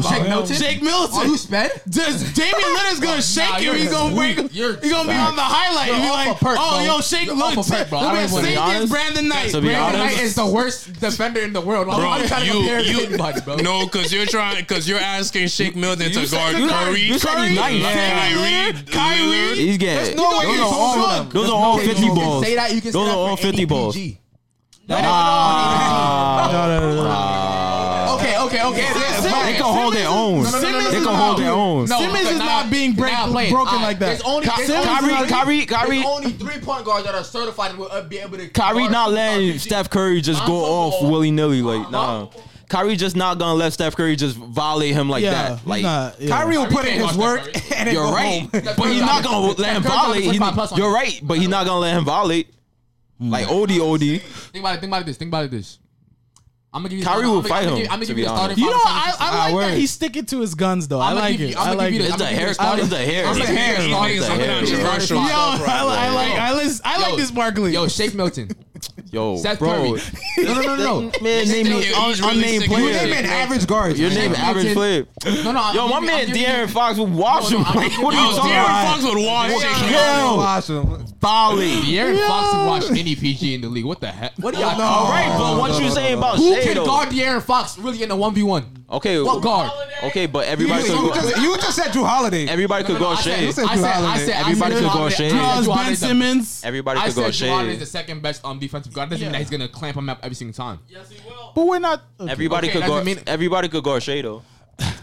[SPEAKER 6] him.
[SPEAKER 2] Jake
[SPEAKER 6] Are you
[SPEAKER 2] Milton.
[SPEAKER 6] sped?
[SPEAKER 2] Does Damian Lillard's gonna shake
[SPEAKER 6] Nah,
[SPEAKER 2] you.
[SPEAKER 6] you're
[SPEAKER 2] He's gonna
[SPEAKER 6] weak.
[SPEAKER 2] break. He's
[SPEAKER 6] You're
[SPEAKER 2] gonna be on the highlight.
[SPEAKER 6] You're
[SPEAKER 2] He'll be
[SPEAKER 6] off
[SPEAKER 2] like,
[SPEAKER 6] a perk,
[SPEAKER 2] oh,
[SPEAKER 6] bro.
[SPEAKER 2] yo, shake.
[SPEAKER 6] You're
[SPEAKER 2] Look,
[SPEAKER 6] off a perk, bro. I
[SPEAKER 2] look
[SPEAKER 6] don't
[SPEAKER 2] at
[SPEAKER 6] even wanna be
[SPEAKER 2] Saint is
[SPEAKER 3] honest.
[SPEAKER 2] Brandon Knight.
[SPEAKER 3] To be
[SPEAKER 6] Brandon
[SPEAKER 3] honest-
[SPEAKER 6] Knight is the worst defender in the world. Like,
[SPEAKER 4] Bro,
[SPEAKER 6] I'm trying to
[SPEAKER 4] you,
[SPEAKER 6] compare him
[SPEAKER 4] you,
[SPEAKER 6] to anybody, bro.
[SPEAKER 4] no, because you're trying, because you're asking Shake Milton to guard
[SPEAKER 2] Curry,
[SPEAKER 4] Curry,
[SPEAKER 2] Curry,
[SPEAKER 4] Curry,
[SPEAKER 2] Damian
[SPEAKER 4] Kyrie,
[SPEAKER 2] Lillard,
[SPEAKER 4] Kyrie.
[SPEAKER 3] He's getting
[SPEAKER 2] No way.
[SPEAKER 3] those
[SPEAKER 2] he's
[SPEAKER 3] are all
[SPEAKER 2] shook.
[SPEAKER 3] of them. Those are all
[SPEAKER 6] Okay, you
[SPEAKER 3] fifty
[SPEAKER 6] can
[SPEAKER 3] balls.
[SPEAKER 6] Say that you can.
[SPEAKER 3] Those
[SPEAKER 6] say
[SPEAKER 3] are
[SPEAKER 6] that
[SPEAKER 3] all
[SPEAKER 6] for
[SPEAKER 3] 50
[SPEAKER 6] any
[SPEAKER 3] balls.
[SPEAKER 6] PG.
[SPEAKER 2] No, no, no, no, no.
[SPEAKER 6] Okay, okay, okay.
[SPEAKER 2] They
[SPEAKER 6] fine.
[SPEAKER 3] They can hold their own.
[SPEAKER 6] no, no, no,
[SPEAKER 3] They
[SPEAKER 6] no,
[SPEAKER 3] can
[SPEAKER 6] no,
[SPEAKER 3] hold
[SPEAKER 6] no.
[SPEAKER 3] their own.
[SPEAKER 6] No,
[SPEAKER 2] Simmons
[SPEAKER 6] okay,
[SPEAKER 2] is
[SPEAKER 6] nah,
[SPEAKER 2] not being break-
[SPEAKER 6] nah, playing.
[SPEAKER 2] broken
[SPEAKER 6] Alright,
[SPEAKER 2] like that.
[SPEAKER 6] There's only,
[SPEAKER 3] Ky-
[SPEAKER 6] there's
[SPEAKER 3] Kyrie-
[SPEAKER 6] only,
[SPEAKER 3] Kyrie- Kyrie-
[SPEAKER 6] There's only three point guards that are certified and will uh, be able to.
[SPEAKER 3] Kyrie
[SPEAKER 6] guard
[SPEAKER 3] not
[SPEAKER 6] people
[SPEAKER 3] letting
[SPEAKER 6] without
[SPEAKER 3] Steph Curry just go
[SPEAKER 6] Lonzo
[SPEAKER 3] off
[SPEAKER 6] Ball.
[SPEAKER 3] willy nilly like nah. Kyrie just not gonna let Steph Curry just violate him like
[SPEAKER 2] Yeah,
[SPEAKER 3] that.
[SPEAKER 2] he's
[SPEAKER 3] Like
[SPEAKER 2] not- yeah.
[SPEAKER 1] Kyrie will put
[SPEAKER 6] Everything
[SPEAKER 1] in his work
[SPEAKER 6] was Steph
[SPEAKER 1] and then
[SPEAKER 3] you're
[SPEAKER 1] go
[SPEAKER 3] right,
[SPEAKER 1] home.
[SPEAKER 6] Steph
[SPEAKER 3] but
[SPEAKER 6] Curry's
[SPEAKER 3] he's
[SPEAKER 6] on
[SPEAKER 3] not
[SPEAKER 6] it.
[SPEAKER 3] gonna
[SPEAKER 6] Steph
[SPEAKER 3] let him
[SPEAKER 6] Curry's on it.
[SPEAKER 3] violate. He-
[SPEAKER 6] 25 plus on
[SPEAKER 3] You're
[SPEAKER 6] it.
[SPEAKER 3] right, but he's not gonna let him violate. Like OD OD.
[SPEAKER 6] Think about it. Think about it this. Think about it this. I'm gonna give you.
[SPEAKER 3] Kyrie
[SPEAKER 6] I'm
[SPEAKER 3] will
[SPEAKER 6] gonna-
[SPEAKER 3] fight
[SPEAKER 6] I'm gonna
[SPEAKER 3] him,
[SPEAKER 6] give- I'm gonna
[SPEAKER 3] to
[SPEAKER 6] give
[SPEAKER 3] be
[SPEAKER 6] you the
[SPEAKER 3] honest.
[SPEAKER 6] starting.
[SPEAKER 2] You know,
[SPEAKER 6] five
[SPEAKER 2] I,
[SPEAKER 6] percent.
[SPEAKER 2] I like
[SPEAKER 1] word.
[SPEAKER 2] that he's sticking to his guns though. I
[SPEAKER 6] I'ma
[SPEAKER 2] like
[SPEAKER 6] give
[SPEAKER 2] it.
[SPEAKER 6] you- I'ma
[SPEAKER 2] I like
[SPEAKER 6] give
[SPEAKER 2] it.
[SPEAKER 6] you the-
[SPEAKER 3] It's a
[SPEAKER 6] gonna give
[SPEAKER 3] hair.
[SPEAKER 6] you starting-
[SPEAKER 3] It's a hair. It's a
[SPEAKER 6] I'm gonna give you
[SPEAKER 3] hair.
[SPEAKER 6] the
[SPEAKER 4] These
[SPEAKER 6] starting
[SPEAKER 4] niggas
[SPEAKER 6] five.
[SPEAKER 4] are
[SPEAKER 6] I'm gonna give you the
[SPEAKER 4] controversial.
[SPEAKER 6] starting
[SPEAKER 2] Yo,
[SPEAKER 6] five.
[SPEAKER 2] I, li- I like, I, lis- I
[SPEAKER 6] Yo,
[SPEAKER 2] like this Barkley.
[SPEAKER 6] Yo, Shake Milton.
[SPEAKER 3] Yo,
[SPEAKER 6] Seth
[SPEAKER 3] bro.
[SPEAKER 6] Curry. No, no, no, no.
[SPEAKER 3] Man, name me
[SPEAKER 4] He's
[SPEAKER 3] un-
[SPEAKER 4] really
[SPEAKER 3] unnamed
[SPEAKER 4] sick of
[SPEAKER 3] player.
[SPEAKER 4] his
[SPEAKER 1] Name an average guard.
[SPEAKER 3] Your name
[SPEAKER 6] Shaq
[SPEAKER 3] average
[SPEAKER 6] Milton.
[SPEAKER 3] player.
[SPEAKER 6] No, no. I'm
[SPEAKER 3] Yo, my
[SPEAKER 6] giving you-
[SPEAKER 3] man
[SPEAKER 6] I'm giving you-
[SPEAKER 3] De'Aaron Fox would watch
[SPEAKER 6] No,
[SPEAKER 3] him.
[SPEAKER 6] no, I'm
[SPEAKER 3] Like,
[SPEAKER 6] giving
[SPEAKER 3] what are
[SPEAKER 6] you-
[SPEAKER 3] you
[SPEAKER 4] Yo,
[SPEAKER 3] talking
[SPEAKER 4] Darren
[SPEAKER 3] about?
[SPEAKER 4] Fox would watch Shake Milton.
[SPEAKER 3] Yo,
[SPEAKER 1] Watch him.
[SPEAKER 3] volley.
[SPEAKER 6] De'Aaron Fox would watch any PG in the league. What the heck? What y'all?
[SPEAKER 3] All right, but what you saying about
[SPEAKER 6] Who
[SPEAKER 3] Shea
[SPEAKER 6] can
[SPEAKER 3] though?
[SPEAKER 6] guard De'Aaron Fox really in a one v one?
[SPEAKER 3] Okay,
[SPEAKER 6] What guard?
[SPEAKER 3] okay, but
[SPEAKER 1] You
[SPEAKER 3] everybody could go.
[SPEAKER 1] just, you just said Drew Holiday.
[SPEAKER 3] Everybody could go on
[SPEAKER 6] I said-
[SPEAKER 3] Shea.
[SPEAKER 6] I said, I said, I said,
[SPEAKER 3] Everybody could go Shea.
[SPEAKER 6] I said
[SPEAKER 2] Draws
[SPEAKER 6] Duarte
[SPEAKER 2] Ben
[SPEAKER 6] is the-
[SPEAKER 2] Simmons.
[SPEAKER 3] Everybody
[SPEAKER 6] I
[SPEAKER 3] could go
[SPEAKER 6] said Duarte is
[SPEAKER 3] Shea.
[SPEAKER 6] the second best um defensive guard. Doesn't mean that he's gonna clamp him up every single time.
[SPEAKER 2] But we're not. okay.
[SPEAKER 3] Everybody
[SPEAKER 6] Okay,
[SPEAKER 3] could
[SPEAKER 6] doesn't
[SPEAKER 3] go.
[SPEAKER 6] mean-
[SPEAKER 3] Everybody could go Shea though.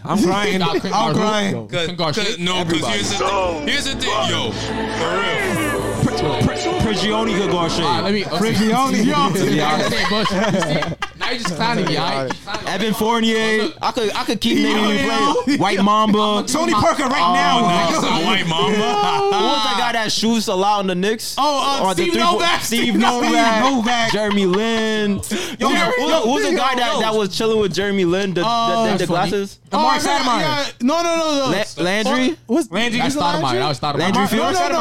[SPEAKER 1] I'm crying.
[SPEAKER 6] Nah, Chris
[SPEAKER 1] I'm
[SPEAKER 6] Martin,
[SPEAKER 1] crying.
[SPEAKER 6] yo, Chris Martin,
[SPEAKER 4] Cause, no, because here's the thing. Here's the thing, yo.
[SPEAKER 3] Prigioni could go
[SPEAKER 6] Alright,
[SPEAKER 3] Shea.
[SPEAKER 6] let me. Okay.
[SPEAKER 1] Prigioni.
[SPEAKER 6] You know what I'm saying, Bush? You see? Now you just clowning me, alright?
[SPEAKER 3] Evan Fournier. I could. I could keep naming you players. White Mamba.
[SPEAKER 1] Tony Parker right now.
[SPEAKER 4] Nah, it's not white mama.
[SPEAKER 3] Who was that guy that shoots a lot on the Knicks?
[SPEAKER 2] Oh, uh,
[SPEAKER 3] On the
[SPEAKER 2] Steve
[SPEAKER 3] three-point-
[SPEAKER 2] Novak.
[SPEAKER 3] Steve Novak.
[SPEAKER 1] Novak.
[SPEAKER 3] Jeremy Lin. Yo,
[SPEAKER 2] Jeremy-
[SPEAKER 3] who, who was the guy that, that was chilling with Jeremy Lin? The,
[SPEAKER 2] Uh,
[SPEAKER 3] the, the, the
[SPEAKER 6] that's funny.
[SPEAKER 3] glasses?
[SPEAKER 2] Oh,
[SPEAKER 1] Mark
[SPEAKER 2] I remember-
[SPEAKER 1] Stoudemire.
[SPEAKER 2] yeah, No, no, no, no.
[SPEAKER 3] La- Landry?
[SPEAKER 2] What's
[SPEAKER 1] Landry
[SPEAKER 6] That's
[SPEAKER 2] is it
[SPEAKER 6] Stoudemire. That was Stoudemire.
[SPEAKER 3] Landry
[SPEAKER 2] Mark-
[SPEAKER 3] Fields?
[SPEAKER 2] no, no, no.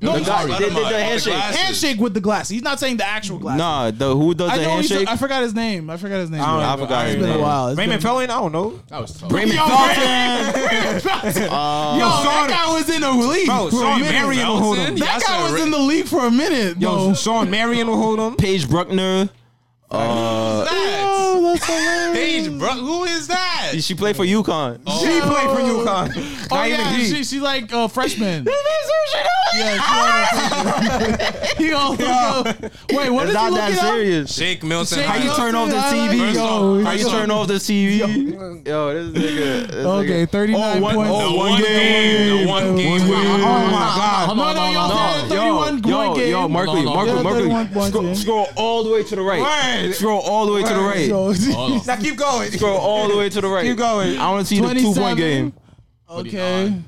[SPEAKER 2] No,
[SPEAKER 3] The
[SPEAKER 2] he's
[SPEAKER 3] guy- they
[SPEAKER 6] not.
[SPEAKER 3] did
[SPEAKER 4] With the
[SPEAKER 3] the handshake.
[SPEAKER 4] glasses.
[SPEAKER 2] handshake with the glass. He's not saying the actual glass.
[SPEAKER 3] Nah, the who does
[SPEAKER 2] I
[SPEAKER 3] the
[SPEAKER 2] know. He's
[SPEAKER 3] handshake?
[SPEAKER 2] I forgot his name. I forgot his name.
[SPEAKER 3] I
[SPEAKER 2] It's
[SPEAKER 3] don't- I forgot his
[SPEAKER 2] been a
[SPEAKER 3] name.
[SPEAKER 2] while. It's
[SPEAKER 1] Raymond
[SPEAKER 2] been-
[SPEAKER 1] Felton. I don't know.
[SPEAKER 6] That was tough.
[SPEAKER 3] Raymond Felton.
[SPEAKER 2] Yo, that guy was in the league.
[SPEAKER 1] Bro,
[SPEAKER 2] for a
[SPEAKER 1] Sean
[SPEAKER 2] minute.
[SPEAKER 1] Marion will hold him.
[SPEAKER 4] That
[SPEAKER 2] That
[SPEAKER 4] That's
[SPEAKER 2] guy
[SPEAKER 4] a
[SPEAKER 2] was
[SPEAKER 4] Ra-
[SPEAKER 2] in the league for a minute.
[SPEAKER 1] Yo,
[SPEAKER 2] bro.
[SPEAKER 1] Sean Marion will hold him.
[SPEAKER 3] Paige Bruckner.
[SPEAKER 2] Oh, that's hilarious.
[SPEAKER 4] Paige, bro, who is that?
[SPEAKER 3] She played for UConn.
[SPEAKER 1] She played for UConn.
[SPEAKER 2] Oh
[SPEAKER 1] Not even
[SPEAKER 2] yeah,
[SPEAKER 1] he.
[SPEAKER 2] she, she like a freshman. He gonna- Wait, what is
[SPEAKER 3] It's
[SPEAKER 2] he looking
[SPEAKER 3] not that
[SPEAKER 2] up?
[SPEAKER 3] serious.
[SPEAKER 4] Shake Milton.
[SPEAKER 2] Shake
[SPEAKER 4] How you
[SPEAKER 2] Milton.
[SPEAKER 4] turn?
[SPEAKER 3] Turn off the TV.
[SPEAKER 4] First off,
[SPEAKER 2] Yo,
[SPEAKER 3] How you
[SPEAKER 2] yo.
[SPEAKER 3] turn off the TV? Yo, this nigga. this
[SPEAKER 2] Okay,
[SPEAKER 3] nigga.
[SPEAKER 2] 39
[SPEAKER 3] Oh, one-
[SPEAKER 2] points.
[SPEAKER 3] oh,
[SPEAKER 4] The
[SPEAKER 3] one
[SPEAKER 4] one game. The one game.
[SPEAKER 1] Oh my
[SPEAKER 6] Hold
[SPEAKER 1] God.
[SPEAKER 6] on,
[SPEAKER 2] No,
[SPEAKER 6] hold
[SPEAKER 2] no,
[SPEAKER 6] on,
[SPEAKER 2] y'all
[SPEAKER 6] hold on.
[SPEAKER 2] said
[SPEAKER 3] Yo,
[SPEAKER 2] 31
[SPEAKER 3] yo,
[SPEAKER 2] point game.
[SPEAKER 3] Yo, Markley,
[SPEAKER 6] Hold on,
[SPEAKER 2] hold
[SPEAKER 3] Markley,
[SPEAKER 2] on. Yeah,
[SPEAKER 3] Markley.
[SPEAKER 2] 31 point
[SPEAKER 3] Scroll,
[SPEAKER 2] game.
[SPEAKER 3] scroll all the way to the right.
[SPEAKER 1] Word.
[SPEAKER 3] Scroll all the way to the right.
[SPEAKER 2] Yo,
[SPEAKER 1] Now keep going.
[SPEAKER 3] Scroll all the way to the right.
[SPEAKER 1] Keep going.
[SPEAKER 3] I want to see the two point
[SPEAKER 2] 27.
[SPEAKER 3] game.
[SPEAKER 2] okay.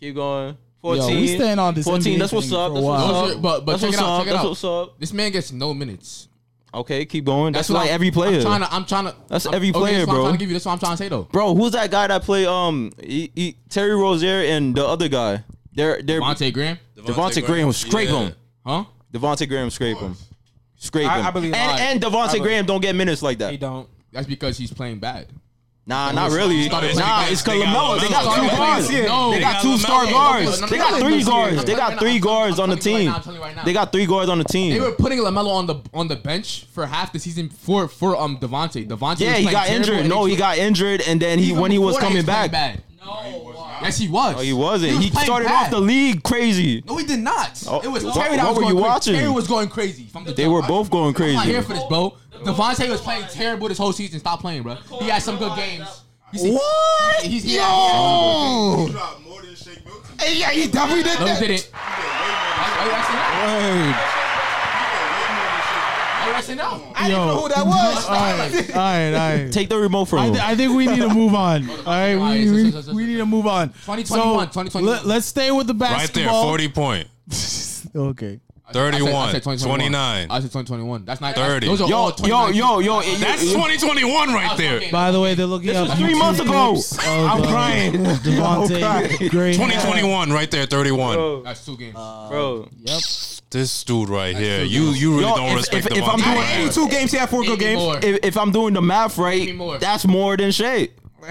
[SPEAKER 3] Keep going.
[SPEAKER 2] Yo,
[SPEAKER 3] 14.
[SPEAKER 2] we staying on this
[SPEAKER 3] 14.
[SPEAKER 2] NBA
[SPEAKER 3] That's what's
[SPEAKER 2] thing
[SPEAKER 3] up.
[SPEAKER 2] for a
[SPEAKER 3] That's
[SPEAKER 2] while.
[SPEAKER 3] what's
[SPEAKER 6] Those
[SPEAKER 3] up.
[SPEAKER 6] are- but- but
[SPEAKER 3] That's
[SPEAKER 6] check it
[SPEAKER 3] what's
[SPEAKER 6] out,
[SPEAKER 3] up.
[SPEAKER 6] check it
[SPEAKER 3] That's
[SPEAKER 6] out.
[SPEAKER 3] what's up.
[SPEAKER 6] This man gets no minutes.
[SPEAKER 3] Okay, keep going. That's,
[SPEAKER 6] what
[SPEAKER 3] like
[SPEAKER 6] I'm-
[SPEAKER 3] every
[SPEAKER 6] I'm
[SPEAKER 3] player.
[SPEAKER 6] trying to, I'm trying to,
[SPEAKER 3] That's
[SPEAKER 6] I'm-
[SPEAKER 3] every
[SPEAKER 6] okay,
[SPEAKER 3] player,
[SPEAKER 6] that's what I'm
[SPEAKER 3] bro.
[SPEAKER 6] trying to give you. That's what I'm trying to say though.
[SPEAKER 3] Bro, who's that guy that played um he, he, Terry Rozier and the other guy? They're they're
[SPEAKER 6] Monte Graham,
[SPEAKER 3] Devontae Graham scrape him.
[SPEAKER 6] huh?
[SPEAKER 3] Devontae Graham scrape him. Scrape
[SPEAKER 1] I-
[SPEAKER 3] him.
[SPEAKER 1] I believe-
[SPEAKER 3] and and Devontae
[SPEAKER 1] believe-
[SPEAKER 3] Graham don't get minutes like
[SPEAKER 1] He
[SPEAKER 3] that.
[SPEAKER 1] don't.
[SPEAKER 6] That's because he's playing bad.
[SPEAKER 3] Nah, not really.
[SPEAKER 6] started playing
[SPEAKER 3] Nah,
[SPEAKER 6] defense.
[SPEAKER 3] it's cause
[SPEAKER 4] They got
[SPEAKER 3] LaMelo. Oh, They got
[SPEAKER 4] LaMelo.
[SPEAKER 3] two
[SPEAKER 4] They got
[SPEAKER 3] guards.
[SPEAKER 6] LaMelo.
[SPEAKER 3] No, They got
[SPEAKER 4] They got
[SPEAKER 3] two star
[SPEAKER 4] LaMelo.
[SPEAKER 3] guards. They got three guards. They got three guards on the team.
[SPEAKER 6] I'm telling you right now.
[SPEAKER 3] They got three guards on the
[SPEAKER 6] They were
[SPEAKER 3] team.
[SPEAKER 6] putting Lamelo on the on the bench for half the season for for um Devontae. Devontae,
[SPEAKER 3] Yeah,
[SPEAKER 6] was
[SPEAKER 3] he
[SPEAKER 6] playing
[SPEAKER 3] got
[SPEAKER 6] terrible
[SPEAKER 3] injured.
[SPEAKER 6] and
[SPEAKER 3] No,
[SPEAKER 6] they-
[SPEAKER 3] he got injured, and then he
[SPEAKER 6] even
[SPEAKER 3] when he was
[SPEAKER 6] before that,
[SPEAKER 3] coming back,
[SPEAKER 6] playing bad. yes, he was.
[SPEAKER 3] Oh, he wasn't. He,
[SPEAKER 6] playing
[SPEAKER 3] started
[SPEAKER 6] bad.
[SPEAKER 3] off the league crazy.
[SPEAKER 6] No, he did not.
[SPEAKER 3] Oh,
[SPEAKER 6] it was
[SPEAKER 3] what-
[SPEAKER 6] Terry that
[SPEAKER 3] what
[SPEAKER 6] was
[SPEAKER 3] were
[SPEAKER 6] going
[SPEAKER 3] you
[SPEAKER 6] crazy.
[SPEAKER 3] watching?
[SPEAKER 6] Terry was going crazy. From the
[SPEAKER 3] They
[SPEAKER 6] jump.
[SPEAKER 3] were both going
[SPEAKER 6] I'm not
[SPEAKER 3] crazy.
[SPEAKER 6] here for this, bro. Devontae was playing terrible this whole season. Stop playing, bro. He had some good games. He's,
[SPEAKER 1] What?
[SPEAKER 6] He's- he-
[SPEAKER 1] Yo.
[SPEAKER 8] dropped more than Shake Milton.
[SPEAKER 1] Hey, Yeah, he definitely did
[SPEAKER 6] no, he
[SPEAKER 1] that.
[SPEAKER 6] didn't.
[SPEAKER 8] He did
[SPEAKER 1] Word.
[SPEAKER 6] Are you actually- are Flexing
[SPEAKER 8] way more than Shake- he did way more than Shake Milton.
[SPEAKER 6] out.
[SPEAKER 1] I didn't know who that
[SPEAKER 2] All right, all right, all right.
[SPEAKER 3] Take the remote from
[SPEAKER 2] I,
[SPEAKER 3] him.
[SPEAKER 2] th- I think we need to move on. All right,
[SPEAKER 6] All right,
[SPEAKER 2] we,
[SPEAKER 6] so-
[SPEAKER 2] we,
[SPEAKER 6] so- so- so-
[SPEAKER 2] we need to move on.
[SPEAKER 6] 2021,
[SPEAKER 2] So,
[SPEAKER 6] 2021.
[SPEAKER 2] Let, let's stay with the
[SPEAKER 4] Right there,
[SPEAKER 2] basketball.
[SPEAKER 4] 40 point.
[SPEAKER 2] Okay.
[SPEAKER 4] 31,
[SPEAKER 6] I said 2021.
[SPEAKER 4] 29.
[SPEAKER 6] I said 2021. That's not
[SPEAKER 4] 30.
[SPEAKER 6] Those are all
[SPEAKER 3] yo, yo,
[SPEAKER 6] 29.
[SPEAKER 3] yo, yo, yo.
[SPEAKER 4] That's 2021 right there.
[SPEAKER 2] By the way, they're looking up
[SPEAKER 3] three
[SPEAKER 2] YouTube
[SPEAKER 3] months ago.
[SPEAKER 2] clips of, I'm crying. Devontae, Gray.
[SPEAKER 4] 2021 right there, 31.
[SPEAKER 6] That's two games.
[SPEAKER 3] bro.
[SPEAKER 4] This dude right here, you you really
[SPEAKER 3] Yo,
[SPEAKER 4] don't
[SPEAKER 3] if-
[SPEAKER 4] respect
[SPEAKER 3] if-
[SPEAKER 4] the
[SPEAKER 3] if I'm doing
[SPEAKER 4] Boston.
[SPEAKER 1] Two games here, four good
[SPEAKER 6] Eighty
[SPEAKER 1] games.
[SPEAKER 6] more.
[SPEAKER 3] If, if I'm doing the math
[SPEAKER 6] me more.
[SPEAKER 3] right, that's more than shit.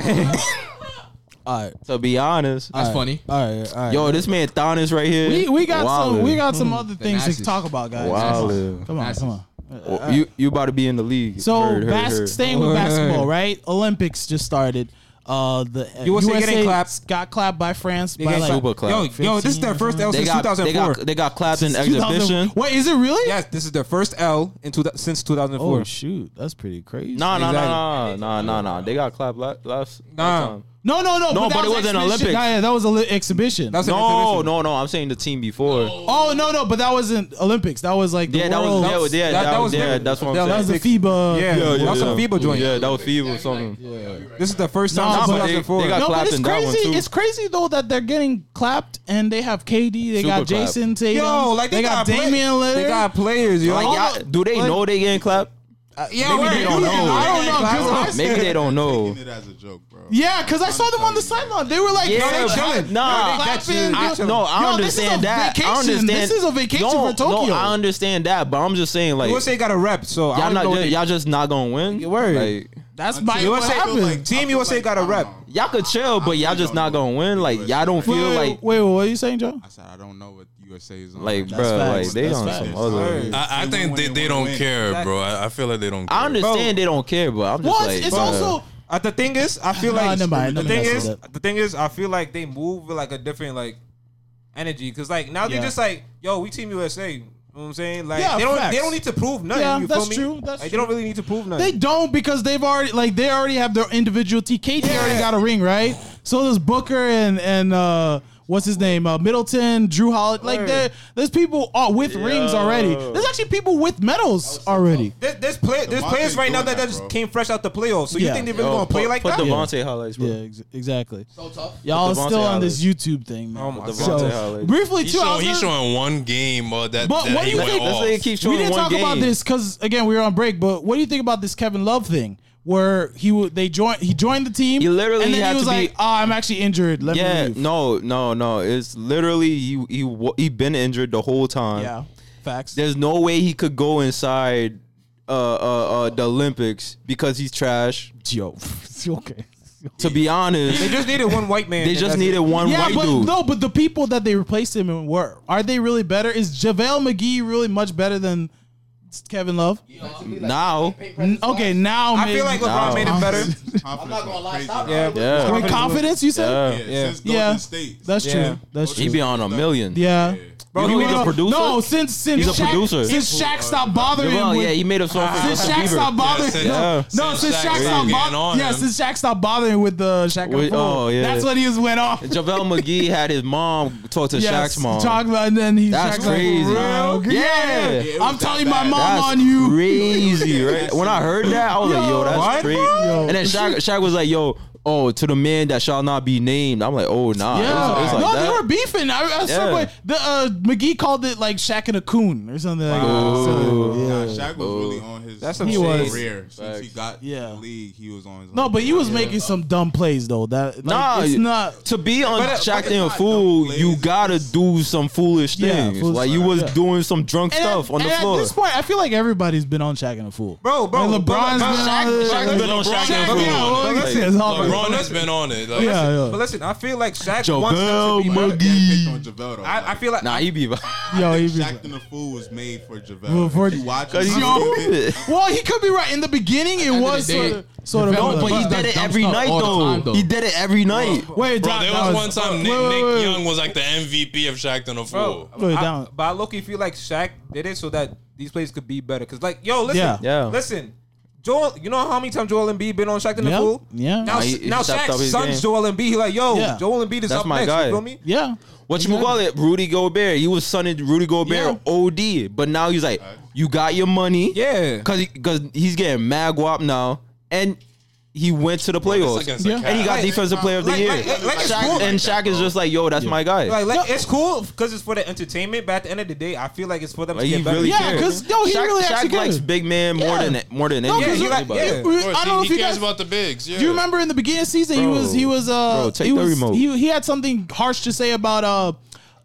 [SPEAKER 2] All right.
[SPEAKER 3] To be honest,
[SPEAKER 6] That's funny.
[SPEAKER 2] All right. All right.
[SPEAKER 3] yo, this man Thonis right here.
[SPEAKER 2] we, we got some
[SPEAKER 3] wildin'.
[SPEAKER 2] we got some other things to
[SPEAKER 6] Nazis.
[SPEAKER 2] talk about, guys.
[SPEAKER 3] Wildin'.
[SPEAKER 2] Come on,
[SPEAKER 6] Nazis.
[SPEAKER 2] come on.
[SPEAKER 3] Well, You you about to be in the league.
[SPEAKER 2] So
[SPEAKER 3] Heard, heard,
[SPEAKER 2] bas-
[SPEAKER 3] heard.
[SPEAKER 2] staying with basketball, right? Olympics just started. Uh, the uh,
[SPEAKER 1] USA
[SPEAKER 2] USA
[SPEAKER 1] getting clapped.
[SPEAKER 2] got clapped by France by
[SPEAKER 1] got
[SPEAKER 2] like
[SPEAKER 1] clapped.
[SPEAKER 3] Super clap.
[SPEAKER 1] Yo, yo, this is their
[SPEAKER 2] 15
[SPEAKER 1] first L
[SPEAKER 3] they
[SPEAKER 1] since
[SPEAKER 3] got they
[SPEAKER 1] 2004.
[SPEAKER 3] got they got clapped in
[SPEAKER 2] 2000
[SPEAKER 3] exhibition.
[SPEAKER 2] Wait, is it really?
[SPEAKER 1] yes, this is their first L in two, since
[SPEAKER 2] Oh
[SPEAKER 1] 2004.
[SPEAKER 2] shoot, that's pretty crazy.
[SPEAKER 3] No, no, no,
[SPEAKER 1] Exactly.
[SPEAKER 3] no, no, no, no. They got clapped la- last last
[SPEAKER 1] Nah.
[SPEAKER 3] time.
[SPEAKER 2] no, no, no.
[SPEAKER 3] No,
[SPEAKER 2] that
[SPEAKER 3] but it wasn't
[SPEAKER 2] exhibition.
[SPEAKER 3] Olympics.
[SPEAKER 2] Nah, yeah, that was an exhibition.
[SPEAKER 1] That was an
[SPEAKER 3] No,
[SPEAKER 1] exhibition.
[SPEAKER 3] Oh, no, no. I'm saying the team before.
[SPEAKER 2] oh no, no, but that wasn't Olympics. That was like the
[SPEAKER 3] Yeah, that was
[SPEAKER 2] world.
[SPEAKER 3] yeah,
[SPEAKER 1] was-
[SPEAKER 3] yeah,
[SPEAKER 1] that-
[SPEAKER 3] that,
[SPEAKER 1] that
[SPEAKER 3] was
[SPEAKER 1] was
[SPEAKER 3] yeah.
[SPEAKER 1] different.
[SPEAKER 3] That's what I'm
[SPEAKER 1] That
[SPEAKER 3] saying.
[SPEAKER 2] that was the
[SPEAKER 1] Olympics.
[SPEAKER 2] FIBA.
[SPEAKER 1] Yeah,
[SPEAKER 3] Oh, yeah,
[SPEAKER 1] that was
[SPEAKER 3] yeah.
[SPEAKER 1] a FIBA joint.
[SPEAKER 3] Yeah, that was FIBA or something.
[SPEAKER 1] This is the first time
[SPEAKER 2] Nah,
[SPEAKER 1] since
[SPEAKER 2] but
[SPEAKER 3] they- they
[SPEAKER 1] 2004.
[SPEAKER 3] got-
[SPEAKER 2] No, but
[SPEAKER 3] clapped
[SPEAKER 2] it's
[SPEAKER 3] in that one,
[SPEAKER 2] crazy.
[SPEAKER 3] too.
[SPEAKER 2] It's crazy though that they're getting clapped and they have KD. They
[SPEAKER 3] Super
[SPEAKER 2] got
[SPEAKER 3] clap.
[SPEAKER 2] Jason Tatum.
[SPEAKER 1] Yo, like they,
[SPEAKER 2] got,
[SPEAKER 1] play-
[SPEAKER 2] Damian Lillard.
[SPEAKER 1] They got players. Yo,
[SPEAKER 3] Like,
[SPEAKER 2] All
[SPEAKER 3] y'all-
[SPEAKER 2] of-
[SPEAKER 3] do they
[SPEAKER 2] like-
[SPEAKER 3] know they getting clapped?
[SPEAKER 1] yeah,
[SPEAKER 3] maybe they don't know.
[SPEAKER 2] I don't know, 'cause I
[SPEAKER 3] Maybe they don't know.
[SPEAKER 8] Taking it as a joke, bro.
[SPEAKER 2] Yeah, because I saw them on the sideline. They were like,
[SPEAKER 3] Yeah,
[SPEAKER 2] saying,
[SPEAKER 3] they chilling.
[SPEAKER 2] they
[SPEAKER 3] Nah.
[SPEAKER 2] were clapping.
[SPEAKER 3] I,
[SPEAKER 2] They were-
[SPEAKER 3] no, I
[SPEAKER 2] Yo,
[SPEAKER 3] understand
[SPEAKER 2] this is a
[SPEAKER 3] that.
[SPEAKER 2] Vacation.
[SPEAKER 3] I understand.
[SPEAKER 2] This is a vacation
[SPEAKER 3] no,
[SPEAKER 2] for Tokyo.
[SPEAKER 3] No, I understand that, but I'm just saying, like,
[SPEAKER 1] USA got a rep, so I
[SPEAKER 3] y'all
[SPEAKER 1] don't
[SPEAKER 3] not,
[SPEAKER 1] know.
[SPEAKER 3] just,
[SPEAKER 1] they-
[SPEAKER 3] y'all just not gonna win.
[SPEAKER 1] Your word.
[SPEAKER 3] Like,
[SPEAKER 2] That's
[SPEAKER 8] Until-
[SPEAKER 2] my
[SPEAKER 8] I
[SPEAKER 2] what
[SPEAKER 8] feel
[SPEAKER 2] happened.
[SPEAKER 8] like- I
[SPEAKER 1] Team
[SPEAKER 8] feel
[SPEAKER 1] USA got a
[SPEAKER 8] I don't
[SPEAKER 1] rep.
[SPEAKER 8] know.
[SPEAKER 3] y'all could chill, but y'all just not gonna win. Like, y'all don't
[SPEAKER 2] wait,
[SPEAKER 3] feel like,
[SPEAKER 2] wait, wait, what are you saying, Joe?
[SPEAKER 8] I said I don't know what USA is on.
[SPEAKER 3] like,
[SPEAKER 2] That's
[SPEAKER 3] bro, like
[SPEAKER 2] facts.
[SPEAKER 3] they
[SPEAKER 2] That's
[SPEAKER 3] on
[SPEAKER 2] facts.
[SPEAKER 3] some other.
[SPEAKER 1] Word.
[SPEAKER 4] I, I think they, they don't care, bro. I, I feel like they don't care.
[SPEAKER 3] I understand they don't care, but I'm just
[SPEAKER 2] Well,
[SPEAKER 3] like,
[SPEAKER 2] it's, it's
[SPEAKER 3] bruh.
[SPEAKER 2] also
[SPEAKER 1] Uh, the thing is, I feel
[SPEAKER 2] Nah,
[SPEAKER 1] like
[SPEAKER 2] never mind,
[SPEAKER 1] the
[SPEAKER 2] never
[SPEAKER 1] thing
[SPEAKER 2] mind,
[SPEAKER 1] is,
[SPEAKER 2] that's it.
[SPEAKER 1] the thing is, I feel like they move with like a different like energy because like now
[SPEAKER 2] Yeah.
[SPEAKER 1] they're just like, yo, we Team USA. You know what I'm saying? Like
[SPEAKER 2] Yeah,
[SPEAKER 1] they don't
[SPEAKER 2] facts.
[SPEAKER 1] they don't need to prove nothing.
[SPEAKER 2] Yeah,
[SPEAKER 1] you
[SPEAKER 2] that's
[SPEAKER 1] feel me?
[SPEAKER 2] true, that's
[SPEAKER 1] like, They don't really need to prove
[SPEAKER 2] they
[SPEAKER 1] nothing.
[SPEAKER 2] don't because they've already like they already have their individual TK. They already
[SPEAKER 1] Yeah.
[SPEAKER 2] got a ring, right? So does Booker and and uh what's his name? Uh, Middleton, Drew Holiday. Like
[SPEAKER 1] Word.
[SPEAKER 2] there, there's people uh, with rings already. There's actually people with medals already.
[SPEAKER 1] There- there's play, there's
[SPEAKER 8] Devontae
[SPEAKER 1] players right now
[SPEAKER 8] doing
[SPEAKER 1] that,
[SPEAKER 8] that,
[SPEAKER 1] that just
[SPEAKER 8] bro.
[SPEAKER 1] came fresh out the playoffs. So
[SPEAKER 2] Yeah.
[SPEAKER 1] you think they really
[SPEAKER 3] Yo,
[SPEAKER 1] gonna
[SPEAKER 3] Oh, put,
[SPEAKER 1] play like
[SPEAKER 3] put
[SPEAKER 1] that?
[SPEAKER 3] Devontae highlights, bro.
[SPEAKER 2] Yeah, ex- exactly.
[SPEAKER 6] So tough.
[SPEAKER 2] Y'all are
[SPEAKER 3] Devontae
[SPEAKER 2] still on
[SPEAKER 3] Hollis.
[SPEAKER 2] this YouTube thing. Man.
[SPEAKER 1] Oh my
[SPEAKER 3] Devontae
[SPEAKER 2] so
[SPEAKER 3] Hollis.
[SPEAKER 2] briefly
[SPEAKER 4] He's
[SPEAKER 2] too, I
[SPEAKER 4] showing,
[SPEAKER 2] was
[SPEAKER 4] he's
[SPEAKER 2] gonna-
[SPEAKER 4] showing one game uh, that,
[SPEAKER 2] But
[SPEAKER 4] that
[SPEAKER 2] what do
[SPEAKER 4] he
[SPEAKER 2] you
[SPEAKER 4] went
[SPEAKER 2] think-
[SPEAKER 3] That's
[SPEAKER 4] off.
[SPEAKER 3] why they keep showing
[SPEAKER 2] we didn't
[SPEAKER 3] one
[SPEAKER 2] talk
[SPEAKER 3] game.
[SPEAKER 2] about this because again we were on break. But what do you think about this Kevin Love thing? Where he would they joined he joined the team.
[SPEAKER 3] He literally
[SPEAKER 2] and then
[SPEAKER 3] had
[SPEAKER 2] he was
[SPEAKER 3] to be-
[SPEAKER 2] like, "Ah, I'm actually injured. Let
[SPEAKER 3] Yeah,
[SPEAKER 2] me leave."
[SPEAKER 3] no, no, no. It's literally he he wa- he been injured the whole time.
[SPEAKER 2] yeah, facts.
[SPEAKER 3] There's no way he could go inside uh uh, uh the Olympics because he's trash.
[SPEAKER 2] Yo, it's okay.
[SPEAKER 3] To be
[SPEAKER 1] They
[SPEAKER 3] honest,
[SPEAKER 1] just needed one white man.
[SPEAKER 3] they
[SPEAKER 1] and
[SPEAKER 3] just
[SPEAKER 1] that's
[SPEAKER 3] needed
[SPEAKER 1] it.
[SPEAKER 3] one
[SPEAKER 2] Yeah,
[SPEAKER 3] white
[SPEAKER 2] but
[SPEAKER 3] dude.
[SPEAKER 2] no, but the people that they replaced him in were are they really better? Is JaVale McGee really much better than Kevin Love?
[SPEAKER 3] Now,
[SPEAKER 2] N- Okay, now
[SPEAKER 1] I
[SPEAKER 2] maybe.
[SPEAKER 1] feel like LeBron
[SPEAKER 3] No.
[SPEAKER 1] made it better.
[SPEAKER 8] I'm
[SPEAKER 6] not gonna lie, stop.
[SPEAKER 1] Yeah,
[SPEAKER 3] Yeah.
[SPEAKER 2] With confidence, you said.
[SPEAKER 3] yeah,
[SPEAKER 8] Yeah, since
[SPEAKER 2] Yeah.
[SPEAKER 8] Golden State.
[SPEAKER 2] That's true.
[SPEAKER 1] Yeah.
[SPEAKER 2] That's true.
[SPEAKER 3] he be on a million.
[SPEAKER 2] yeah.
[SPEAKER 3] You know he's a producer.
[SPEAKER 2] No, since since
[SPEAKER 3] He's a
[SPEAKER 2] Shaq,
[SPEAKER 3] producer.
[SPEAKER 2] Since Shaq stopped bothering
[SPEAKER 3] Well,
[SPEAKER 2] him.
[SPEAKER 3] yeah,
[SPEAKER 2] With,
[SPEAKER 3] he made a song for
[SPEAKER 2] since Ah.
[SPEAKER 3] Justin
[SPEAKER 2] Shaq
[SPEAKER 3] Bieber.
[SPEAKER 2] stopped bothering,
[SPEAKER 4] since-
[SPEAKER 2] no,
[SPEAKER 4] yeah.
[SPEAKER 2] no, since
[SPEAKER 4] Since Shaq
[SPEAKER 2] Shaq stopped
[SPEAKER 4] was getting
[SPEAKER 2] bothering,
[SPEAKER 4] on
[SPEAKER 2] yeah,
[SPEAKER 4] him.
[SPEAKER 2] since Shaq stopped bothering with the Shaq and
[SPEAKER 3] With-
[SPEAKER 2] the Fool.
[SPEAKER 3] oh, yeah.
[SPEAKER 2] that's when he just went off.
[SPEAKER 3] JaVale McGee had his mom talk to
[SPEAKER 2] Yes,
[SPEAKER 3] Shaq's mom.
[SPEAKER 2] talking about- and then he's
[SPEAKER 3] That's
[SPEAKER 2] Shaq's like,
[SPEAKER 3] crazy.
[SPEAKER 2] "Real good."
[SPEAKER 3] Yeah.
[SPEAKER 2] Yeah.
[SPEAKER 3] Yeah,
[SPEAKER 8] it
[SPEAKER 2] I'm
[SPEAKER 8] was
[SPEAKER 2] telling
[SPEAKER 8] that
[SPEAKER 2] my
[SPEAKER 8] bad.
[SPEAKER 2] mom
[SPEAKER 3] That's
[SPEAKER 2] on you.
[SPEAKER 3] crazy, right? When I heard that, I was like,
[SPEAKER 2] Yo,
[SPEAKER 3] yo, that's
[SPEAKER 2] what,
[SPEAKER 3] crazy.
[SPEAKER 2] bro?
[SPEAKER 3] And then Shaq, Shaq was like, yo, oh, to the man that shall not be named. I'm like, oh, nah. It was- it
[SPEAKER 2] Yeah,
[SPEAKER 3] was like
[SPEAKER 2] no,
[SPEAKER 3] that.
[SPEAKER 2] they were beefing. I, I
[SPEAKER 3] Yeah.
[SPEAKER 2] yeah. the uh, McGee called it like Shaq and a coon or something like that. So,
[SPEAKER 3] Oh.
[SPEAKER 8] Nah, Shaq was really on his
[SPEAKER 1] That's
[SPEAKER 2] He was.
[SPEAKER 8] career since he got
[SPEAKER 2] Yeah.
[SPEAKER 8] in the league. He was on his
[SPEAKER 2] no, but he was
[SPEAKER 8] Yeah.
[SPEAKER 2] making some dumb plays though. That like,
[SPEAKER 3] Nah,
[SPEAKER 2] it's not.
[SPEAKER 3] to be on
[SPEAKER 1] But, uh,
[SPEAKER 3] Shaq
[SPEAKER 8] but
[SPEAKER 3] and a
[SPEAKER 8] it's not
[SPEAKER 3] fool,
[SPEAKER 8] no
[SPEAKER 3] you
[SPEAKER 8] plays.
[SPEAKER 3] gotta do some foolish
[SPEAKER 2] Yeah,
[SPEAKER 3] things.
[SPEAKER 2] foolish
[SPEAKER 3] like you
[SPEAKER 2] stuff,
[SPEAKER 3] was
[SPEAKER 2] yeah.
[SPEAKER 3] doing some drunk
[SPEAKER 2] And
[SPEAKER 3] stuff
[SPEAKER 2] at-
[SPEAKER 3] on the
[SPEAKER 2] and
[SPEAKER 3] floor.
[SPEAKER 2] At this point, I feel like everybody's been on Shaq and a fool,
[SPEAKER 1] Bro, bro,
[SPEAKER 2] Like,
[SPEAKER 1] bro,
[SPEAKER 2] LeBron's
[SPEAKER 1] bro,
[SPEAKER 2] been on
[SPEAKER 1] Shaq-
[SPEAKER 2] it.
[SPEAKER 1] Shaq-
[SPEAKER 3] Shaq been on
[SPEAKER 1] LeBron-
[SPEAKER 3] Shaq and
[SPEAKER 1] Shaq-
[SPEAKER 3] fool.
[SPEAKER 1] yeah, well,
[SPEAKER 2] Like,
[SPEAKER 1] listen,
[SPEAKER 2] it's all-
[SPEAKER 4] LeBron has been on it. Like,
[SPEAKER 2] Yeah, yeah.
[SPEAKER 1] But listen, I feel like Shaq wants them
[SPEAKER 3] JaVale
[SPEAKER 1] to be better.
[SPEAKER 3] McGee.
[SPEAKER 8] Picked on JaVale though.
[SPEAKER 1] I, I feel like
[SPEAKER 3] Nah, he be.
[SPEAKER 2] Yo, he was
[SPEAKER 8] Shaq
[SPEAKER 2] like,
[SPEAKER 8] and the Fool was made for
[SPEAKER 2] Well,
[SPEAKER 8] JaVale.
[SPEAKER 2] for-
[SPEAKER 8] if you watch
[SPEAKER 3] Cause
[SPEAKER 8] him,
[SPEAKER 3] he's
[SPEAKER 2] Yo.
[SPEAKER 3] stupid.
[SPEAKER 2] well, he could be right. In the beginning, it
[SPEAKER 6] the
[SPEAKER 2] was
[SPEAKER 6] day,
[SPEAKER 2] sort of, sort of.
[SPEAKER 6] No,
[SPEAKER 2] like-
[SPEAKER 3] but he
[SPEAKER 6] He
[SPEAKER 3] did
[SPEAKER 6] does
[SPEAKER 3] it
[SPEAKER 6] dumb
[SPEAKER 3] every
[SPEAKER 6] stuff
[SPEAKER 3] night
[SPEAKER 6] all the
[SPEAKER 3] though.
[SPEAKER 6] time, though.
[SPEAKER 3] He did it every
[SPEAKER 2] Wait,
[SPEAKER 3] night.
[SPEAKER 4] bro,
[SPEAKER 2] that-
[SPEAKER 4] there
[SPEAKER 2] that
[SPEAKER 4] was, one time Nick,
[SPEAKER 2] Wait, wait,
[SPEAKER 4] Nick
[SPEAKER 2] wait.
[SPEAKER 4] Young was like the MVP of Shaq and a Fool.
[SPEAKER 1] Bro,
[SPEAKER 2] Go
[SPEAKER 1] I-
[SPEAKER 2] down.
[SPEAKER 1] But I low-key feel like Shaq did it so that these plays could be better. Cause like, yo, listen,
[SPEAKER 2] Yeah.
[SPEAKER 3] Yeah.
[SPEAKER 1] listen. Joel, you know how many times Joel Embiid been on Shaq in the
[SPEAKER 2] Yep.
[SPEAKER 1] pool?
[SPEAKER 2] Yeah.
[SPEAKER 1] Now,
[SPEAKER 3] Nah, he- he
[SPEAKER 1] now
[SPEAKER 3] stepped up
[SPEAKER 1] Shaq's
[SPEAKER 3] his
[SPEAKER 1] son's
[SPEAKER 3] game.
[SPEAKER 1] Joel Embiid. He like, yo,
[SPEAKER 2] Yeah.
[SPEAKER 1] Joel Embiid is
[SPEAKER 3] That's
[SPEAKER 1] up
[SPEAKER 3] my
[SPEAKER 1] next.
[SPEAKER 3] guy.
[SPEAKER 1] You feel me?
[SPEAKER 2] Yeah,
[SPEAKER 3] What you call it? Rudy Gobert. He was sunning Rudy Gobert OD, but now he's like, you got your money.
[SPEAKER 1] Yeah.
[SPEAKER 3] Cause, he, cause he's getting mad guap now, and he went to the playoffs,
[SPEAKER 4] against
[SPEAKER 2] the Yeah.
[SPEAKER 3] and he got
[SPEAKER 1] Cavs.
[SPEAKER 3] defensive player of the
[SPEAKER 1] Like-
[SPEAKER 3] year.
[SPEAKER 1] like- like- like it's
[SPEAKER 3] Shaq-
[SPEAKER 1] cool.
[SPEAKER 3] and Shaq is just like, yo, that's my guy.
[SPEAKER 1] Like, like it's cool because it's for the entertainment, but at the end of the day, I feel like it's for them
[SPEAKER 3] Like,
[SPEAKER 1] to
[SPEAKER 3] he
[SPEAKER 1] get better.
[SPEAKER 3] really
[SPEAKER 2] Yeah,
[SPEAKER 3] cares.
[SPEAKER 2] 'cause, yo, he
[SPEAKER 3] Shaq,
[SPEAKER 2] really
[SPEAKER 3] Shaq
[SPEAKER 2] actually
[SPEAKER 3] likes
[SPEAKER 2] cares.
[SPEAKER 3] big man more
[SPEAKER 2] Yeah.
[SPEAKER 3] than more than
[SPEAKER 2] No,
[SPEAKER 3] anything.
[SPEAKER 2] 'cause
[SPEAKER 1] he like-
[SPEAKER 3] anybody.
[SPEAKER 1] yeah.
[SPEAKER 2] you- you-
[SPEAKER 4] Of course,
[SPEAKER 2] I don't know
[SPEAKER 4] he,
[SPEAKER 2] if you
[SPEAKER 4] he cares
[SPEAKER 2] guys.
[SPEAKER 4] about the bigs. Yeah.
[SPEAKER 2] Do you remember in the beginning of the season he was he was uh
[SPEAKER 3] Bro, take
[SPEAKER 2] he
[SPEAKER 3] the
[SPEAKER 2] was
[SPEAKER 3] remote.
[SPEAKER 2] he he had something harsh to say about uh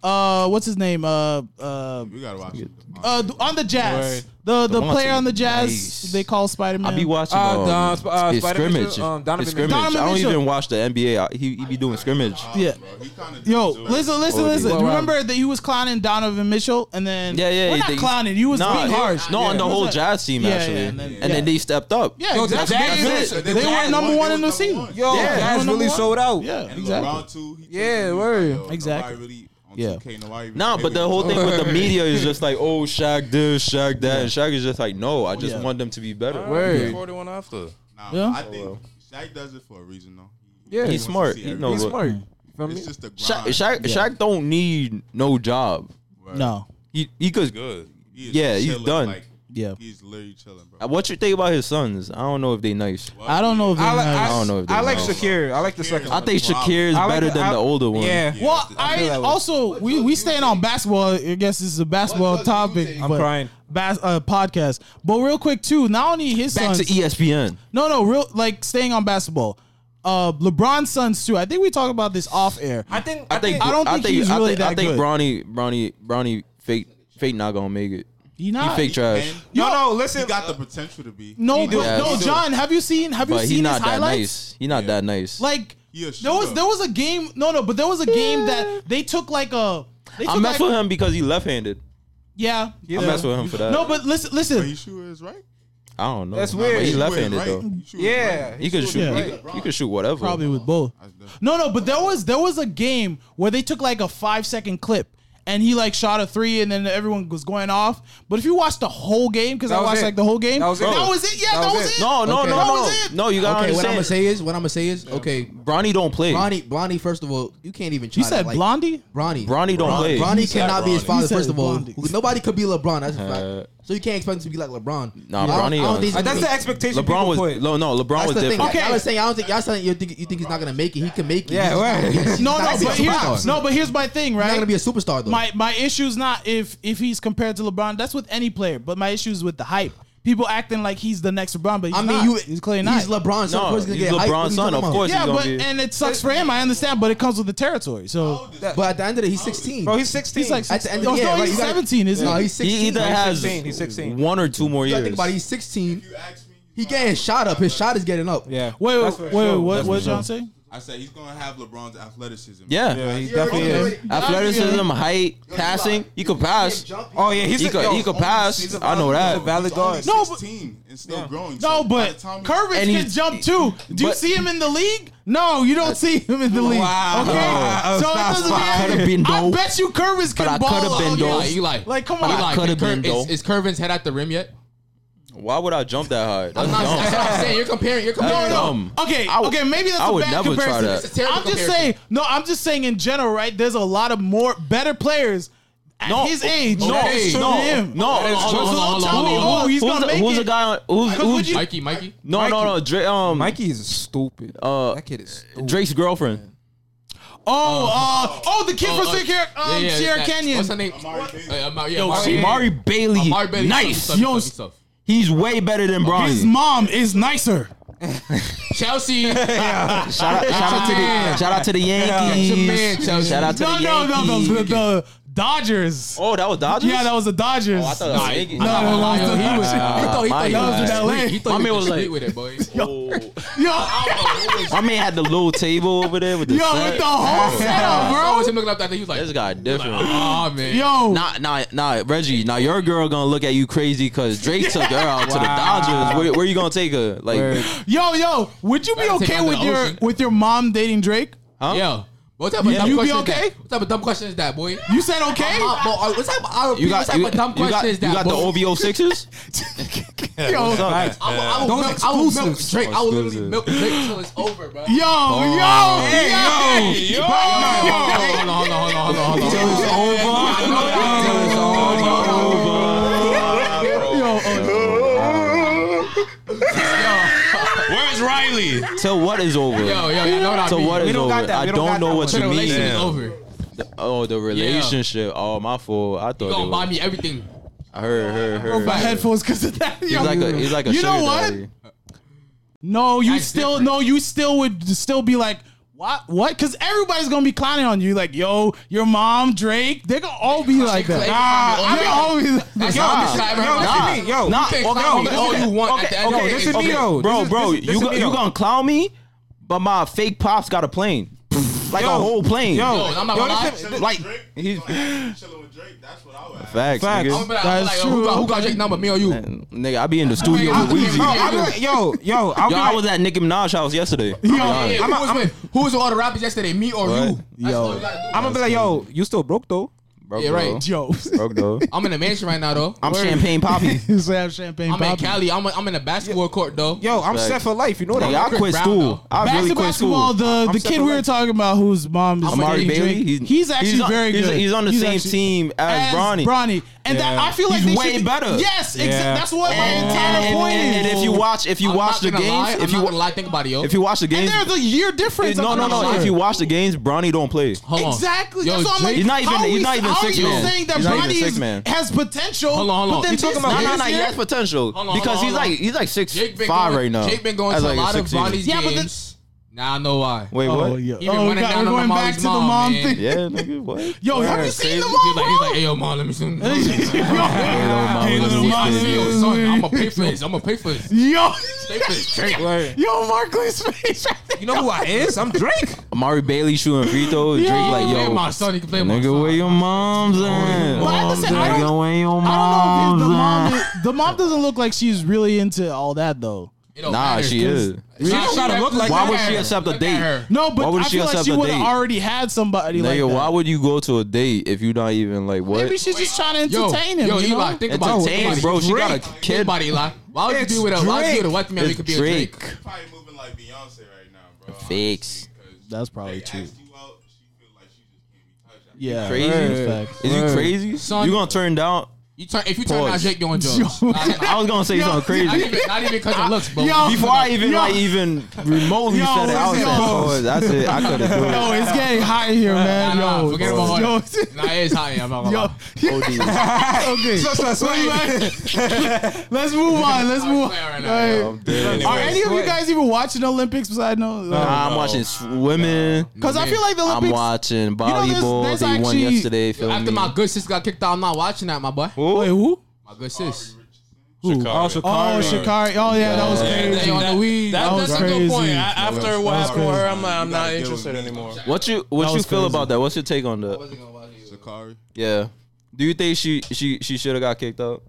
[SPEAKER 2] uh what's his name uh uh
[SPEAKER 8] We gotta watch it.
[SPEAKER 2] uh on the Jazz
[SPEAKER 1] Word.
[SPEAKER 2] the the
[SPEAKER 3] Devontae,
[SPEAKER 2] player on the Jazz
[SPEAKER 3] nice.
[SPEAKER 2] they call Spider Man.
[SPEAKER 3] I be watching
[SPEAKER 1] Uh,
[SPEAKER 3] um,
[SPEAKER 1] Don- Sp- uh,
[SPEAKER 3] his
[SPEAKER 1] Spider
[SPEAKER 3] scrimmage.
[SPEAKER 1] Mitchell, um, Donovan
[SPEAKER 3] his scrimmage.
[SPEAKER 2] Mitchell.
[SPEAKER 3] I don't
[SPEAKER 2] Donovan
[SPEAKER 3] even watch the NBA. I- He, he be doing scrimmage.
[SPEAKER 2] Yeah.
[SPEAKER 8] Bro, he kinda
[SPEAKER 2] Yo,
[SPEAKER 8] did it.
[SPEAKER 2] listen, listen,
[SPEAKER 3] Oh, dude.
[SPEAKER 2] listen.
[SPEAKER 1] Wow, wow.
[SPEAKER 2] Remember that he was clowning Donovan Mitchell, and then
[SPEAKER 3] Yeah, yeah.
[SPEAKER 2] we're
[SPEAKER 3] he-
[SPEAKER 2] not
[SPEAKER 3] they-
[SPEAKER 2] clowning. You was
[SPEAKER 3] nah,
[SPEAKER 2] being
[SPEAKER 3] they-
[SPEAKER 2] harsh.
[SPEAKER 3] No, on the
[SPEAKER 2] It was
[SPEAKER 3] whole
[SPEAKER 2] like-
[SPEAKER 3] Jazz team
[SPEAKER 2] Yeah,
[SPEAKER 3] actually,
[SPEAKER 2] yeah,
[SPEAKER 3] and,
[SPEAKER 2] and
[SPEAKER 3] then,
[SPEAKER 2] then- yeah.
[SPEAKER 3] they stepped up.
[SPEAKER 2] Yeah,
[SPEAKER 1] Yo,
[SPEAKER 2] exactly.
[SPEAKER 1] that's-
[SPEAKER 2] They-
[SPEAKER 1] that's
[SPEAKER 2] they,
[SPEAKER 1] it.
[SPEAKER 2] were number one in the
[SPEAKER 8] number
[SPEAKER 2] season.
[SPEAKER 8] one.
[SPEAKER 1] Yo,
[SPEAKER 2] Yeah.
[SPEAKER 1] Jazz
[SPEAKER 2] Number
[SPEAKER 1] really
[SPEAKER 2] one.
[SPEAKER 1] showed out.
[SPEAKER 2] Yeah,
[SPEAKER 8] And
[SPEAKER 2] exactly.
[SPEAKER 8] LeBron too. He
[SPEAKER 1] Yeah,
[SPEAKER 8] took him, he was
[SPEAKER 1] word.
[SPEAKER 8] like, yo, Kawhi
[SPEAKER 2] Exactly.
[SPEAKER 8] Really, on
[SPEAKER 2] Yeah.
[SPEAKER 8] 2K, Kawhi really
[SPEAKER 3] No,
[SPEAKER 8] played
[SPEAKER 3] but the
[SPEAKER 8] with
[SPEAKER 3] whole
[SPEAKER 8] him.
[SPEAKER 3] thing with the media is just like, oh, Shaq this, Shaq that, and Shaq is just like, no, I just
[SPEAKER 2] Oh, yeah.
[SPEAKER 3] want them to be better.
[SPEAKER 1] Word.
[SPEAKER 4] Forty one after.
[SPEAKER 8] Nah,
[SPEAKER 2] Yeah.
[SPEAKER 8] I think Shaq does it for a reason though. He-
[SPEAKER 1] Yeah.
[SPEAKER 8] he
[SPEAKER 3] He's
[SPEAKER 8] wants to
[SPEAKER 3] smart.
[SPEAKER 8] see
[SPEAKER 3] He
[SPEAKER 8] everything.
[SPEAKER 3] knows
[SPEAKER 1] He's
[SPEAKER 3] what-
[SPEAKER 1] smart. You feel me?
[SPEAKER 8] It's just the
[SPEAKER 3] Shaq,
[SPEAKER 8] grind.
[SPEAKER 3] Shaq,
[SPEAKER 2] Yeah.
[SPEAKER 3] Shaq don't need no job.
[SPEAKER 8] Right.
[SPEAKER 2] No,
[SPEAKER 3] He he could.
[SPEAKER 4] Good.
[SPEAKER 8] He is
[SPEAKER 3] Yeah, he's
[SPEAKER 8] chilling,
[SPEAKER 3] done.
[SPEAKER 8] Like,
[SPEAKER 2] yeah.
[SPEAKER 8] he's literally chilling, bro.
[SPEAKER 3] What you think about his sons? I don't know if they nice.
[SPEAKER 2] I don't know if they
[SPEAKER 1] I, like,
[SPEAKER 2] know.
[SPEAKER 1] I,
[SPEAKER 3] I don't know if they
[SPEAKER 1] I like
[SPEAKER 3] know.
[SPEAKER 1] Shakir. I like the second.
[SPEAKER 3] I
[SPEAKER 1] one.
[SPEAKER 3] think Shakir is
[SPEAKER 1] I like
[SPEAKER 3] better
[SPEAKER 1] the-
[SPEAKER 3] than
[SPEAKER 1] I-
[SPEAKER 3] the older one.
[SPEAKER 1] Yeah.
[SPEAKER 2] Well,
[SPEAKER 1] I
[SPEAKER 2] I,
[SPEAKER 1] feel that way.
[SPEAKER 2] also we we staying on basketball. I guess this is a basketball
[SPEAKER 6] What does you
[SPEAKER 2] topic.
[SPEAKER 6] think?
[SPEAKER 1] I'm
[SPEAKER 2] but-
[SPEAKER 1] crying.
[SPEAKER 2] Bas- uh, podcast, but real quick too. Not only his
[SPEAKER 3] Back
[SPEAKER 2] sons,
[SPEAKER 3] to E. ESPN.
[SPEAKER 2] no, no, real like staying on basketball. Uh, LeBron's sons too. I think we talked about this off air.
[SPEAKER 1] I think.
[SPEAKER 3] I think.
[SPEAKER 2] I don't think he's
[SPEAKER 3] I
[SPEAKER 2] really
[SPEAKER 3] think, I
[SPEAKER 2] that
[SPEAKER 3] think
[SPEAKER 2] good.
[SPEAKER 3] Bronny, Bronny, Bronny, fake, fake not gonna make it.
[SPEAKER 2] He
[SPEAKER 3] He
[SPEAKER 2] not.
[SPEAKER 3] fake trash.
[SPEAKER 8] And
[SPEAKER 1] No,
[SPEAKER 2] Yo,
[SPEAKER 1] no.
[SPEAKER 8] he
[SPEAKER 1] Listen.
[SPEAKER 8] got the potential to be.
[SPEAKER 2] No,
[SPEAKER 1] He do.
[SPEAKER 2] but-
[SPEAKER 3] Yeah,
[SPEAKER 2] no,
[SPEAKER 3] he do.
[SPEAKER 2] John. Have you seen? Have you
[SPEAKER 3] But
[SPEAKER 2] seen
[SPEAKER 3] he
[SPEAKER 2] his
[SPEAKER 3] not that
[SPEAKER 2] highlights?
[SPEAKER 3] nice. He not that nice.
[SPEAKER 2] Like
[SPEAKER 8] He a
[SPEAKER 2] there was
[SPEAKER 8] shooter.
[SPEAKER 2] there was a game. No, no, but there was a game that they took like a. They took
[SPEAKER 3] I mess
[SPEAKER 2] like,
[SPEAKER 3] with him because he left-handed.
[SPEAKER 2] Yeah,
[SPEAKER 3] I
[SPEAKER 2] yeah.
[SPEAKER 3] mess with him for that.
[SPEAKER 2] No, but listen,
[SPEAKER 8] But he
[SPEAKER 2] listen.
[SPEAKER 8] sure is right.
[SPEAKER 3] I don't know.
[SPEAKER 1] That's
[SPEAKER 3] But
[SPEAKER 1] weird.
[SPEAKER 3] He
[SPEAKER 8] He
[SPEAKER 3] left-handed
[SPEAKER 8] sure is
[SPEAKER 3] though.
[SPEAKER 8] right. He sure is
[SPEAKER 1] Yeah.
[SPEAKER 8] right.
[SPEAKER 3] He could shoot.
[SPEAKER 2] Yeah.
[SPEAKER 3] He, could- he could shoot whatever.
[SPEAKER 2] Probably with both.
[SPEAKER 8] That's different.
[SPEAKER 2] No, no, but there was there was a game where they took like a five second clip. And he like shot a three, and then everyone was going off. But if you watch the whole game, because
[SPEAKER 1] That
[SPEAKER 2] I
[SPEAKER 1] was
[SPEAKER 2] watched
[SPEAKER 1] it.
[SPEAKER 2] like the whole game,
[SPEAKER 1] That was it.
[SPEAKER 2] Yeah, that, was, it.
[SPEAKER 3] No, no,
[SPEAKER 6] Okay.
[SPEAKER 3] no,
[SPEAKER 2] That
[SPEAKER 3] no,
[SPEAKER 2] was it.
[SPEAKER 3] no. You gotta
[SPEAKER 6] Okay, what I'm
[SPEAKER 3] understand.
[SPEAKER 6] gonna say is, what I'm gonna say is, okay,
[SPEAKER 3] Bronny don't play. Bronny,
[SPEAKER 6] Bronny, Bronny. First of all, you can't even. Try
[SPEAKER 2] you
[SPEAKER 6] to,
[SPEAKER 2] said
[SPEAKER 6] like,
[SPEAKER 2] Blondie.
[SPEAKER 6] Bronny.
[SPEAKER 3] don't play.
[SPEAKER 6] Bronny cannot be his
[SPEAKER 4] Bronny.
[SPEAKER 6] father.
[SPEAKER 2] He said
[SPEAKER 6] First of all,
[SPEAKER 2] Blondie.
[SPEAKER 6] nobody could be LeBron. That's a
[SPEAKER 3] Uh,
[SPEAKER 6] fact. So you can't expect him to be like LeBron.
[SPEAKER 3] Nah,
[SPEAKER 6] I don't-
[SPEAKER 3] Bronny
[SPEAKER 6] I
[SPEAKER 3] on-
[SPEAKER 6] don't think he's
[SPEAKER 1] That's
[SPEAKER 6] gonna
[SPEAKER 1] the
[SPEAKER 6] be-
[SPEAKER 1] expectation
[SPEAKER 3] LeBron
[SPEAKER 1] people
[SPEAKER 3] was
[SPEAKER 1] put.
[SPEAKER 3] no, no. LeBron was
[SPEAKER 6] That's the thing.
[SPEAKER 3] different.
[SPEAKER 6] Like,
[SPEAKER 2] Okay.
[SPEAKER 6] I was saying, I don't think y'all saying you think you think he's not gonna make it. He can make it.
[SPEAKER 1] Yeah,
[SPEAKER 6] He's just-
[SPEAKER 1] right.
[SPEAKER 6] he's just
[SPEAKER 2] No,
[SPEAKER 6] not
[SPEAKER 2] no,
[SPEAKER 6] gonna be
[SPEAKER 2] but
[SPEAKER 6] a
[SPEAKER 2] here's
[SPEAKER 6] superstar.
[SPEAKER 2] no, but here's my thing,
[SPEAKER 6] He's
[SPEAKER 2] right?
[SPEAKER 6] not gonna be a superstar though.
[SPEAKER 2] my my issue's not if if he's compared to LeBron. That's with any player, but my issue is with the hype. People acting like he's the next LeBron, but he's
[SPEAKER 6] I mean,
[SPEAKER 2] not.
[SPEAKER 6] you.
[SPEAKER 2] he's clearly not.
[SPEAKER 6] He's LeBron. So
[SPEAKER 3] No,
[SPEAKER 6] of course he's
[SPEAKER 3] he's
[SPEAKER 6] gonna get hyped. What are you
[SPEAKER 3] LeBron's
[SPEAKER 6] talking
[SPEAKER 3] son, of
[SPEAKER 6] about?
[SPEAKER 3] course.
[SPEAKER 2] yeah,
[SPEAKER 3] he's gonna
[SPEAKER 2] but
[SPEAKER 3] be-
[SPEAKER 2] and it sucks for him. I understand, but it comes with the territory. So
[SPEAKER 6] But at the end of the day, he's 16.
[SPEAKER 1] Bro, he's 16.
[SPEAKER 2] he's like,
[SPEAKER 6] At the end
[SPEAKER 2] no,
[SPEAKER 6] of- yeah,
[SPEAKER 2] no,
[SPEAKER 6] right,
[SPEAKER 2] he's
[SPEAKER 6] you gotta-
[SPEAKER 2] seventeen, isn't
[SPEAKER 6] no,
[SPEAKER 2] he?
[SPEAKER 6] he's 16.
[SPEAKER 3] He either has
[SPEAKER 1] 16, he's 16.
[SPEAKER 3] one or two more
[SPEAKER 6] You
[SPEAKER 3] years.
[SPEAKER 6] gotta think about it, he's 16.
[SPEAKER 8] You asked me.
[SPEAKER 6] He
[SPEAKER 8] you know,
[SPEAKER 6] getting shot up. His shot is getting up.
[SPEAKER 1] yeah.
[SPEAKER 2] Wait,
[SPEAKER 1] That's
[SPEAKER 2] wait,
[SPEAKER 1] for
[SPEAKER 2] wait,
[SPEAKER 1] sure.
[SPEAKER 2] what
[SPEAKER 1] That's
[SPEAKER 2] what
[SPEAKER 1] for
[SPEAKER 2] John
[SPEAKER 1] sure.
[SPEAKER 2] say?
[SPEAKER 8] I said he's gonna have LeBron's athleticism.
[SPEAKER 3] Yeah.
[SPEAKER 1] Yeah, he
[SPEAKER 8] He
[SPEAKER 1] definitely
[SPEAKER 8] already-
[SPEAKER 1] is.
[SPEAKER 3] Athleticism, height, passing. He could pass.
[SPEAKER 1] Oh yeah, he's
[SPEAKER 3] He
[SPEAKER 1] a,
[SPEAKER 3] could,
[SPEAKER 1] yo,
[SPEAKER 3] he could pass.
[SPEAKER 8] he's a
[SPEAKER 3] I know
[SPEAKER 8] valid-
[SPEAKER 1] he's a
[SPEAKER 3] that.
[SPEAKER 1] valid
[SPEAKER 8] He's only
[SPEAKER 1] guard.
[SPEAKER 2] No, but-
[SPEAKER 8] 16 and still growing.
[SPEAKER 2] No,
[SPEAKER 8] so by
[SPEAKER 2] but
[SPEAKER 8] the time he-
[SPEAKER 2] Kermit
[SPEAKER 3] And
[SPEAKER 2] can
[SPEAKER 3] he's-
[SPEAKER 2] jump too. Do you
[SPEAKER 3] but-
[SPEAKER 2] see him in the league? No, you don't see him in the league.
[SPEAKER 1] Wow.
[SPEAKER 2] Okay,
[SPEAKER 1] Wow.
[SPEAKER 2] so it
[SPEAKER 1] Stop,
[SPEAKER 2] doesn't
[SPEAKER 1] stop.
[SPEAKER 2] matter.
[SPEAKER 3] Oh, Coulda been
[SPEAKER 2] I
[SPEAKER 3] dope.
[SPEAKER 2] bet you Kermit
[SPEAKER 3] But I
[SPEAKER 2] can ball.
[SPEAKER 3] coulda been
[SPEAKER 2] out.
[SPEAKER 3] dope.
[SPEAKER 9] Eli, Eli.
[SPEAKER 2] Like, come on.
[SPEAKER 9] Eli,
[SPEAKER 3] Coulda
[SPEAKER 9] can Kerr-
[SPEAKER 3] been,
[SPEAKER 9] is,
[SPEAKER 3] though.
[SPEAKER 9] is Kervin's head at the rim yet?
[SPEAKER 3] Why would I jump that high? That's
[SPEAKER 9] I'm not, that's
[SPEAKER 3] dumb.
[SPEAKER 9] what I'm saying. You're comparing. You're
[SPEAKER 3] That's
[SPEAKER 9] comparing. No,
[SPEAKER 3] dumb.
[SPEAKER 2] Okay,
[SPEAKER 3] I would-
[SPEAKER 2] okay, maybe that's
[SPEAKER 3] I
[SPEAKER 2] a
[SPEAKER 3] would
[SPEAKER 2] bad
[SPEAKER 3] never try
[SPEAKER 2] comparison.
[SPEAKER 3] that.
[SPEAKER 9] It's a terrible
[SPEAKER 2] I'm just
[SPEAKER 9] comparison.
[SPEAKER 2] saying, no, I'm just saying in general, right? There's a lot of more better players at
[SPEAKER 3] No,
[SPEAKER 2] his age.
[SPEAKER 3] No,
[SPEAKER 2] that is
[SPEAKER 9] Hey,
[SPEAKER 2] true to
[SPEAKER 3] no,
[SPEAKER 2] him.
[SPEAKER 3] no.
[SPEAKER 9] That is
[SPEAKER 3] Who's-
[SPEAKER 9] true.
[SPEAKER 2] So don't
[SPEAKER 9] Hold on,
[SPEAKER 2] tell me,
[SPEAKER 9] hold on,
[SPEAKER 2] oh, he's
[SPEAKER 3] who's
[SPEAKER 2] gonna
[SPEAKER 3] the-
[SPEAKER 2] make
[SPEAKER 3] Who's
[SPEAKER 2] it.
[SPEAKER 3] the guy? on- Who's
[SPEAKER 2] Because would
[SPEAKER 3] who's
[SPEAKER 2] you-
[SPEAKER 9] Mikey, Mikey.
[SPEAKER 3] no no no? Drake um
[SPEAKER 1] Mikey is stupid.
[SPEAKER 3] Uh,
[SPEAKER 1] that kid is stupid.
[SPEAKER 3] Drake's girlfriend.
[SPEAKER 2] oh, uh, oh, the kid
[SPEAKER 9] Oh,
[SPEAKER 2] from
[SPEAKER 9] uh,
[SPEAKER 2] Sierra, um,
[SPEAKER 9] yeah, yeah,
[SPEAKER 2] Sierra
[SPEAKER 9] that-
[SPEAKER 2] Canyon.
[SPEAKER 9] What's her name?
[SPEAKER 8] Amari Bailey.
[SPEAKER 9] Uh, Amar- yeah,
[SPEAKER 3] Yo,
[SPEAKER 9] Amari-
[SPEAKER 3] Amari, Bailey,
[SPEAKER 4] Uh,
[SPEAKER 9] Amari Bailey.
[SPEAKER 3] nice.
[SPEAKER 9] Stuff, stuff,
[SPEAKER 3] Yo,
[SPEAKER 9] stuff, stuff.
[SPEAKER 3] he's way better than
[SPEAKER 2] His
[SPEAKER 3] Bronny.
[SPEAKER 2] mom is nicer.
[SPEAKER 9] Chelsea.
[SPEAKER 3] Shout out, shout out to the
[SPEAKER 9] Yeah.
[SPEAKER 3] shout out to the Yankees.
[SPEAKER 9] That's your man, Chelsea.
[SPEAKER 3] shout out to
[SPEAKER 2] No,
[SPEAKER 3] the
[SPEAKER 2] no,
[SPEAKER 3] Yankees.
[SPEAKER 2] no, the, the, the Dodgers.
[SPEAKER 3] Oh, that was Dodgers.
[SPEAKER 2] Yeah, that was the Dogers.
[SPEAKER 3] Oh, I thought that was Yankees.
[SPEAKER 2] No, no, no,
[SPEAKER 9] Yo, he was. He thought he
[SPEAKER 3] my
[SPEAKER 9] thought he
[SPEAKER 3] God.
[SPEAKER 9] was
[SPEAKER 2] That was in
[SPEAKER 9] He
[SPEAKER 3] My
[SPEAKER 9] thought he
[SPEAKER 3] man was
[SPEAKER 9] was
[SPEAKER 3] like-
[SPEAKER 9] like, with it, boy.
[SPEAKER 2] yo,
[SPEAKER 3] My man had the little table over there with the
[SPEAKER 2] yo,
[SPEAKER 3] set.
[SPEAKER 2] with the whole setup,
[SPEAKER 9] I
[SPEAKER 2] bro.
[SPEAKER 9] was him looking up that thing. He was like,
[SPEAKER 3] This guy different.
[SPEAKER 9] ah man.
[SPEAKER 2] Yo,
[SPEAKER 3] Nah, nah, nah, Reggie. Now your girl gonna look at you crazy because Drake took her out to the Dodgers. Where, where you gonna take her? Like,
[SPEAKER 1] Word.
[SPEAKER 2] yo, yo. Would you be
[SPEAKER 9] Gotta take
[SPEAKER 2] okay
[SPEAKER 9] him to
[SPEAKER 2] with
[SPEAKER 9] the
[SPEAKER 2] your
[SPEAKER 9] ocean.
[SPEAKER 2] with your mom dating Drake?
[SPEAKER 3] huh?
[SPEAKER 9] Yeah. What type of dumb
[SPEAKER 2] you be
[SPEAKER 9] question is
[SPEAKER 2] okay?
[SPEAKER 9] that? What type of dumb question is that, boy?
[SPEAKER 2] You said okay.
[SPEAKER 9] Uh, bro, uh, what type of, I repeat,
[SPEAKER 3] You got
[SPEAKER 9] what type
[SPEAKER 3] you,
[SPEAKER 9] of dumb
[SPEAKER 3] you
[SPEAKER 9] question
[SPEAKER 3] got, oh
[SPEAKER 9] is that,
[SPEAKER 3] you got the
[SPEAKER 9] boy?
[SPEAKER 3] OVO sixes.
[SPEAKER 9] Yo,
[SPEAKER 3] What's up?
[SPEAKER 9] I, will- I will
[SPEAKER 6] Those
[SPEAKER 9] milk, I will milk
[SPEAKER 6] exclusives.
[SPEAKER 9] Drake. I will literally
[SPEAKER 1] Exclusive.
[SPEAKER 9] milk Drake till it's over, bro.
[SPEAKER 2] Yo,
[SPEAKER 3] Oh,
[SPEAKER 2] yo,
[SPEAKER 4] Yo,
[SPEAKER 2] yo,
[SPEAKER 9] Hold on, hold on, hold on, hold on, hold on.
[SPEAKER 4] where's Riley?
[SPEAKER 3] So what is over?
[SPEAKER 9] Yo, yo, you know what I
[SPEAKER 3] So
[SPEAKER 9] mean.
[SPEAKER 3] what is
[SPEAKER 1] don't
[SPEAKER 3] over?
[SPEAKER 1] got that.
[SPEAKER 3] I
[SPEAKER 1] We don't
[SPEAKER 3] don't
[SPEAKER 1] got
[SPEAKER 3] know
[SPEAKER 1] that
[SPEAKER 3] what
[SPEAKER 9] So
[SPEAKER 3] you
[SPEAKER 9] the relationship
[SPEAKER 3] mean.
[SPEAKER 9] is over. You
[SPEAKER 3] Oh, the relationship. Oh, my fault. I thought it
[SPEAKER 9] gonna buy
[SPEAKER 3] was.
[SPEAKER 9] me everything.
[SPEAKER 3] I heard, heard, heard.
[SPEAKER 2] My headphones, cause of that.
[SPEAKER 3] He's
[SPEAKER 2] Yo,
[SPEAKER 3] like a, he's like a
[SPEAKER 2] you
[SPEAKER 3] sugar
[SPEAKER 2] know what?
[SPEAKER 3] daddy.
[SPEAKER 2] No, you
[SPEAKER 9] That's
[SPEAKER 2] still
[SPEAKER 9] different.
[SPEAKER 2] no, you still would still be like, what, what? Because everybody's gonna be clowning on you, like, yo, your mom, Drake. They're gonna all be like that.
[SPEAKER 9] Nah,
[SPEAKER 2] Nah, they always.
[SPEAKER 9] That's
[SPEAKER 2] Nah.
[SPEAKER 9] not the shit I ever
[SPEAKER 1] Yo,
[SPEAKER 9] heard.
[SPEAKER 1] listen to me. Yo,
[SPEAKER 9] You can't clown me all you want at the end
[SPEAKER 1] okay,
[SPEAKER 9] of
[SPEAKER 1] listen
[SPEAKER 9] the
[SPEAKER 1] to me
[SPEAKER 9] day.
[SPEAKER 1] though,
[SPEAKER 3] Bro,
[SPEAKER 1] This is-
[SPEAKER 3] bro,
[SPEAKER 1] this is-
[SPEAKER 3] you
[SPEAKER 1] listen to
[SPEAKER 3] go-
[SPEAKER 1] me,
[SPEAKER 3] you
[SPEAKER 1] though.
[SPEAKER 3] gonna clown me? But my fake pops got a plane, like a whole plane.
[SPEAKER 9] Yo, I'm not gonna lie.
[SPEAKER 1] listen-
[SPEAKER 8] Chilling
[SPEAKER 3] like-
[SPEAKER 8] with Drake,
[SPEAKER 3] he's-
[SPEAKER 8] don't ask me to chillin' with Drake, that's what I would ask.
[SPEAKER 3] Facts,
[SPEAKER 1] Facts.
[SPEAKER 3] nigga.
[SPEAKER 9] I'm gonna be like, I'm
[SPEAKER 2] That's
[SPEAKER 9] like, yo, who got-
[SPEAKER 2] true.
[SPEAKER 9] Who got Drake number? Me or you?
[SPEAKER 3] Nigga, I be in the studio
[SPEAKER 9] I'm
[SPEAKER 3] with
[SPEAKER 9] gonna be
[SPEAKER 3] Weezy.
[SPEAKER 9] like,
[SPEAKER 1] Yo, I'll be like- yo, yo, I'll be
[SPEAKER 3] Yo, I
[SPEAKER 1] like,
[SPEAKER 3] was at Nicki Minaj house yesterday.
[SPEAKER 9] Yeah, yeah,
[SPEAKER 1] I'm
[SPEAKER 9] who
[SPEAKER 1] a-
[SPEAKER 9] was
[SPEAKER 1] I'm a-
[SPEAKER 9] with- Who was with all the rappers yesterday? Me or
[SPEAKER 3] What?
[SPEAKER 9] you? That's all you gotta do.
[SPEAKER 1] I'm gonna be like, yo, you still broke though.
[SPEAKER 3] Bro,
[SPEAKER 9] Yeah,
[SPEAKER 3] bro.
[SPEAKER 9] right.
[SPEAKER 2] Yo,
[SPEAKER 3] Broke though.
[SPEAKER 9] I'm in a mansion right now though.
[SPEAKER 3] I'm
[SPEAKER 9] Word.
[SPEAKER 3] champagne poppy.
[SPEAKER 2] so I have champagne.
[SPEAKER 9] I'm in
[SPEAKER 2] popping.
[SPEAKER 9] Cali. I'm I'm in a basketball court though.
[SPEAKER 1] Yo, I'm
[SPEAKER 3] Facts.
[SPEAKER 1] set for life. You know that.
[SPEAKER 3] Nigga, I
[SPEAKER 9] Chris
[SPEAKER 3] quit
[SPEAKER 9] Brown,
[SPEAKER 3] school.
[SPEAKER 9] though.
[SPEAKER 3] I
[SPEAKER 2] Back
[SPEAKER 3] really
[SPEAKER 2] to
[SPEAKER 3] quit
[SPEAKER 2] basketball.
[SPEAKER 3] school.
[SPEAKER 2] The the kid we were talking about, whose mom is
[SPEAKER 3] Amari
[SPEAKER 2] dating
[SPEAKER 3] Bailey.
[SPEAKER 2] Drake, he's actually
[SPEAKER 3] on-
[SPEAKER 2] very good.
[SPEAKER 3] He's, he's on the
[SPEAKER 2] He's
[SPEAKER 3] same
[SPEAKER 2] actually-
[SPEAKER 3] team as, Bronny.
[SPEAKER 2] Bronny, and that I feel like
[SPEAKER 3] He's
[SPEAKER 2] they
[SPEAKER 3] way
[SPEAKER 2] should be-
[SPEAKER 3] better.
[SPEAKER 2] Yes, exa-
[SPEAKER 1] Yeah.
[SPEAKER 2] that's what my
[SPEAKER 3] And,
[SPEAKER 2] entire
[SPEAKER 3] and-
[SPEAKER 2] point
[SPEAKER 3] and-
[SPEAKER 2] is.
[SPEAKER 3] and if you watch, if you
[SPEAKER 9] I'm
[SPEAKER 3] watch
[SPEAKER 9] not
[SPEAKER 3] the
[SPEAKER 9] gonna
[SPEAKER 3] games,
[SPEAKER 9] lie. I'm
[SPEAKER 3] if you
[SPEAKER 9] not gonna lie, think about it, yo.
[SPEAKER 3] if you watch the
[SPEAKER 2] and
[SPEAKER 3] games,
[SPEAKER 2] there's a year difference.
[SPEAKER 3] no,
[SPEAKER 2] I'm
[SPEAKER 3] no,
[SPEAKER 2] not
[SPEAKER 3] no.
[SPEAKER 2] sure.
[SPEAKER 3] If you watch the games, Bronny don't play.
[SPEAKER 9] Hold on.
[SPEAKER 2] Exactly.
[SPEAKER 9] Yo,
[SPEAKER 2] That's what I'm like.
[SPEAKER 9] Jake-
[SPEAKER 3] He's not even-
[SPEAKER 2] how
[SPEAKER 3] he's
[SPEAKER 2] is-
[SPEAKER 3] not even
[SPEAKER 2] how
[SPEAKER 3] six
[SPEAKER 2] are you
[SPEAKER 3] man.
[SPEAKER 2] saying that
[SPEAKER 3] He's not even
[SPEAKER 2] Bronny
[SPEAKER 3] six
[SPEAKER 2] is-
[SPEAKER 3] man.
[SPEAKER 2] has potential?
[SPEAKER 9] Hold on, hold on.
[SPEAKER 2] But then
[SPEAKER 9] You
[SPEAKER 2] this
[SPEAKER 9] talking
[SPEAKER 3] No,
[SPEAKER 9] about
[SPEAKER 2] year-
[SPEAKER 3] no, no. He has potential
[SPEAKER 9] Hold on,
[SPEAKER 3] because
[SPEAKER 9] hold
[SPEAKER 3] he's
[SPEAKER 9] on,
[SPEAKER 3] like he's like six
[SPEAKER 9] Jake been
[SPEAKER 3] five
[SPEAKER 9] going,
[SPEAKER 3] right now.
[SPEAKER 9] Jake been going
[SPEAKER 3] That's
[SPEAKER 9] to
[SPEAKER 3] like
[SPEAKER 9] a lot of
[SPEAKER 3] 16.
[SPEAKER 9] Bronny's
[SPEAKER 2] Yeah, but the-
[SPEAKER 9] games. Now I know why.
[SPEAKER 3] Wait, what?
[SPEAKER 2] Oh, yeah.
[SPEAKER 9] He been
[SPEAKER 2] oh
[SPEAKER 9] running
[SPEAKER 2] God,
[SPEAKER 9] down
[SPEAKER 2] we're
[SPEAKER 9] on
[SPEAKER 2] going
[SPEAKER 9] Amari's
[SPEAKER 2] back to the
[SPEAKER 9] mom,
[SPEAKER 2] mom
[SPEAKER 9] man.
[SPEAKER 2] thing.
[SPEAKER 3] Yeah, nigga, what?
[SPEAKER 2] Yo, have you seen the mom,
[SPEAKER 9] He's like, he's
[SPEAKER 2] bro?
[SPEAKER 9] like, hey yo, mom, let me see. Let me see.
[SPEAKER 2] Yo,
[SPEAKER 9] Hey,
[SPEAKER 2] little
[SPEAKER 9] yo,
[SPEAKER 2] mom,
[SPEAKER 9] yo,
[SPEAKER 2] yeah.
[SPEAKER 9] son, I'm gonna pay for this. I'm gonna pay for this.
[SPEAKER 2] yo,
[SPEAKER 9] Pay for this. Drake.
[SPEAKER 2] yo, Markley's face.
[SPEAKER 1] You know who I is? I'm Drake.
[SPEAKER 3] Amari Bailey shooting free throws. Drake like
[SPEAKER 9] He can play
[SPEAKER 3] yo,
[SPEAKER 9] my son. He can play my
[SPEAKER 3] nigga, where
[SPEAKER 9] son.
[SPEAKER 3] your mom's at?
[SPEAKER 2] But I have to say, I don't-
[SPEAKER 3] Nigga, where your
[SPEAKER 2] I don't know if it's the mom.
[SPEAKER 3] mom's at?
[SPEAKER 2] is- The mom doesn't look like she's really into all that though.
[SPEAKER 9] It don't
[SPEAKER 3] Nah,
[SPEAKER 9] matter,
[SPEAKER 3] she
[SPEAKER 9] 'cause-
[SPEAKER 3] is.
[SPEAKER 9] She don't
[SPEAKER 1] gotta look like
[SPEAKER 3] Why
[SPEAKER 1] that.
[SPEAKER 3] would she
[SPEAKER 1] Look
[SPEAKER 3] accept a
[SPEAKER 9] Look at
[SPEAKER 3] date?
[SPEAKER 9] her.
[SPEAKER 2] No, but
[SPEAKER 3] Why would
[SPEAKER 2] I
[SPEAKER 3] she
[SPEAKER 2] feel like
[SPEAKER 3] accept
[SPEAKER 2] she
[SPEAKER 3] a
[SPEAKER 2] would have
[SPEAKER 3] date?
[SPEAKER 2] already had somebody like
[SPEAKER 3] Nigga,
[SPEAKER 2] that.
[SPEAKER 3] why would you go to a date if you're not even like what?
[SPEAKER 2] Maybe she's just trying to
[SPEAKER 9] Yo,
[SPEAKER 2] entertain him.
[SPEAKER 9] yo,
[SPEAKER 2] you
[SPEAKER 9] Eli,
[SPEAKER 2] know?
[SPEAKER 9] think about it. Think
[SPEAKER 3] Entertain,
[SPEAKER 9] about it.
[SPEAKER 3] bro. She got a
[SPEAKER 9] Think
[SPEAKER 3] kid.
[SPEAKER 9] about it, Eli. Why would you
[SPEAKER 1] It's
[SPEAKER 9] be with a why would you be
[SPEAKER 1] Drake.
[SPEAKER 9] with a white man? We
[SPEAKER 3] It's
[SPEAKER 9] could be a Drake.
[SPEAKER 3] Drake.
[SPEAKER 8] Probably moving like Beyonce right now, bro.
[SPEAKER 3] Facts.
[SPEAKER 2] That's probably true.
[SPEAKER 8] Ask you out, she feel like she just can't be
[SPEAKER 2] Yeah,
[SPEAKER 8] touched. I
[SPEAKER 3] Crazy.
[SPEAKER 2] Facts.
[SPEAKER 3] Is you crazy?
[SPEAKER 9] Son.
[SPEAKER 3] You gonna turn down?
[SPEAKER 9] You turn if you turn down
[SPEAKER 3] Pause.
[SPEAKER 9] Drake, you're on drugs.
[SPEAKER 2] Yo.
[SPEAKER 9] Not
[SPEAKER 3] I was gonna say something
[SPEAKER 9] not
[SPEAKER 3] crazy
[SPEAKER 9] even not even because of looks, bro.
[SPEAKER 2] Yo.
[SPEAKER 3] before I even
[SPEAKER 2] Yo.
[SPEAKER 3] like even remotely
[SPEAKER 2] Yo,
[SPEAKER 3] said it. I was
[SPEAKER 2] listen,
[SPEAKER 3] like,
[SPEAKER 2] yo.
[SPEAKER 3] oh, that's it. I could have
[SPEAKER 2] Yo, it's getting hot here, man.
[SPEAKER 9] nah,
[SPEAKER 2] Yo,
[SPEAKER 9] forget about
[SPEAKER 2] yo,
[SPEAKER 9] Nah, it's hot. yeah, I'm not gonna
[SPEAKER 2] yo.
[SPEAKER 9] lie.
[SPEAKER 3] done it. OD.
[SPEAKER 2] Okay, let's move on. Let's move on.
[SPEAKER 9] playing right now,
[SPEAKER 2] All
[SPEAKER 9] yo.
[SPEAKER 2] right. Are
[SPEAKER 4] Anyways,
[SPEAKER 2] any of you guys even watching Olympics besides no?
[SPEAKER 3] Nah, I'm watching swimming.
[SPEAKER 2] Because I feel like the
[SPEAKER 3] I'm
[SPEAKER 2] Olympics.
[SPEAKER 3] watching volleyball.
[SPEAKER 2] there's- there's
[SPEAKER 3] they won
[SPEAKER 2] actually-
[SPEAKER 3] yesterday. Feel
[SPEAKER 9] After
[SPEAKER 3] me?
[SPEAKER 9] my good sis got kicked out, I'm not watching that, my boy.
[SPEAKER 2] Wait, who?
[SPEAKER 9] My good sis.
[SPEAKER 4] Shakari.
[SPEAKER 2] Oh, Shakari. Oh, yeah, that was
[SPEAKER 4] Yeah,
[SPEAKER 2] crazy.
[SPEAKER 4] that-
[SPEAKER 9] They on the weed.
[SPEAKER 4] That,
[SPEAKER 2] That
[SPEAKER 4] that's
[SPEAKER 2] was
[SPEAKER 4] a good
[SPEAKER 2] crazy.
[SPEAKER 4] point. I, after what
[SPEAKER 2] was
[SPEAKER 4] happened with
[SPEAKER 2] crazy.
[SPEAKER 4] her, I'm, like, I'm not
[SPEAKER 8] deal with
[SPEAKER 4] interested
[SPEAKER 8] me.
[SPEAKER 4] anymore.
[SPEAKER 3] what you what
[SPEAKER 2] That
[SPEAKER 3] you
[SPEAKER 2] was
[SPEAKER 3] feel
[SPEAKER 2] crazy.
[SPEAKER 3] about that? What's your take on that?
[SPEAKER 8] Zakari.
[SPEAKER 3] Yeah. Do you think she she she should have got kicked out?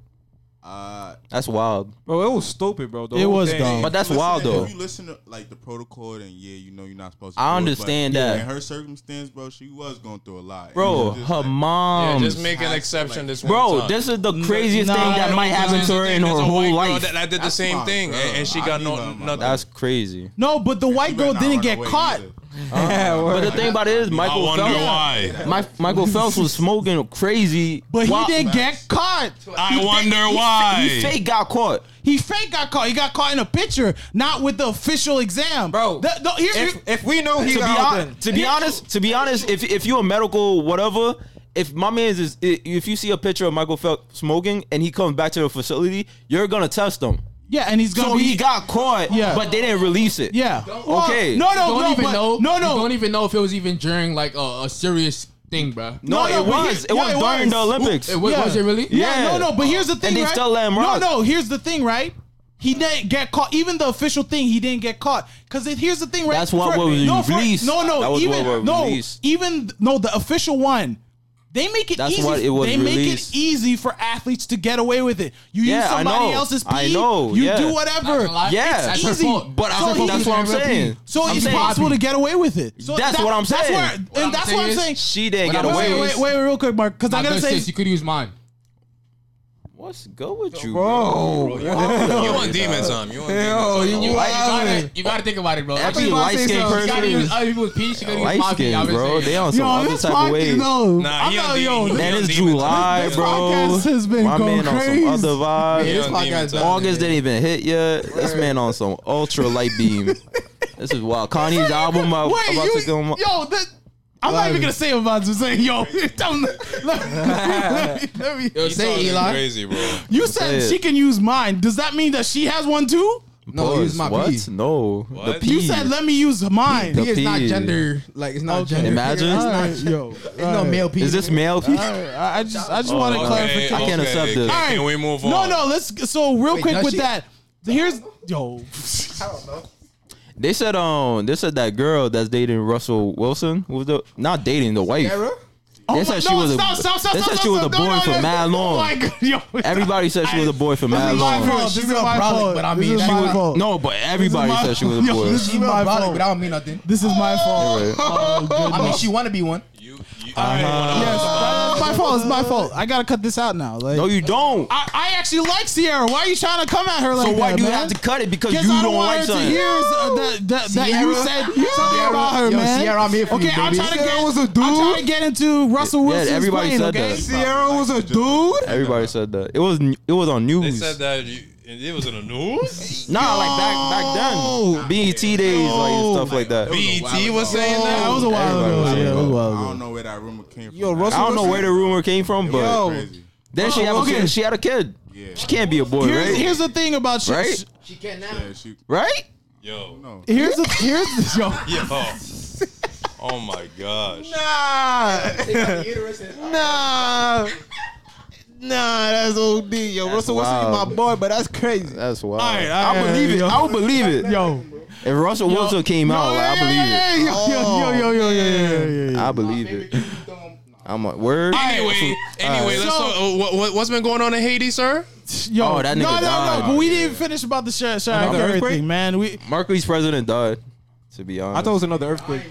[SPEAKER 8] Uh,
[SPEAKER 3] That's wild.
[SPEAKER 1] Bro, it was stupid, bro. The
[SPEAKER 2] It
[SPEAKER 1] whole
[SPEAKER 2] was
[SPEAKER 1] thing.
[SPEAKER 2] dumb.
[SPEAKER 3] But that's
[SPEAKER 8] listen,
[SPEAKER 3] wild
[SPEAKER 8] if
[SPEAKER 3] though.
[SPEAKER 8] you listen to like the protocol, then yeah, you know you're not supposed to.
[SPEAKER 3] I
[SPEAKER 8] do it,
[SPEAKER 3] understand
[SPEAKER 8] but
[SPEAKER 3] that.
[SPEAKER 8] In her circumstance, bro, she was going through a lot.
[SPEAKER 3] Bro,
[SPEAKER 8] And it's just
[SPEAKER 3] her
[SPEAKER 8] like-
[SPEAKER 3] mom.
[SPEAKER 4] Yeah, just make an exception this one
[SPEAKER 3] Bro,
[SPEAKER 4] time.
[SPEAKER 3] this is the craziest
[SPEAKER 2] nah,
[SPEAKER 3] thing that
[SPEAKER 2] nah,
[SPEAKER 3] might happen to her in her
[SPEAKER 4] There's a white
[SPEAKER 3] whole
[SPEAKER 4] girl
[SPEAKER 3] life.
[SPEAKER 4] That, that did the same
[SPEAKER 8] my
[SPEAKER 4] thing,
[SPEAKER 8] girl.
[SPEAKER 4] and, and she
[SPEAKER 8] I
[SPEAKER 4] got
[SPEAKER 8] need
[SPEAKER 4] no
[SPEAKER 8] her in my
[SPEAKER 4] nothing.
[SPEAKER 3] That's crazy.
[SPEAKER 2] No, but the white
[SPEAKER 8] You
[SPEAKER 2] girl
[SPEAKER 8] better not
[SPEAKER 2] didn't get
[SPEAKER 8] run away
[SPEAKER 2] caught.
[SPEAKER 8] either.
[SPEAKER 3] But the thing about it is,
[SPEAKER 4] I
[SPEAKER 3] Michael
[SPEAKER 4] wonder
[SPEAKER 3] Phelps,
[SPEAKER 4] why.
[SPEAKER 3] my, Michael Phelps was smoking crazy.
[SPEAKER 2] But
[SPEAKER 3] while-
[SPEAKER 2] he didn't get caught.
[SPEAKER 4] I wonder
[SPEAKER 3] He
[SPEAKER 4] why.
[SPEAKER 3] fake got caught.
[SPEAKER 2] He fake got caught. He got caught in a picture, not with the official exam,
[SPEAKER 1] Bro,
[SPEAKER 2] The- the- here-
[SPEAKER 1] If, if we know he
[SPEAKER 3] to be,
[SPEAKER 1] got out,
[SPEAKER 3] hon-
[SPEAKER 1] then-
[SPEAKER 3] to be honest, to be honest, if if you're a medical whatever, if my man's is if you see a picture of Michael Phelps smoking and he comes back to the facility, you're gonna test him.
[SPEAKER 2] yeah, and he's gonna
[SPEAKER 3] So
[SPEAKER 2] be.
[SPEAKER 3] he got caught,
[SPEAKER 2] Yeah.
[SPEAKER 3] but they didn't release it.
[SPEAKER 2] yeah. Well,
[SPEAKER 3] Okay.
[SPEAKER 2] No, no,
[SPEAKER 9] don't
[SPEAKER 2] no,
[SPEAKER 9] even
[SPEAKER 2] but-
[SPEAKER 9] know.
[SPEAKER 2] no,
[SPEAKER 9] You
[SPEAKER 2] no.
[SPEAKER 9] don't even know if it was even during like a, a serious thing, bro.
[SPEAKER 2] No,
[SPEAKER 3] No,
[SPEAKER 2] no,
[SPEAKER 3] it
[SPEAKER 2] but
[SPEAKER 3] was.
[SPEAKER 2] he- yeah,
[SPEAKER 3] it was
[SPEAKER 2] it
[SPEAKER 3] during the
[SPEAKER 2] was.
[SPEAKER 3] Olympics.
[SPEAKER 9] It was,
[SPEAKER 2] Yeah.
[SPEAKER 9] was it really?
[SPEAKER 2] Yeah,
[SPEAKER 3] Yeah.
[SPEAKER 2] no, no. But here's the thing,
[SPEAKER 3] they
[SPEAKER 2] right?
[SPEAKER 3] still let him
[SPEAKER 2] no,
[SPEAKER 3] rock.
[SPEAKER 2] no. Here's the thing, right? He didn't get caught. Even the official thing, he didn't get caught. Because here's the thing, right?
[SPEAKER 3] That's what was
[SPEAKER 2] for-
[SPEAKER 3] released.
[SPEAKER 2] No, no.
[SPEAKER 3] That was
[SPEAKER 2] even
[SPEAKER 3] what was
[SPEAKER 2] no.
[SPEAKER 3] released.
[SPEAKER 2] Even no. The official one. They make it
[SPEAKER 3] That's
[SPEAKER 2] easy.
[SPEAKER 3] what it was
[SPEAKER 2] they
[SPEAKER 3] released.
[SPEAKER 2] make it easy for athletes to get away with it. You
[SPEAKER 3] Yeah,
[SPEAKER 2] use
[SPEAKER 3] I
[SPEAKER 2] somebody
[SPEAKER 3] know.
[SPEAKER 2] else's pee.
[SPEAKER 3] I know,
[SPEAKER 2] You
[SPEAKER 3] yeah.
[SPEAKER 2] do
[SPEAKER 9] Not
[SPEAKER 2] whatever.
[SPEAKER 9] gonna lie,
[SPEAKER 3] Yeah.
[SPEAKER 9] it's- that's her
[SPEAKER 2] Easy.
[SPEAKER 9] fault.
[SPEAKER 3] But I
[SPEAKER 2] So he-
[SPEAKER 3] that's what I'm saying.
[SPEAKER 2] So
[SPEAKER 3] I'm
[SPEAKER 2] it's
[SPEAKER 3] saying-
[SPEAKER 2] possible to get away with it. So
[SPEAKER 3] That's what I'm saying.
[SPEAKER 2] That's where,
[SPEAKER 9] I'm
[SPEAKER 2] and that's
[SPEAKER 9] saying
[SPEAKER 2] what I'm
[SPEAKER 9] is-
[SPEAKER 2] saying.
[SPEAKER 3] She didn't
[SPEAKER 9] What
[SPEAKER 3] get
[SPEAKER 9] I'm
[SPEAKER 2] Wait,
[SPEAKER 3] away.
[SPEAKER 9] saying
[SPEAKER 2] wait,
[SPEAKER 9] is-
[SPEAKER 2] wait, wait, real quick, Mark, because
[SPEAKER 9] My
[SPEAKER 2] I gotta
[SPEAKER 9] good
[SPEAKER 2] say,
[SPEAKER 9] sis, you could use mine.
[SPEAKER 3] What's good with you,
[SPEAKER 1] Bro,
[SPEAKER 4] You on demon time. You on demon
[SPEAKER 1] yo,
[SPEAKER 4] time.
[SPEAKER 1] you,
[SPEAKER 9] You, gotta,
[SPEAKER 1] wildin'.
[SPEAKER 9] you gotta think about it, bro.
[SPEAKER 3] Every
[SPEAKER 9] You
[SPEAKER 3] light skinned
[SPEAKER 9] gotta- you gotta
[SPEAKER 3] person
[SPEAKER 9] use
[SPEAKER 3] is
[SPEAKER 9] other people's peach. You gotta use
[SPEAKER 3] light
[SPEAKER 9] Pocky.
[SPEAKER 3] skinned, bro. They on some
[SPEAKER 2] Yo,
[SPEAKER 3] other
[SPEAKER 2] this
[SPEAKER 3] type of
[SPEAKER 2] podcast,
[SPEAKER 3] waves.
[SPEAKER 2] no.
[SPEAKER 4] Nah,
[SPEAKER 2] I'm
[SPEAKER 4] he
[SPEAKER 2] not,
[SPEAKER 4] on
[SPEAKER 2] yo,
[SPEAKER 4] demon. He
[SPEAKER 2] this
[SPEAKER 3] Man,
[SPEAKER 4] on
[SPEAKER 3] it's
[SPEAKER 4] demon
[SPEAKER 3] July,
[SPEAKER 4] time. This
[SPEAKER 3] bro.
[SPEAKER 2] podcast has been
[SPEAKER 3] My
[SPEAKER 2] going
[SPEAKER 3] man
[SPEAKER 2] crazy.
[SPEAKER 3] on some other vibe.
[SPEAKER 4] He
[SPEAKER 6] This
[SPEAKER 4] on
[SPEAKER 6] podcast-
[SPEAKER 4] demon time.
[SPEAKER 3] August didn't even hit yet. This man on some ultra light beam. this is wild. Kanye's album I,
[SPEAKER 2] Wait,
[SPEAKER 3] about
[SPEAKER 2] you,
[SPEAKER 3] to come.
[SPEAKER 2] yo, that, I'm not even gonna say about to say, yo, tell me, let, me, let me,
[SPEAKER 9] Yo, say
[SPEAKER 4] It's
[SPEAKER 9] Elon.
[SPEAKER 4] Crazy, bro.
[SPEAKER 2] You said
[SPEAKER 3] Say it.
[SPEAKER 2] she can use mine. Does that mean that she has one too?
[SPEAKER 6] No,
[SPEAKER 3] Pause.
[SPEAKER 6] use my
[SPEAKER 3] what?
[SPEAKER 6] P.
[SPEAKER 3] No, the
[SPEAKER 4] What?
[SPEAKER 3] P.
[SPEAKER 2] You said let me use mine.
[SPEAKER 3] The
[SPEAKER 6] P is not
[SPEAKER 3] P.
[SPEAKER 6] gender. Like it's not gender.
[SPEAKER 3] Imagine.
[SPEAKER 6] It's not,
[SPEAKER 2] Alright, yo,
[SPEAKER 6] it's no male P.
[SPEAKER 3] is this male P?
[SPEAKER 2] All right, I I just, I just want to
[SPEAKER 3] Oh, okay.
[SPEAKER 4] Hey,
[SPEAKER 2] clarify.
[SPEAKER 3] I can't
[SPEAKER 4] okay,
[SPEAKER 3] accept
[SPEAKER 4] hey,
[SPEAKER 3] this.
[SPEAKER 4] Can,
[SPEAKER 2] Alright.
[SPEAKER 4] can we move on?
[SPEAKER 2] No, no, let's. So real quick
[SPEAKER 6] does
[SPEAKER 2] with
[SPEAKER 6] she-
[SPEAKER 2] that. Here's yo.
[SPEAKER 3] They said um, they said that girl that's dating Russell Wilson was the not dating the wife.
[SPEAKER 6] Sarah?
[SPEAKER 3] They
[SPEAKER 2] Oh my-
[SPEAKER 3] said she
[SPEAKER 2] no,
[SPEAKER 3] was a
[SPEAKER 2] stop, stop, stop,
[SPEAKER 3] they
[SPEAKER 2] stop,
[SPEAKER 3] said she
[SPEAKER 2] stop,
[SPEAKER 3] was a
[SPEAKER 2] stop. No,
[SPEAKER 3] boy
[SPEAKER 2] no,
[SPEAKER 3] for
[SPEAKER 2] no.
[SPEAKER 3] mad
[SPEAKER 2] Oh
[SPEAKER 3] long.
[SPEAKER 2] my God, yo.
[SPEAKER 3] Everybody said she was a boy for mad
[SPEAKER 2] This is my
[SPEAKER 3] long.
[SPEAKER 2] fault.
[SPEAKER 6] She
[SPEAKER 2] This is
[SPEAKER 6] real
[SPEAKER 2] my
[SPEAKER 6] brolic,
[SPEAKER 2] fault.
[SPEAKER 6] but I
[SPEAKER 2] This
[SPEAKER 6] mean,
[SPEAKER 2] is
[SPEAKER 6] she
[SPEAKER 2] my
[SPEAKER 6] was-
[SPEAKER 2] fault.
[SPEAKER 3] No, but everybody
[SPEAKER 2] my
[SPEAKER 3] said she was a
[SPEAKER 2] fault.
[SPEAKER 3] boy.
[SPEAKER 2] Yo, this
[SPEAKER 6] She
[SPEAKER 2] is my
[SPEAKER 6] my brolic,
[SPEAKER 2] fault.
[SPEAKER 6] but I don't mean nothing.
[SPEAKER 2] This is my fault.
[SPEAKER 3] Anyway.
[SPEAKER 2] Oh,
[SPEAKER 6] I mean,
[SPEAKER 2] goodness.
[SPEAKER 6] she wanna be one.
[SPEAKER 4] You, you,
[SPEAKER 2] Yes, that's my fault. It's my fault. I gotta cut this out now. Like,
[SPEAKER 3] No, you don't.
[SPEAKER 2] I, I actually like Sierra. Why are you trying to come at her like
[SPEAKER 3] So
[SPEAKER 2] that?
[SPEAKER 3] why do you
[SPEAKER 2] man?
[SPEAKER 3] have to cut it because you
[SPEAKER 2] Guess I
[SPEAKER 3] don't,
[SPEAKER 2] don't want
[SPEAKER 3] like
[SPEAKER 2] her
[SPEAKER 3] something?
[SPEAKER 2] to hear is, uh, that, that, that you
[SPEAKER 6] Sierra.
[SPEAKER 2] said something
[SPEAKER 6] Sierra.
[SPEAKER 2] about her,
[SPEAKER 6] Yo,
[SPEAKER 2] man.
[SPEAKER 6] Sierra, I'm here for
[SPEAKER 2] okay,
[SPEAKER 6] you,
[SPEAKER 2] I'm
[SPEAKER 6] baby.
[SPEAKER 2] trying to
[SPEAKER 6] Sierra
[SPEAKER 2] get.
[SPEAKER 6] was a
[SPEAKER 2] I'm trying to get into Russell Wilson's
[SPEAKER 3] everybody
[SPEAKER 2] plane,
[SPEAKER 3] said
[SPEAKER 2] okay?
[SPEAKER 3] that.
[SPEAKER 2] Sierra was a dude.
[SPEAKER 3] Everybody said that. It was it was on
[SPEAKER 4] They
[SPEAKER 3] news.
[SPEAKER 4] said that you, it was in the news.
[SPEAKER 3] Nah, like back back then, BET E days, like
[SPEAKER 2] Oh
[SPEAKER 3] and stuff like that.
[SPEAKER 4] BET was saying
[SPEAKER 2] Yeah,
[SPEAKER 4] that.
[SPEAKER 2] that was a while ago.
[SPEAKER 3] Everybody
[SPEAKER 2] Yeah, that
[SPEAKER 3] said
[SPEAKER 2] was a
[SPEAKER 3] that.
[SPEAKER 8] I
[SPEAKER 2] while ago.
[SPEAKER 8] don't know where that rumor came from.
[SPEAKER 1] yo, Russell.
[SPEAKER 3] I don't know
[SPEAKER 1] Wilson-
[SPEAKER 3] where the rumor came from,
[SPEAKER 8] It was
[SPEAKER 3] but
[SPEAKER 8] crazy.
[SPEAKER 3] then she had a
[SPEAKER 2] okay.
[SPEAKER 3] kid. She had a kid.
[SPEAKER 8] Yeah.
[SPEAKER 3] She can't be a boy,
[SPEAKER 2] Here's,
[SPEAKER 3] right?
[SPEAKER 2] here's the thing about sh-
[SPEAKER 3] Right?
[SPEAKER 2] sh-
[SPEAKER 6] She can't now.
[SPEAKER 8] Yeah, she,
[SPEAKER 3] right?
[SPEAKER 4] Yo,
[SPEAKER 8] no.
[SPEAKER 2] Here's the here's the yo.
[SPEAKER 4] yo. Oh my gosh.
[SPEAKER 2] Uh,
[SPEAKER 1] Nah, nah, that's OD. Yo, Russell Wilson, you my
[SPEAKER 3] wild.
[SPEAKER 1] boy, but that's crazy.
[SPEAKER 3] That's wild.
[SPEAKER 2] Alright,
[SPEAKER 3] I
[SPEAKER 2] alright,
[SPEAKER 3] believe it.
[SPEAKER 2] yo.
[SPEAKER 3] I would believe it.
[SPEAKER 2] Yo, Oh,
[SPEAKER 3] If Russell Wilson came out, like, Oh, I believe it.
[SPEAKER 2] Yo, yo, yo, yo, yo, yo, yo, yo.
[SPEAKER 3] I believe it. I'm a word.
[SPEAKER 4] Anyway, anyway, let's talk. uh, What, what, what's been going on in Haiti, sir?
[SPEAKER 2] Yo,
[SPEAKER 3] Oh, that
[SPEAKER 2] no,
[SPEAKER 3] nigga
[SPEAKER 2] no,
[SPEAKER 3] died.
[SPEAKER 2] no. But we didn't finish about the Shara Shara Curry
[SPEAKER 1] earthquake?
[SPEAKER 2] thing, man. We
[SPEAKER 3] Markley's president died. To be honest,
[SPEAKER 1] I thought it was another earthquake.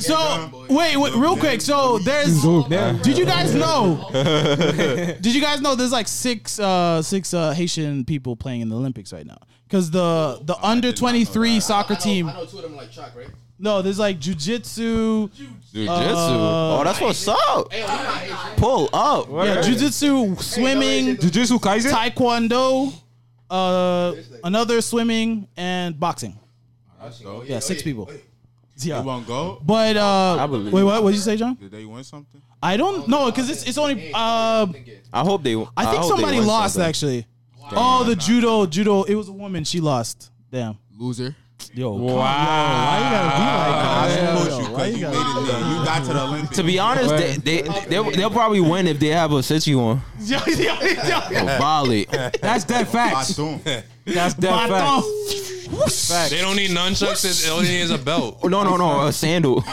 [SPEAKER 2] so wait, wait, real quick. So there's. Did you guys know? did you guys know there's like six, uh six uh Haitian people playing in the Olympics right now? Because the the under twenty three soccer team.
[SPEAKER 6] know two of them like Chuck, right?
[SPEAKER 2] No, there's like jujitsu.
[SPEAKER 3] jujitsu.
[SPEAKER 2] Uh,
[SPEAKER 3] oh, that's what's up.
[SPEAKER 6] Hey, I'm not Haitian.
[SPEAKER 3] Pull up.
[SPEAKER 2] Yeah, jujitsu, swimming,
[SPEAKER 1] Jujutsu Kaisen.
[SPEAKER 2] taekwondo, uh, another swimming and boxing. Yeah, six people.
[SPEAKER 8] They
[SPEAKER 2] Yeah,
[SPEAKER 8] won't go?
[SPEAKER 2] but uh,
[SPEAKER 3] I believe
[SPEAKER 2] wait,
[SPEAKER 3] it.
[SPEAKER 2] what? What did you say, John?
[SPEAKER 8] Did they win something?
[SPEAKER 2] I don't know because it's it's only uh
[SPEAKER 3] I hope they.
[SPEAKER 2] I think
[SPEAKER 3] hope they
[SPEAKER 2] somebody
[SPEAKER 3] win
[SPEAKER 2] lost
[SPEAKER 3] something.
[SPEAKER 2] actually. Oh, the judo judo. It was a woman. She lost. Damn.
[SPEAKER 9] Loser.
[SPEAKER 2] Yo. Wow. Why you
[SPEAKER 8] I
[SPEAKER 2] gotta be like that?
[SPEAKER 8] support you because you made it there. You got to the Olympics.
[SPEAKER 3] To be honest, they, they they'll, they'll probably win if they have a situation.
[SPEAKER 2] Yo, yo, yo.
[SPEAKER 3] Volley.
[SPEAKER 1] That's dead facts.
[SPEAKER 8] Batum.
[SPEAKER 1] That's dead
[SPEAKER 2] Baton.
[SPEAKER 1] facts.
[SPEAKER 4] They don't need nunchucks. It only needs a belt.
[SPEAKER 3] Oh, no, no, no, a sandal.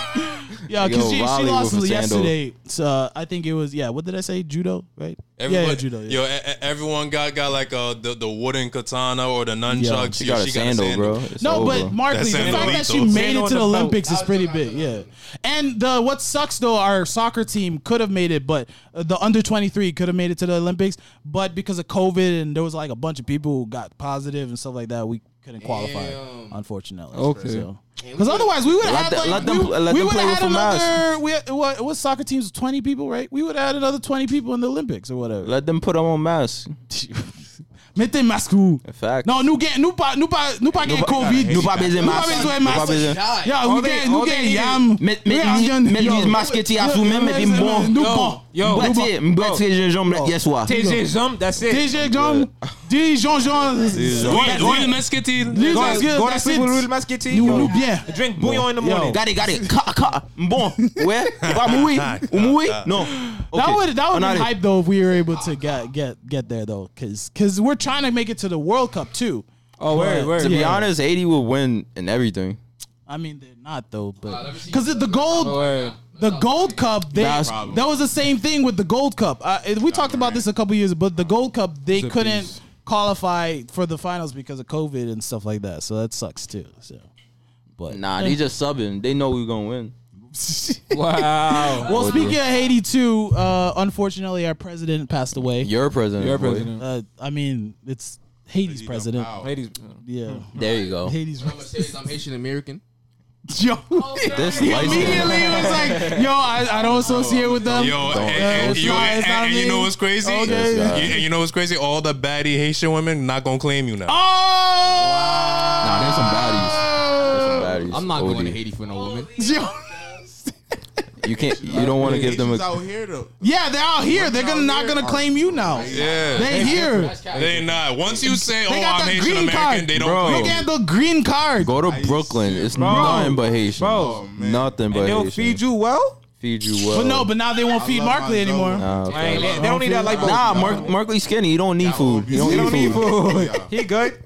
[SPEAKER 2] Yeah, because
[SPEAKER 3] Yo,
[SPEAKER 2] she, she
[SPEAKER 3] volley
[SPEAKER 2] lost
[SPEAKER 3] with a sandal.
[SPEAKER 2] yesterday. So uh, I think it was yeah. What did I say? Judo, right? yeah, yeah, judo. Yeah.
[SPEAKER 4] Yo, e- e- everyone got got like uh, the the wooden katana or the nunchucks.
[SPEAKER 3] She
[SPEAKER 4] Yo,
[SPEAKER 3] got a sandal, bro. It's
[SPEAKER 2] No,
[SPEAKER 3] over.
[SPEAKER 2] but
[SPEAKER 4] That's
[SPEAKER 2] Markley, the fact that she
[SPEAKER 4] Sandalito.
[SPEAKER 2] made
[SPEAKER 1] Sandal
[SPEAKER 2] it
[SPEAKER 1] on
[SPEAKER 2] to
[SPEAKER 1] the
[SPEAKER 2] the
[SPEAKER 1] belt.
[SPEAKER 2] Olympics is pretty big, yeah. And the what sucks though, our soccer team could have made it, but uh, the under twenty three could have made it to the Olympics, but because of COVID and there was like a bunch of people who got positive and stuff like that, we couldn't qualify,
[SPEAKER 6] Damn.
[SPEAKER 2] unfortunately.
[SPEAKER 9] Okay.
[SPEAKER 2] Because otherwise, we would
[SPEAKER 3] Let
[SPEAKER 2] have had
[SPEAKER 3] the-
[SPEAKER 2] like
[SPEAKER 3] let them-
[SPEAKER 2] we,
[SPEAKER 3] let
[SPEAKER 2] we
[SPEAKER 3] them
[SPEAKER 2] would
[SPEAKER 3] play
[SPEAKER 2] have had
[SPEAKER 3] with some ass.
[SPEAKER 2] another. We, what, what soccer teams? Twenty people, right? We would have had another twenty people in the Olympics or whatever.
[SPEAKER 3] let them put them on mask.
[SPEAKER 2] Mettez masque. ou.
[SPEAKER 3] Fact.
[SPEAKER 2] Non, nous gain, nous pas, nous pas, nous pas gain Covid.
[SPEAKER 3] Nous pas besoin
[SPEAKER 2] Nous pas besoin
[SPEAKER 3] masque. Nous pas
[SPEAKER 2] masque.
[SPEAKER 3] besoin.
[SPEAKER 2] Yeah, nous
[SPEAKER 1] they-
[SPEAKER 2] gain, nous
[SPEAKER 1] all they
[SPEAKER 2] gain
[SPEAKER 1] need
[SPEAKER 2] yam.
[SPEAKER 3] Met-
[SPEAKER 2] We
[SPEAKER 3] met-
[SPEAKER 2] are
[SPEAKER 3] met-
[SPEAKER 2] young.
[SPEAKER 3] met
[SPEAKER 2] Yo.
[SPEAKER 3] these masques et t'y assoumez,
[SPEAKER 2] Yo,
[SPEAKER 3] mais puis
[SPEAKER 2] yo,
[SPEAKER 3] bon.
[SPEAKER 2] Nous
[SPEAKER 1] Yo,
[SPEAKER 2] bon.
[SPEAKER 1] yo,
[SPEAKER 3] Boîte,
[SPEAKER 1] Luba-
[SPEAKER 3] boîte, c'est gingembre, là, yes, wa.
[SPEAKER 1] TJ Zum, that's it.
[SPEAKER 2] TG John, dis Jean Jean.
[SPEAKER 1] Go,
[SPEAKER 2] Real
[SPEAKER 1] go
[SPEAKER 2] masque,
[SPEAKER 1] to
[SPEAKER 2] that's
[SPEAKER 1] sleep
[SPEAKER 2] it.
[SPEAKER 1] with real masque tea.
[SPEAKER 2] Nous,
[SPEAKER 1] Yo,
[SPEAKER 2] nous bien.
[SPEAKER 1] Drink bouillon in the
[SPEAKER 2] Yo.
[SPEAKER 1] morning.
[SPEAKER 3] Got it, got it. Ka, ka. Bon. Ouais. Tu vas mourir. Ou mourir? Non.
[SPEAKER 2] That
[SPEAKER 3] Okay.
[SPEAKER 2] would that would
[SPEAKER 3] On
[SPEAKER 2] be
[SPEAKER 3] a dit.
[SPEAKER 2] hype though if we were able to get get get there though, cause cause we're trying to make it to the World Cup too.
[SPEAKER 1] Oh, word, word.
[SPEAKER 3] To be
[SPEAKER 2] Yeah.
[SPEAKER 3] honest, 80 would win in everything.
[SPEAKER 2] I mean they're not though, but because the gold
[SPEAKER 1] Word.
[SPEAKER 2] the gold cup they
[SPEAKER 3] That's-
[SPEAKER 2] that was the same thing with the gold cup uh, it- we talked about this a couple years but the gold cup they couldn't qualify for the finals because of covid and stuff like that so that sucks too so but
[SPEAKER 3] Nah, they just subbing. They know we're going to win.
[SPEAKER 1] Wow.
[SPEAKER 2] Well, speaking of Haiti too, uh, unfortunately, our president passed away.
[SPEAKER 3] Your president.
[SPEAKER 1] Your
[SPEAKER 3] boy.
[SPEAKER 1] president.
[SPEAKER 2] Uh, I mean, it's Haiti's president.
[SPEAKER 1] Ladies.
[SPEAKER 2] Yeah,
[SPEAKER 3] There you go.
[SPEAKER 2] Haiti's.
[SPEAKER 6] I'm gonna say is I'm Haitian American.
[SPEAKER 2] Yo,
[SPEAKER 3] This
[SPEAKER 2] immediately
[SPEAKER 3] license.
[SPEAKER 2] it was like, yo, I, I don't associate with them.
[SPEAKER 4] Yo, and, and
[SPEAKER 2] it's
[SPEAKER 4] you,
[SPEAKER 2] not- it's
[SPEAKER 4] and-
[SPEAKER 2] not
[SPEAKER 4] and you
[SPEAKER 2] me.
[SPEAKER 4] know what's crazy?
[SPEAKER 2] Okay.
[SPEAKER 4] You, and you know what's crazy? All the baddie Haitian women not gonna claim you now.
[SPEAKER 2] Oh,
[SPEAKER 3] Nah, there's some baddies. There's some baddies.
[SPEAKER 9] I'm not
[SPEAKER 3] OD.
[SPEAKER 9] going to Haiti for no woman.
[SPEAKER 2] yo.
[SPEAKER 3] You can't. You don't want to give them
[SPEAKER 8] Haitians
[SPEAKER 3] a.
[SPEAKER 8] out here though.
[SPEAKER 2] yeah, they're out here. They're gonna not gonna claim you now.
[SPEAKER 4] Yeah, they,
[SPEAKER 2] They here.
[SPEAKER 4] not. Once you say, "Oh,
[SPEAKER 2] got
[SPEAKER 4] I'm
[SPEAKER 2] that
[SPEAKER 4] Haitian
[SPEAKER 2] green
[SPEAKER 4] American,"
[SPEAKER 2] card.
[SPEAKER 4] they don't.
[SPEAKER 3] Bro.
[SPEAKER 4] claim
[SPEAKER 2] They got the green card.
[SPEAKER 3] Go to Brooklyn. It's nothing but Haitians.
[SPEAKER 1] Bro.
[SPEAKER 3] Nothing but
[SPEAKER 1] They'll
[SPEAKER 3] Haitians.
[SPEAKER 1] feed you well.
[SPEAKER 3] Feed you well.
[SPEAKER 2] But no, but now they won't feed
[SPEAKER 8] love
[SPEAKER 2] Markley
[SPEAKER 8] my double.
[SPEAKER 2] anymore.
[SPEAKER 3] Nah, fuck.
[SPEAKER 1] They, they don't need that light bulb.
[SPEAKER 3] Nah, Mark, Markley skinny. You don't need food. You
[SPEAKER 1] He don't
[SPEAKER 3] don't need
[SPEAKER 1] need
[SPEAKER 3] food.
[SPEAKER 1] food.
[SPEAKER 8] Yeah.
[SPEAKER 1] He good.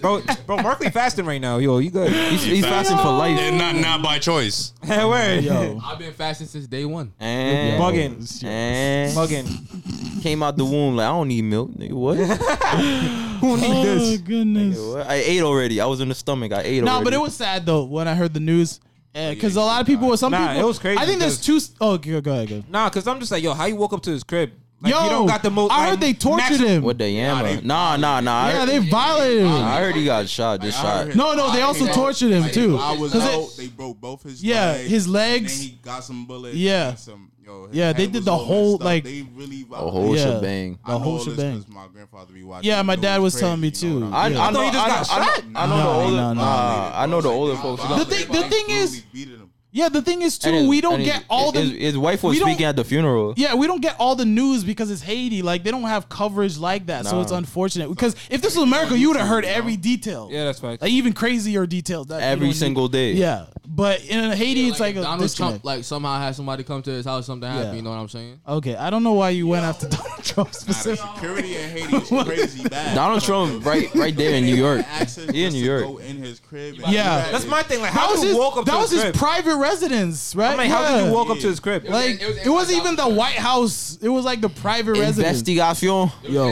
[SPEAKER 1] Bro, bro, Markley fasting right now. Yo, you good?
[SPEAKER 3] He's, he's fasting for
[SPEAKER 4] They're
[SPEAKER 3] life.
[SPEAKER 4] not not by choice.
[SPEAKER 1] Hey, word.
[SPEAKER 2] Yo,
[SPEAKER 9] I've been fasting since day one.
[SPEAKER 3] And
[SPEAKER 1] Bugging.
[SPEAKER 3] And
[SPEAKER 1] Bugging.
[SPEAKER 3] came out the womb like I don't need milk. Nigga, what?
[SPEAKER 1] Who need
[SPEAKER 2] oh
[SPEAKER 1] this?
[SPEAKER 2] goodness.
[SPEAKER 3] I ate already. I was in the stomach. I ate already.
[SPEAKER 2] No, but it was sad though when I heard the news because a lot of people, some
[SPEAKER 1] Nah,
[SPEAKER 2] people,
[SPEAKER 1] it was crazy
[SPEAKER 2] I think there's two. Oh, go, go ahead, go. ahead.
[SPEAKER 1] Nah, cause I'm just like, yo, how you woke up to his crib? Like,
[SPEAKER 2] Yo,
[SPEAKER 1] you don't got the most.
[SPEAKER 2] I heard
[SPEAKER 1] like,
[SPEAKER 2] they tortured
[SPEAKER 1] natural-
[SPEAKER 2] him.
[SPEAKER 3] What the yammer? Nah, nah, nah.
[SPEAKER 2] yeah,
[SPEAKER 3] I,
[SPEAKER 2] they violated him.
[SPEAKER 3] I heard he got shot. Just shot.
[SPEAKER 2] No, no, they also tortured him too.
[SPEAKER 8] I was
[SPEAKER 2] 'Cause it-
[SPEAKER 8] out. they broke both his.
[SPEAKER 2] Yeah,
[SPEAKER 8] legs,
[SPEAKER 2] his
[SPEAKER 8] Then
[SPEAKER 2] legs.
[SPEAKER 8] he got some bullets.
[SPEAKER 2] Yeah.
[SPEAKER 8] and Some, yo, his
[SPEAKER 2] Yeah, they
[SPEAKER 8] head
[SPEAKER 2] did
[SPEAKER 8] was
[SPEAKER 2] the
[SPEAKER 8] all messed
[SPEAKER 2] whole,
[SPEAKER 8] up.
[SPEAKER 2] like-
[SPEAKER 8] They really.
[SPEAKER 3] A whole
[SPEAKER 2] Yeah.
[SPEAKER 3] shebang.
[SPEAKER 2] The whole shebang.
[SPEAKER 8] My grandfather be watching.
[SPEAKER 2] Yeah,
[SPEAKER 8] You
[SPEAKER 2] my
[SPEAKER 8] know
[SPEAKER 2] dad
[SPEAKER 8] it's
[SPEAKER 2] was
[SPEAKER 8] crazy,
[SPEAKER 2] telling me
[SPEAKER 8] you know
[SPEAKER 2] too.
[SPEAKER 8] what
[SPEAKER 3] I,
[SPEAKER 2] Yeah.
[SPEAKER 3] I know
[SPEAKER 1] he just
[SPEAKER 3] I,
[SPEAKER 1] got
[SPEAKER 3] I,
[SPEAKER 1] shot.
[SPEAKER 3] I know
[SPEAKER 2] Nah,
[SPEAKER 3] the older.
[SPEAKER 2] nah, nah.
[SPEAKER 3] Nah, I know the older folks.
[SPEAKER 8] I'm
[SPEAKER 3] you
[SPEAKER 8] saying?
[SPEAKER 2] The
[SPEAKER 3] know.
[SPEAKER 2] thing, the thing is, Oh,
[SPEAKER 8] Absolutely beating him.
[SPEAKER 2] yeah, the thing is
[SPEAKER 3] And
[SPEAKER 2] too.
[SPEAKER 3] his-
[SPEAKER 2] we don't
[SPEAKER 3] and his-
[SPEAKER 2] get all
[SPEAKER 3] his,
[SPEAKER 2] the.
[SPEAKER 3] His wife was
[SPEAKER 2] we don't-
[SPEAKER 3] speaking at the funeral.
[SPEAKER 2] Yeah, we don't get all the news because it's Haiti. Like they don't have coverage like that, so
[SPEAKER 3] Nah.
[SPEAKER 2] it's unfortunate. Because if this was America, you would have heard every detail.
[SPEAKER 1] Yeah, that's facts.
[SPEAKER 2] like even crazier details. That you
[SPEAKER 3] Every
[SPEAKER 2] don't need-
[SPEAKER 3] single day.
[SPEAKER 2] Yeah, but in Haiti, it's like,
[SPEAKER 9] if
[SPEAKER 2] a
[SPEAKER 9] Donald
[SPEAKER 2] disconnect.
[SPEAKER 9] Trump, like somehow had somebody come to his house, something happened.
[SPEAKER 2] Yeah.
[SPEAKER 9] You know what I'm saying?
[SPEAKER 2] Okay, I don't know why you went after Donald Trump specifically.
[SPEAKER 8] Security in Haiti is crazy bad.
[SPEAKER 3] Donald Trump right right there in New York.
[SPEAKER 8] Access
[SPEAKER 3] He in
[SPEAKER 8] just
[SPEAKER 3] New
[SPEAKER 8] to
[SPEAKER 3] York.
[SPEAKER 8] Go in his crib.
[SPEAKER 2] Yeah.
[SPEAKER 8] and do that
[SPEAKER 1] That's
[SPEAKER 8] is-
[SPEAKER 1] my thing. Like,
[SPEAKER 2] That
[SPEAKER 1] how
[SPEAKER 2] was
[SPEAKER 1] did
[SPEAKER 2] his,
[SPEAKER 1] you walk up
[SPEAKER 2] that
[SPEAKER 1] to
[SPEAKER 2] was
[SPEAKER 1] his
[SPEAKER 2] his
[SPEAKER 1] crib?
[SPEAKER 2] private residence, right?
[SPEAKER 1] I mean, how did
[SPEAKER 2] Yeah.
[SPEAKER 1] you walk up to his crib?
[SPEAKER 2] Like
[SPEAKER 9] It was-
[SPEAKER 2] it wasn't even the
[SPEAKER 9] inside
[SPEAKER 2] White House. It was like the private residence.
[SPEAKER 3] Investigation.
[SPEAKER 2] Yo.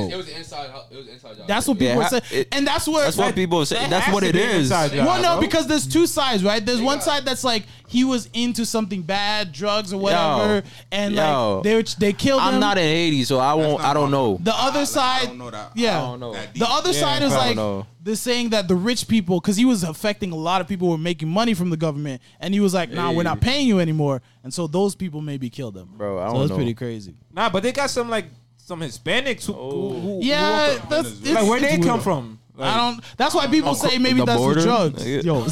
[SPEAKER 9] it was an inside. It was an inside job.
[SPEAKER 2] That's what people
[SPEAKER 3] Yeah,
[SPEAKER 2] say,
[SPEAKER 3] it-
[SPEAKER 2] and that's what.
[SPEAKER 3] That's what people say. That's what it is.
[SPEAKER 2] well, no, because there's two sides, right? There's one side that's like he was into something bad, drugs or whatever, and
[SPEAKER 3] Yo.
[SPEAKER 2] like they were- they killed him.
[SPEAKER 3] I'm not in Haiti, so I won't.
[SPEAKER 8] not
[SPEAKER 3] I don't
[SPEAKER 8] my-
[SPEAKER 3] know.
[SPEAKER 2] the other side,
[SPEAKER 8] I don't know that.
[SPEAKER 2] yeah.
[SPEAKER 3] I don't know.
[SPEAKER 8] That
[SPEAKER 2] The
[SPEAKER 8] deep.
[SPEAKER 2] other side is
[SPEAKER 3] I don't
[SPEAKER 2] like
[SPEAKER 3] know.
[SPEAKER 2] they're saying that the rich people, because he was affecting a lot of people who were making money from the government, and he was like, "Nah, we're not paying you anymore," and so those people maybe killed him.
[SPEAKER 3] Bro, I
[SPEAKER 2] so
[SPEAKER 3] don't
[SPEAKER 2] that's
[SPEAKER 3] know.
[SPEAKER 2] pretty crazy.
[SPEAKER 1] Nah, but they got some like some Hispanics who, who, who
[SPEAKER 2] Yeah, that's it's,
[SPEAKER 1] like where they
[SPEAKER 2] it's
[SPEAKER 1] come
[SPEAKER 2] weird.
[SPEAKER 1] from. Like,
[SPEAKER 2] I don't. That's why people say maybe
[SPEAKER 3] The
[SPEAKER 2] that's the
[SPEAKER 3] border?
[SPEAKER 2] drugs.
[SPEAKER 3] Yeah.
[SPEAKER 2] Yo,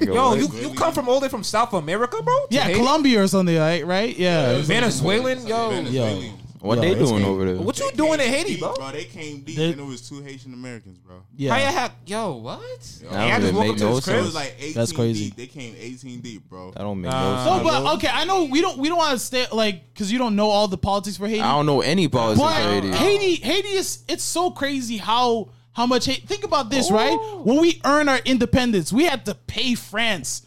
[SPEAKER 1] Yo, you, you come from all the way from South America, bro? To
[SPEAKER 2] yeah,
[SPEAKER 1] Haiti?
[SPEAKER 2] Colombia or something, right? Right? Yeah.
[SPEAKER 1] Venezuelan, yo.
[SPEAKER 2] Yo,
[SPEAKER 3] what
[SPEAKER 2] Yo,
[SPEAKER 3] they
[SPEAKER 2] it's-
[SPEAKER 3] doing over there?
[SPEAKER 1] What you doing in Haiti,
[SPEAKER 8] Deep,
[SPEAKER 1] bro?
[SPEAKER 8] bro, they came deep,
[SPEAKER 2] They-
[SPEAKER 8] and it was two Haitian Americans, bro.
[SPEAKER 1] How you
[SPEAKER 2] yeah.
[SPEAKER 1] hack? Yo, what?
[SPEAKER 3] That
[SPEAKER 1] Yeah, I
[SPEAKER 3] don't
[SPEAKER 1] just
[SPEAKER 3] even
[SPEAKER 1] woke
[SPEAKER 3] make
[SPEAKER 1] up to
[SPEAKER 3] no
[SPEAKER 1] his
[SPEAKER 8] It
[SPEAKER 1] crib.
[SPEAKER 3] sense.
[SPEAKER 8] was like 18
[SPEAKER 2] That's crazy.
[SPEAKER 8] Deep. They came 18 deep, bro.
[SPEAKER 3] I don't make
[SPEAKER 1] Nah.
[SPEAKER 3] no
[SPEAKER 2] No,
[SPEAKER 3] sense.
[SPEAKER 2] Oh, but okay, I know we don't we don't want to stay like because you don't know all the politics for Haiti.
[SPEAKER 3] I don't know any politics in
[SPEAKER 2] But
[SPEAKER 3] Haiti.
[SPEAKER 2] Haiti. Haiti, is it's so crazy how how much hate. Think about this, right? When we earn our independence, we had to pay France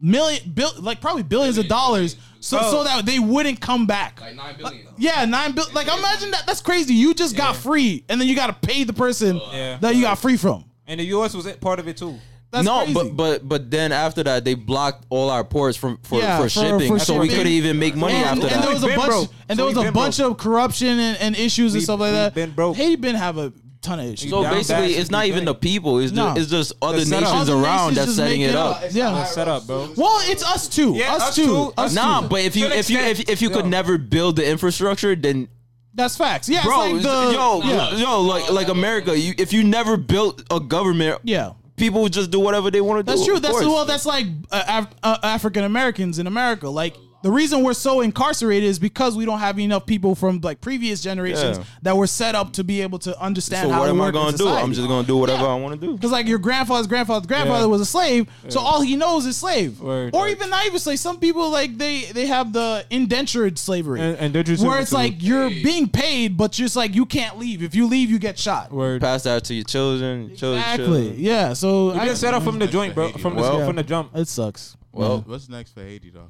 [SPEAKER 2] million, bill, like probably billions of dollars, so
[SPEAKER 1] Bro.
[SPEAKER 2] so that they wouldn't come back.
[SPEAKER 9] Like nine billion. though.
[SPEAKER 2] Yeah, nine bill. Like imagine that. That's crazy. You just got free, and then you got to pay the person
[SPEAKER 1] Yeah.
[SPEAKER 2] that you got free from.
[SPEAKER 1] And the U.S. was part of it too.
[SPEAKER 2] That's
[SPEAKER 3] no,
[SPEAKER 2] crazy.
[SPEAKER 3] but but but then after that, they blocked all our ports from for,
[SPEAKER 2] Yeah,
[SPEAKER 3] for,
[SPEAKER 2] for-
[SPEAKER 3] shipping,
[SPEAKER 2] for
[SPEAKER 3] so we
[SPEAKER 2] shipping.
[SPEAKER 3] couldn't even make money
[SPEAKER 2] and,
[SPEAKER 3] after
[SPEAKER 2] and
[SPEAKER 3] that.
[SPEAKER 2] there was a
[SPEAKER 1] We've been
[SPEAKER 2] bunch,
[SPEAKER 1] broke. So
[SPEAKER 2] and there was
[SPEAKER 1] we've
[SPEAKER 2] a
[SPEAKER 1] been
[SPEAKER 2] bunch
[SPEAKER 1] broke.
[SPEAKER 2] of corruption and, and issues and
[SPEAKER 1] We-
[SPEAKER 2] stuff like
[SPEAKER 1] we've
[SPEAKER 2] that.
[SPEAKER 1] been broke.
[SPEAKER 2] Haiti been have a ton of issues.
[SPEAKER 3] so
[SPEAKER 1] down bad
[SPEAKER 3] basically,
[SPEAKER 1] shit
[SPEAKER 3] it's not
[SPEAKER 1] we
[SPEAKER 3] even
[SPEAKER 1] think.
[SPEAKER 3] the people; it's
[SPEAKER 2] No.
[SPEAKER 3] just it's just other
[SPEAKER 1] The setup.
[SPEAKER 3] nations
[SPEAKER 2] Other
[SPEAKER 3] around
[SPEAKER 2] nations
[SPEAKER 3] that's
[SPEAKER 2] just
[SPEAKER 3] setting
[SPEAKER 2] make
[SPEAKER 3] it up.
[SPEAKER 2] Yeah.
[SPEAKER 1] That's set up, bro.
[SPEAKER 2] Well, it's us too.
[SPEAKER 1] Yeah,
[SPEAKER 2] us,
[SPEAKER 1] us
[SPEAKER 2] too.
[SPEAKER 1] too.
[SPEAKER 2] Us
[SPEAKER 3] Nah,
[SPEAKER 2] too.
[SPEAKER 3] but if you
[SPEAKER 1] To an
[SPEAKER 3] if you if,
[SPEAKER 1] extent,
[SPEAKER 3] if you could
[SPEAKER 1] yo.
[SPEAKER 3] never build the infrastructure, then
[SPEAKER 2] that's facts. Yeah, it's
[SPEAKER 3] bro,
[SPEAKER 2] like the,
[SPEAKER 3] yo,
[SPEAKER 2] yeah.
[SPEAKER 3] yo, like like America, you, if you never built a government,
[SPEAKER 2] Yeah.
[SPEAKER 3] people would just do whatever they want to do.
[SPEAKER 2] That's true.
[SPEAKER 3] of
[SPEAKER 2] That's
[SPEAKER 3] course.
[SPEAKER 2] well. That's like uh, Af- uh, African Americans in America. Like the reason we're so incarcerated is because we don't have enough people from like previous generations
[SPEAKER 3] Yeah.
[SPEAKER 2] that were set up to be able to understand
[SPEAKER 3] So
[SPEAKER 2] how
[SPEAKER 3] what
[SPEAKER 2] to
[SPEAKER 3] am I
[SPEAKER 2] work in
[SPEAKER 3] gonna do? I'm
[SPEAKER 2] society.
[SPEAKER 3] just gonna do whatever
[SPEAKER 2] Yeah.
[SPEAKER 3] I want to do.
[SPEAKER 2] Because like your grandfather's grandfather's grandfather
[SPEAKER 1] Yeah.
[SPEAKER 2] was a slave, so all he knows is slave,
[SPEAKER 1] Word.
[SPEAKER 2] or even not even slave. Some people like they they have the indentured slavery,
[SPEAKER 1] And- indentured
[SPEAKER 2] where
[SPEAKER 1] servitude.
[SPEAKER 2] it's like you're being paid, but just like you can't leave. If you leave, you get shot.
[SPEAKER 1] Word.
[SPEAKER 3] Pass that to your children, your children,
[SPEAKER 2] Exactly.
[SPEAKER 3] children.
[SPEAKER 2] Yeah. So
[SPEAKER 1] You been set up from the joint, bro. From the
[SPEAKER 3] Well-
[SPEAKER 1] from the jump.
[SPEAKER 2] it sucks. Ah,
[SPEAKER 3] Well,
[SPEAKER 8] What's next for Haiti, though?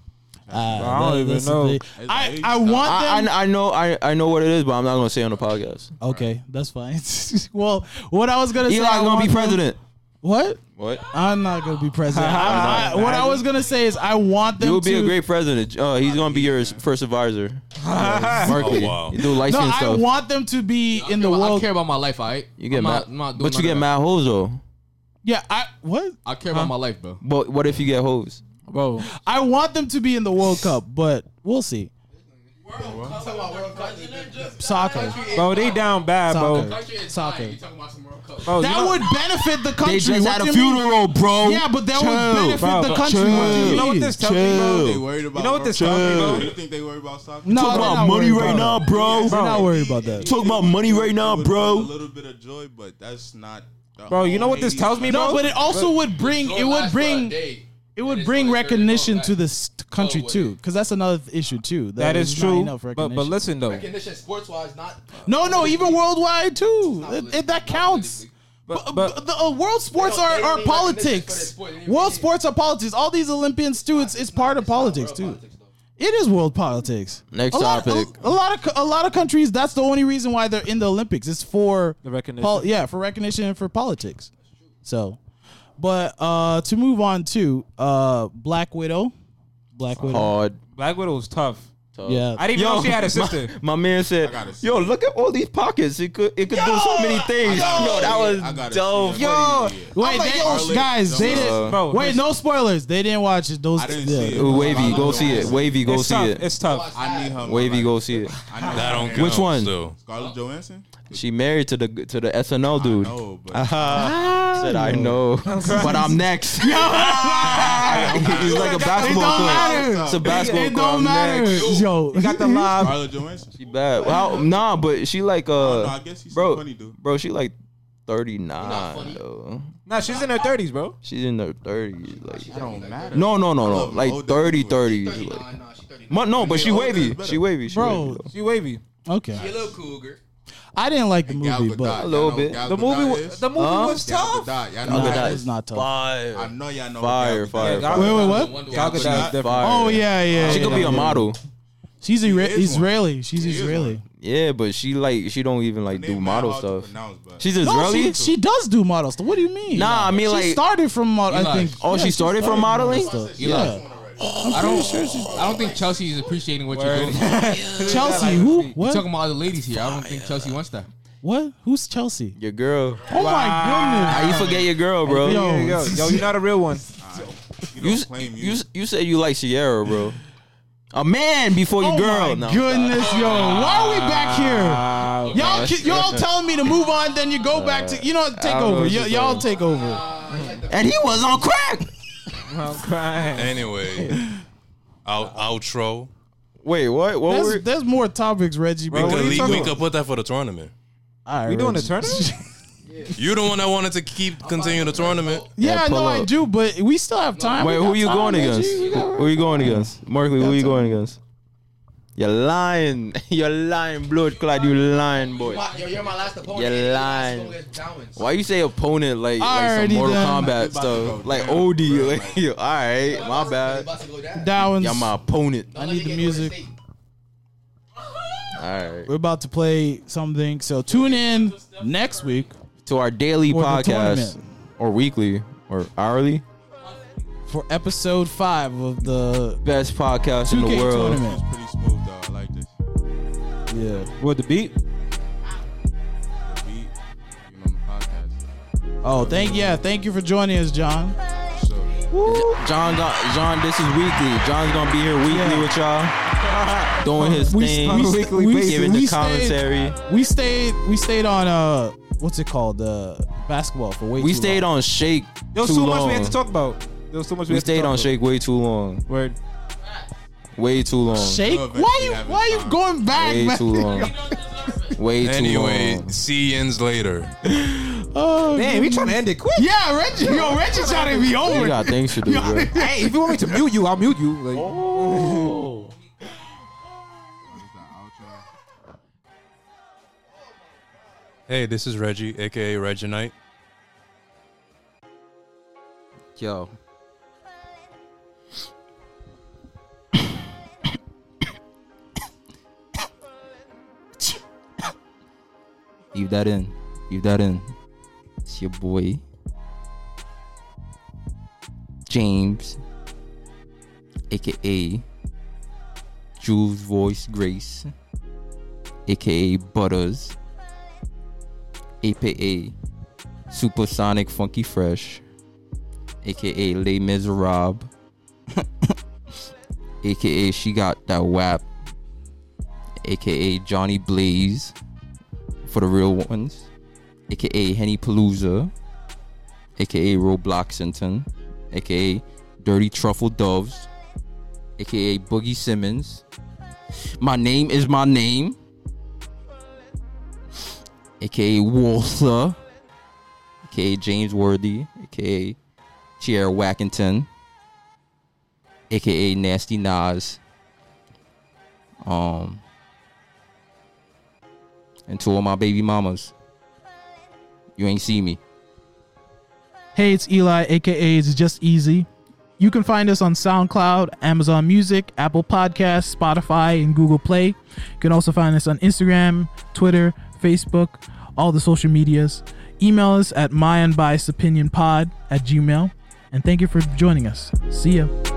[SPEAKER 2] I
[SPEAKER 1] don't even know.
[SPEAKER 2] I, I want
[SPEAKER 3] I,
[SPEAKER 2] them.
[SPEAKER 3] I I know I, I know what it is, but I'm not gonna say on the podcast.
[SPEAKER 2] okay, that's fine. well, what I was gonna say,
[SPEAKER 3] Eli
[SPEAKER 2] I
[SPEAKER 3] gonna
[SPEAKER 2] want
[SPEAKER 3] be
[SPEAKER 2] them-
[SPEAKER 3] president.
[SPEAKER 2] What?
[SPEAKER 3] What?
[SPEAKER 2] I'm not gonna be president. I- what I was gonna say is I want them
[SPEAKER 3] You would be
[SPEAKER 2] to
[SPEAKER 3] a great president. Uh, he's gonna be your s- first advisor. Markley.
[SPEAKER 4] Oh, wow.
[SPEAKER 3] You do light
[SPEAKER 2] No,
[SPEAKER 3] skin
[SPEAKER 2] I
[SPEAKER 3] stuff.
[SPEAKER 2] want them to be in
[SPEAKER 9] I
[SPEAKER 2] the
[SPEAKER 9] care- I
[SPEAKER 2] world.
[SPEAKER 9] care about my life, alright?
[SPEAKER 3] you get
[SPEAKER 9] I'm
[SPEAKER 3] mad,
[SPEAKER 9] not- I'm not doing
[SPEAKER 3] but you
[SPEAKER 9] none
[SPEAKER 3] get
[SPEAKER 9] of
[SPEAKER 3] mad hoes though.
[SPEAKER 2] Yeah, I what?
[SPEAKER 9] that. I care about my life, bro.
[SPEAKER 3] But what if you get hoes?
[SPEAKER 2] Bro, I want them to be in the World Cup, but we'll see. Soccer,
[SPEAKER 1] Bro, they down bad, bro.
[SPEAKER 2] soccer, soccer.
[SPEAKER 9] talking about some World Cup?
[SPEAKER 1] Bro, you
[SPEAKER 2] That
[SPEAKER 1] know-
[SPEAKER 2] would benefit the country. What do you mean?
[SPEAKER 3] bro.
[SPEAKER 2] Yeah, but that would benefit
[SPEAKER 1] bro.
[SPEAKER 2] the country. What do
[SPEAKER 1] You know what
[SPEAKER 2] mean?
[SPEAKER 1] this tells me,
[SPEAKER 8] They
[SPEAKER 1] bro?
[SPEAKER 8] worried about.
[SPEAKER 1] You know what this tells me,
[SPEAKER 8] Bro,
[SPEAKER 1] bro?
[SPEAKER 8] you think they worry about soccer?
[SPEAKER 2] No, they're not worried about it.
[SPEAKER 3] bro.
[SPEAKER 2] They're not worried about that.
[SPEAKER 3] Talk about money right now,
[SPEAKER 8] With A little bit of joy, but that's not. the
[SPEAKER 1] Bro, you know
[SPEAKER 8] whole
[SPEAKER 1] what this
[SPEAKER 8] 80s
[SPEAKER 1] tells me,
[SPEAKER 8] country.
[SPEAKER 2] No,
[SPEAKER 1] bro?
[SPEAKER 2] but it also would bring it would bring it would bring recognition to this country too, because that's another th- issue too.
[SPEAKER 1] That is
[SPEAKER 2] there's not
[SPEAKER 1] true.
[SPEAKER 2] enough
[SPEAKER 1] But but
[SPEAKER 2] recognition.
[SPEAKER 1] listen though,
[SPEAKER 6] Recognition sports wise, not.
[SPEAKER 2] no, no, even worldwide too. It, it, that counts.
[SPEAKER 1] but
[SPEAKER 2] But,
[SPEAKER 1] but
[SPEAKER 2] the uh, world sports
[SPEAKER 6] They don't-
[SPEAKER 2] are,
[SPEAKER 6] they
[SPEAKER 2] are
[SPEAKER 6] don't need recognition for their
[SPEAKER 2] politics.
[SPEAKER 6] sport. They don't even
[SPEAKER 2] World
[SPEAKER 6] need it.
[SPEAKER 2] sports are politics. All these Olympian students, it's part of politics too. It is world politics.
[SPEAKER 3] Next
[SPEAKER 2] a lot,
[SPEAKER 3] topic.
[SPEAKER 2] A, a lot of co- a lot of countries. That's the only reason why they're in the Olympics. It's for
[SPEAKER 1] The recognition.
[SPEAKER 2] pol- yeah, for recognition and for politics. So, but uh, to move on to uh, Black Widow. Black Widow.
[SPEAKER 3] Hard.
[SPEAKER 1] Black Widow was tough.
[SPEAKER 2] Yeah.
[SPEAKER 1] I didn't even know she had a sister.
[SPEAKER 3] My, my man said,
[SPEAKER 8] gotta see
[SPEAKER 3] "Yo, look at all these pockets. It could it could do so many things. Yo, that
[SPEAKER 8] I
[SPEAKER 3] was
[SPEAKER 8] gotta
[SPEAKER 3] dope.
[SPEAKER 8] see it. I gotta
[SPEAKER 3] Yo,
[SPEAKER 8] see it.
[SPEAKER 2] Wait, they, oh, guys, they
[SPEAKER 3] Uh,
[SPEAKER 2] didn't.
[SPEAKER 1] Bro,
[SPEAKER 2] Wait,
[SPEAKER 1] it's-
[SPEAKER 2] no spoilers. They didn't watch it. Those.
[SPEAKER 8] I didn't
[SPEAKER 2] yeah.
[SPEAKER 8] see it.
[SPEAKER 3] Ooh, wavy, go see it. Wavy, go
[SPEAKER 1] it's
[SPEAKER 3] see
[SPEAKER 1] tough.
[SPEAKER 3] it.
[SPEAKER 1] It's tough.
[SPEAKER 8] I need her. in my
[SPEAKER 3] Wavy,
[SPEAKER 8] life.
[SPEAKER 3] go see it.
[SPEAKER 8] I know
[SPEAKER 4] That
[SPEAKER 8] her
[SPEAKER 4] don't
[SPEAKER 8] in
[SPEAKER 4] count.
[SPEAKER 8] my
[SPEAKER 3] Which one?
[SPEAKER 4] Still.
[SPEAKER 8] Scarlett Johansson?
[SPEAKER 3] She married to the to the SNL dude.
[SPEAKER 8] No, but
[SPEAKER 3] Aha. Said I know, but I'm next. He's like a basketball
[SPEAKER 2] matter.
[SPEAKER 3] player. It's a basketball
[SPEAKER 2] It
[SPEAKER 3] player.
[SPEAKER 2] don't
[SPEAKER 3] I'm
[SPEAKER 2] matter.
[SPEAKER 3] next.
[SPEAKER 2] Yo,
[SPEAKER 1] Got the live.
[SPEAKER 8] Scarlett Johansson.
[SPEAKER 3] She bad. Well, nah, but she like uh,
[SPEAKER 4] Oh,
[SPEAKER 8] no, I guess she's
[SPEAKER 3] bro,
[SPEAKER 8] still funny, dude.
[SPEAKER 3] bro, she like 39 though.
[SPEAKER 1] Nah, she's in her thirties, bro.
[SPEAKER 3] She's in her 30s. Like,
[SPEAKER 8] don't matter.
[SPEAKER 3] no, no, no, no.
[SPEAKER 8] Look,
[SPEAKER 3] Like
[SPEAKER 8] older
[SPEAKER 3] 30,
[SPEAKER 8] people.
[SPEAKER 3] 30. Like,
[SPEAKER 6] Nah, nah, she 39.
[SPEAKER 3] Mu- no, but she
[SPEAKER 8] Yeah, older
[SPEAKER 3] wavy.
[SPEAKER 8] is better.
[SPEAKER 3] She wavy. She
[SPEAKER 2] Bro.
[SPEAKER 3] wavy, though.
[SPEAKER 1] She wavy.
[SPEAKER 6] She a
[SPEAKER 2] okay.
[SPEAKER 6] little cougar.
[SPEAKER 2] I didn't like the
[SPEAKER 8] Gal
[SPEAKER 2] movie,
[SPEAKER 8] Gadot,
[SPEAKER 2] but
[SPEAKER 8] y'all
[SPEAKER 3] little
[SPEAKER 8] know
[SPEAKER 3] bit.
[SPEAKER 8] Gal
[SPEAKER 1] The
[SPEAKER 8] Gadot
[SPEAKER 1] movie. wa-
[SPEAKER 8] is?
[SPEAKER 1] The movie
[SPEAKER 3] Huh?
[SPEAKER 1] was
[SPEAKER 8] Gal
[SPEAKER 1] tough.
[SPEAKER 8] Gadot, y'all know
[SPEAKER 2] nah,
[SPEAKER 8] Gal
[SPEAKER 3] Gadot
[SPEAKER 2] that
[SPEAKER 8] Gadot.
[SPEAKER 2] was not tough.
[SPEAKER 8] I
[SPEAKER 3] Fire.
[SPEAKER 8] know y'all know.
[SPEAKER 3] Fire,
[SPEAKER 8] Gal Gadot.
[SPEAKER 3] fire.
[SPEAKER 1] Gal-
[SPEAKER 2] Wait, wait, what?
[SPEAKER 1] Gal Gadot is
[SPEAKER 8] Gal Gadot.
[SPEAKER 1] different.
[SPEAKER 3] Fire.
[SPEAKER 2] Oh yeah, yeah.
[SPEAKER 3] She
[SPEAKER 2] yeah,
[SPEAKER 3] could be
[SPEAKER 2] yeah.
[SPEAKER 3] a model.
[SPEAKER 2] She's Ira-
[SPEAKER 8] is one.
[SPEAKER 2] Israeli. She's
[SPEAKER 8] is
[SPEAKER 2] Israeli.
[SPEAKER 3] Yeah, but she like she don't even like do
[SPEAKER 8] Name
[SPEAKER 3] model
[SPEAKER 8] not hard to
[SPEAKER 3] stuff.
[SPEAKER 8] pronounce, but-
[SPEAKER 3] She's
[SPEAKER 2] No,
[SPEAKER 3] Israeli.
[SPEAKER 2] she, she does do model stuff. What do you mean?
[SPEAKER 3] Nah, I mean,
[SPEAKER 2] she
[SPEAKER 3] like-
[SPEAKER 2] started from model. I
[SPEAKER 9] Eli.
[SPEAKER 2] think.
[SPEAKER 3] Oh, she started from modeling?
[SPEAKER 2] stuff.
[SPEAKER 9] Eli.
[SPEAKER 2] Yeah.
[SPEAKER 9] I don't. I don't think Chelsea is appreciating what you're doing. You're
[SPEAKER 2] Chelsea, who? What?
[SPEAKER 9] talking about other ladies here. I don't think Chelsea wants that.
[SPEAKER 2] What? Who's Chelsea?
[SPEAKER 3] your girl.
[SPEAKER 2] Oh my
[SPEAKER 3] How you
[SPEAKER 2] goodness.
[SPEAKER 3] forget your girl, bro?
[SPEAKER 2] Yo.
[SPEAKER 1] Yo, yo, yo, you're not a real one.
[SPEAKER 8] You
[SPEAKER 3] You,
[SPEAKER 8] don't claim
[SPEAKER 3] you,
[SPEAKER 8] you.
[SPEAKER 3] you said you like Sierra, bro. A man before your
[SPEAKER 2] Oh
[SPEAKER 3] girl.
[SPEAKER 2] my
[SPEAKER 3] No, I'm
[SPEAKER 2] goodness, yo! Why are we back here?
[SPEAKER 1] Uh,
[SPEAKER 2] Y'all, ki- y'all telling me to move on, then you go back to you know take
[SPEAKER 3] I don't know
[SPEAKER 2] over.
[SPEAKER 3] what
[SPEAKER 2] Y-
[SPEAKER 3] you're
[SPEAKER 2] y'all
[SPEAKER 3] doing.
[SPEAKER 2] take over.
[SPEAKER 3] sorry. And he was on crack.
[SPEAKER 1] I'm crying.
[SPEAKER 4] Anyway, out, outro.
[SPEAKER 3] Wait, what? What were?
[SPEAKER 2] There's, there's more topics, Reggie.
[SPEAKER 4] We
[SPEAKER 2] Bro,
[SPEAKER 1] what are
[SPEAKER 4] could,
[SPEAKER 1] you
[SPEAKER 4] leave,
[SPEAKER 1] talking
[SPEAKER 4] we
[SPEAKER 1] about?
[SPEAKER 4] could put that for the tournament.
[SPEAKER 2] All right,
[SPEAKER 1] We doing the
[SPEAKER 2] Reggie.
[SPEAKER 1] tournament?
[SPEAKER 4] You're the one that wanted to keep continuing the tournament.
[SPEAKER 2] Yeah,
[SPEAKER 3] Yeah,
[SPEAKER 2] I know
[SPEAKER 3] pull
[SPEAKER 2] I
[SPEAKER 3] up.
[SPEAKER 2] do, but we still have time.
[SPEAKER 3] Wait,
[SPEAKER 2] We
[SPEAKER 3] who
[SPEAKER 2] got
[SPEAKER 3] you
[SPEAKER 2] time,
[SPEAKER 3] going
[SPEAKER 2] Reggie.
[SPEAKER 3] against?
[SPEAKER 2] We got-
[SPEAKER 3] Who you going against? Markley, who you going against? You're lying. You're lying, blood clad. You lying, boy.
[SPEAKER 6] My, Ah, yo, you're my last opponent.
[SPEAKER 3] You're
[SPEAKER 6] and you're
[SPEAKER 3] lying.
[SPEAKER 6] gonna get downwards.
[SPEAKER 3] Why you say opponent like, like some
[SPEAKER 2] Alrighty
[SPEAKER 3] Mortal
[SPEAKER 2] then.
[SPEAKER 3] Kombat
[SPEAKER 8] about to
[SPEAKER 3] stuff?
[SPEAKER 8] go
[SPEAKER 3] Like
[SPEAKER 8] down,
[SPEAKER 3] OD.
[SPEAKER 8] bro.
[SPEAKER 3] Like, all right, my bad.
[SPEAKER 6] About to go down.
[SPEAKER 2] That one's-
[SPEAKER 3] Y'all my opponent.
[SPEAKER 6] Don't
[SPEAKER 2] I
[SPEAKER 6] let
[SPEAKER 2] need the
[SPEAKER 6] me get Golden
[SPEAKER 2] music.
[SPEAKER 6] State.
[SPEAKER 3] All right.
[SPEAKER 2] We're about to play something, so tune in next week.
[SPEAKER 3] To our daily
[SPEAKER 2] For the
[SPEAKER 3] podcast
[SPEAKER 2] tournament.
[SPEAKER 3] or weekly or hourly
[SPEAKER 2] for episode five of the
[SPEAKER 3] best podcast in the
[SPEAKER 2] 2K
[SPEAKER 3] world.
[SPEAKER 2] tournament.
[SPEAKER 8] It's pretty smooth though. I like this.
[SPEAKER 2] yeah.
[SPEAKER 1] With the beat?
[SPEAKER 8] The beat, you know, the podcast.
[SPEAKER 2] Oh, thank yeah, thank you for joining us, John.
[SPEAKER 8] So.
[SPEAKER 3] John, got, John, this is weekly. John's gonna be here weekly
[SPEAKER 2] Yeah.
[SPEAKER 3] with y'all, doing his
[SPEAKER 2] We-
[SPEAKER 3] thing,
[SPEAKER 2] we- Weekly we- basis.
[SPEAKER 3] giving
[SPEAKER 2] we
[SPEAKER 3] the
[SPEAKER 2] stayed-
[SPEAKER 3] commentary.
[SPEAKER 2] We stayed we stayed on uh what's it called uh basketball for way
[SPEAKER 3] We
[SPEAKER 2] too
[SPEAKER 3] stayed
[SPEAKER 2] long.
[SPEAKER 3] on Shake
[SPEAKER 1] There was
[SPEAKER 3] too,
[SPEAKER 1] too,
[SPEAKER 3] long.
[SPEAKER 1] much we had to talk about. There was too much we,
[SPEAKER 3] We
[SPEAKER 1] had to
[SPEAKER 3] stayed
[SPEAKER 1] talk
[SPEAKER 3] on
[SPEAKER 1] about.
[SPEAKER 3] Shake way too long.
[SPEAKER 1] Word.
[SPEAKER 3] Way too long.
[SPEAKER 2] Shake.
[SPEAKER 8] We'll
[SPEAKER 2] Why
[SPEAKER 8] eventually
[SPEAKER 2] you
[SPEAKER 8] have it
[SPEAKER 2] why you
[SPEAKER 8] fine.
[SPEAKER 2] going back,
[SPEAKER 3] Way
[SPEAKER 2] man?
[SPEAKER 3] too long. Way too
[SPEAKER 4] Anyway,
[SPEAKER 3] long.
[SPEAKER 4] see yins later.
[SPEAKER 2] Oh,
[SPEAKER 1] Damn, we trying to end it quick.
[SPEAKER 2] yeah, Reggie. Yo, Reggie trying to be
[SPEAKER 3] We
[SPEAKER 2] over.
[SPEAKER 3] got things to do, bro.
[SPEAKER 1] Hey, if you want me to mute you, I'll mute you. Like, Oh.
[SPEAKER 4] Hey, this is Reggie, aka Reginite.
[SPEAKER 3] Yo. Leave that in. Leave that in. It's your boy. James, aka Jules Voice Grace, aka Butters, aka Supersonic Funky Fresh, aka Les Miserables, aka She Got That Wap, aka Johnny Blaze for the real ones, aka Henny Palooza, aka Robloxington, aka Dirty Truffle Doves, aka Boogie Simmons. My name is my name, aka Walther, aka James Worthy, aka Chiara Wackington, aka Nasty Nas. Um, and to all my baby mamas, you ain't see me.
[SPEAKER 2] Hey, it's Eli, aka It's Just Easy. You can find us on SoundCloud, Amazon Music, Apple Podcasts, Spotify, and Google Play. You can also find us on Instagram, Twitter, Facebook, all the social medias. Email us at myunbiasedopinionpod at gmail. And thank you for joining us. See ya.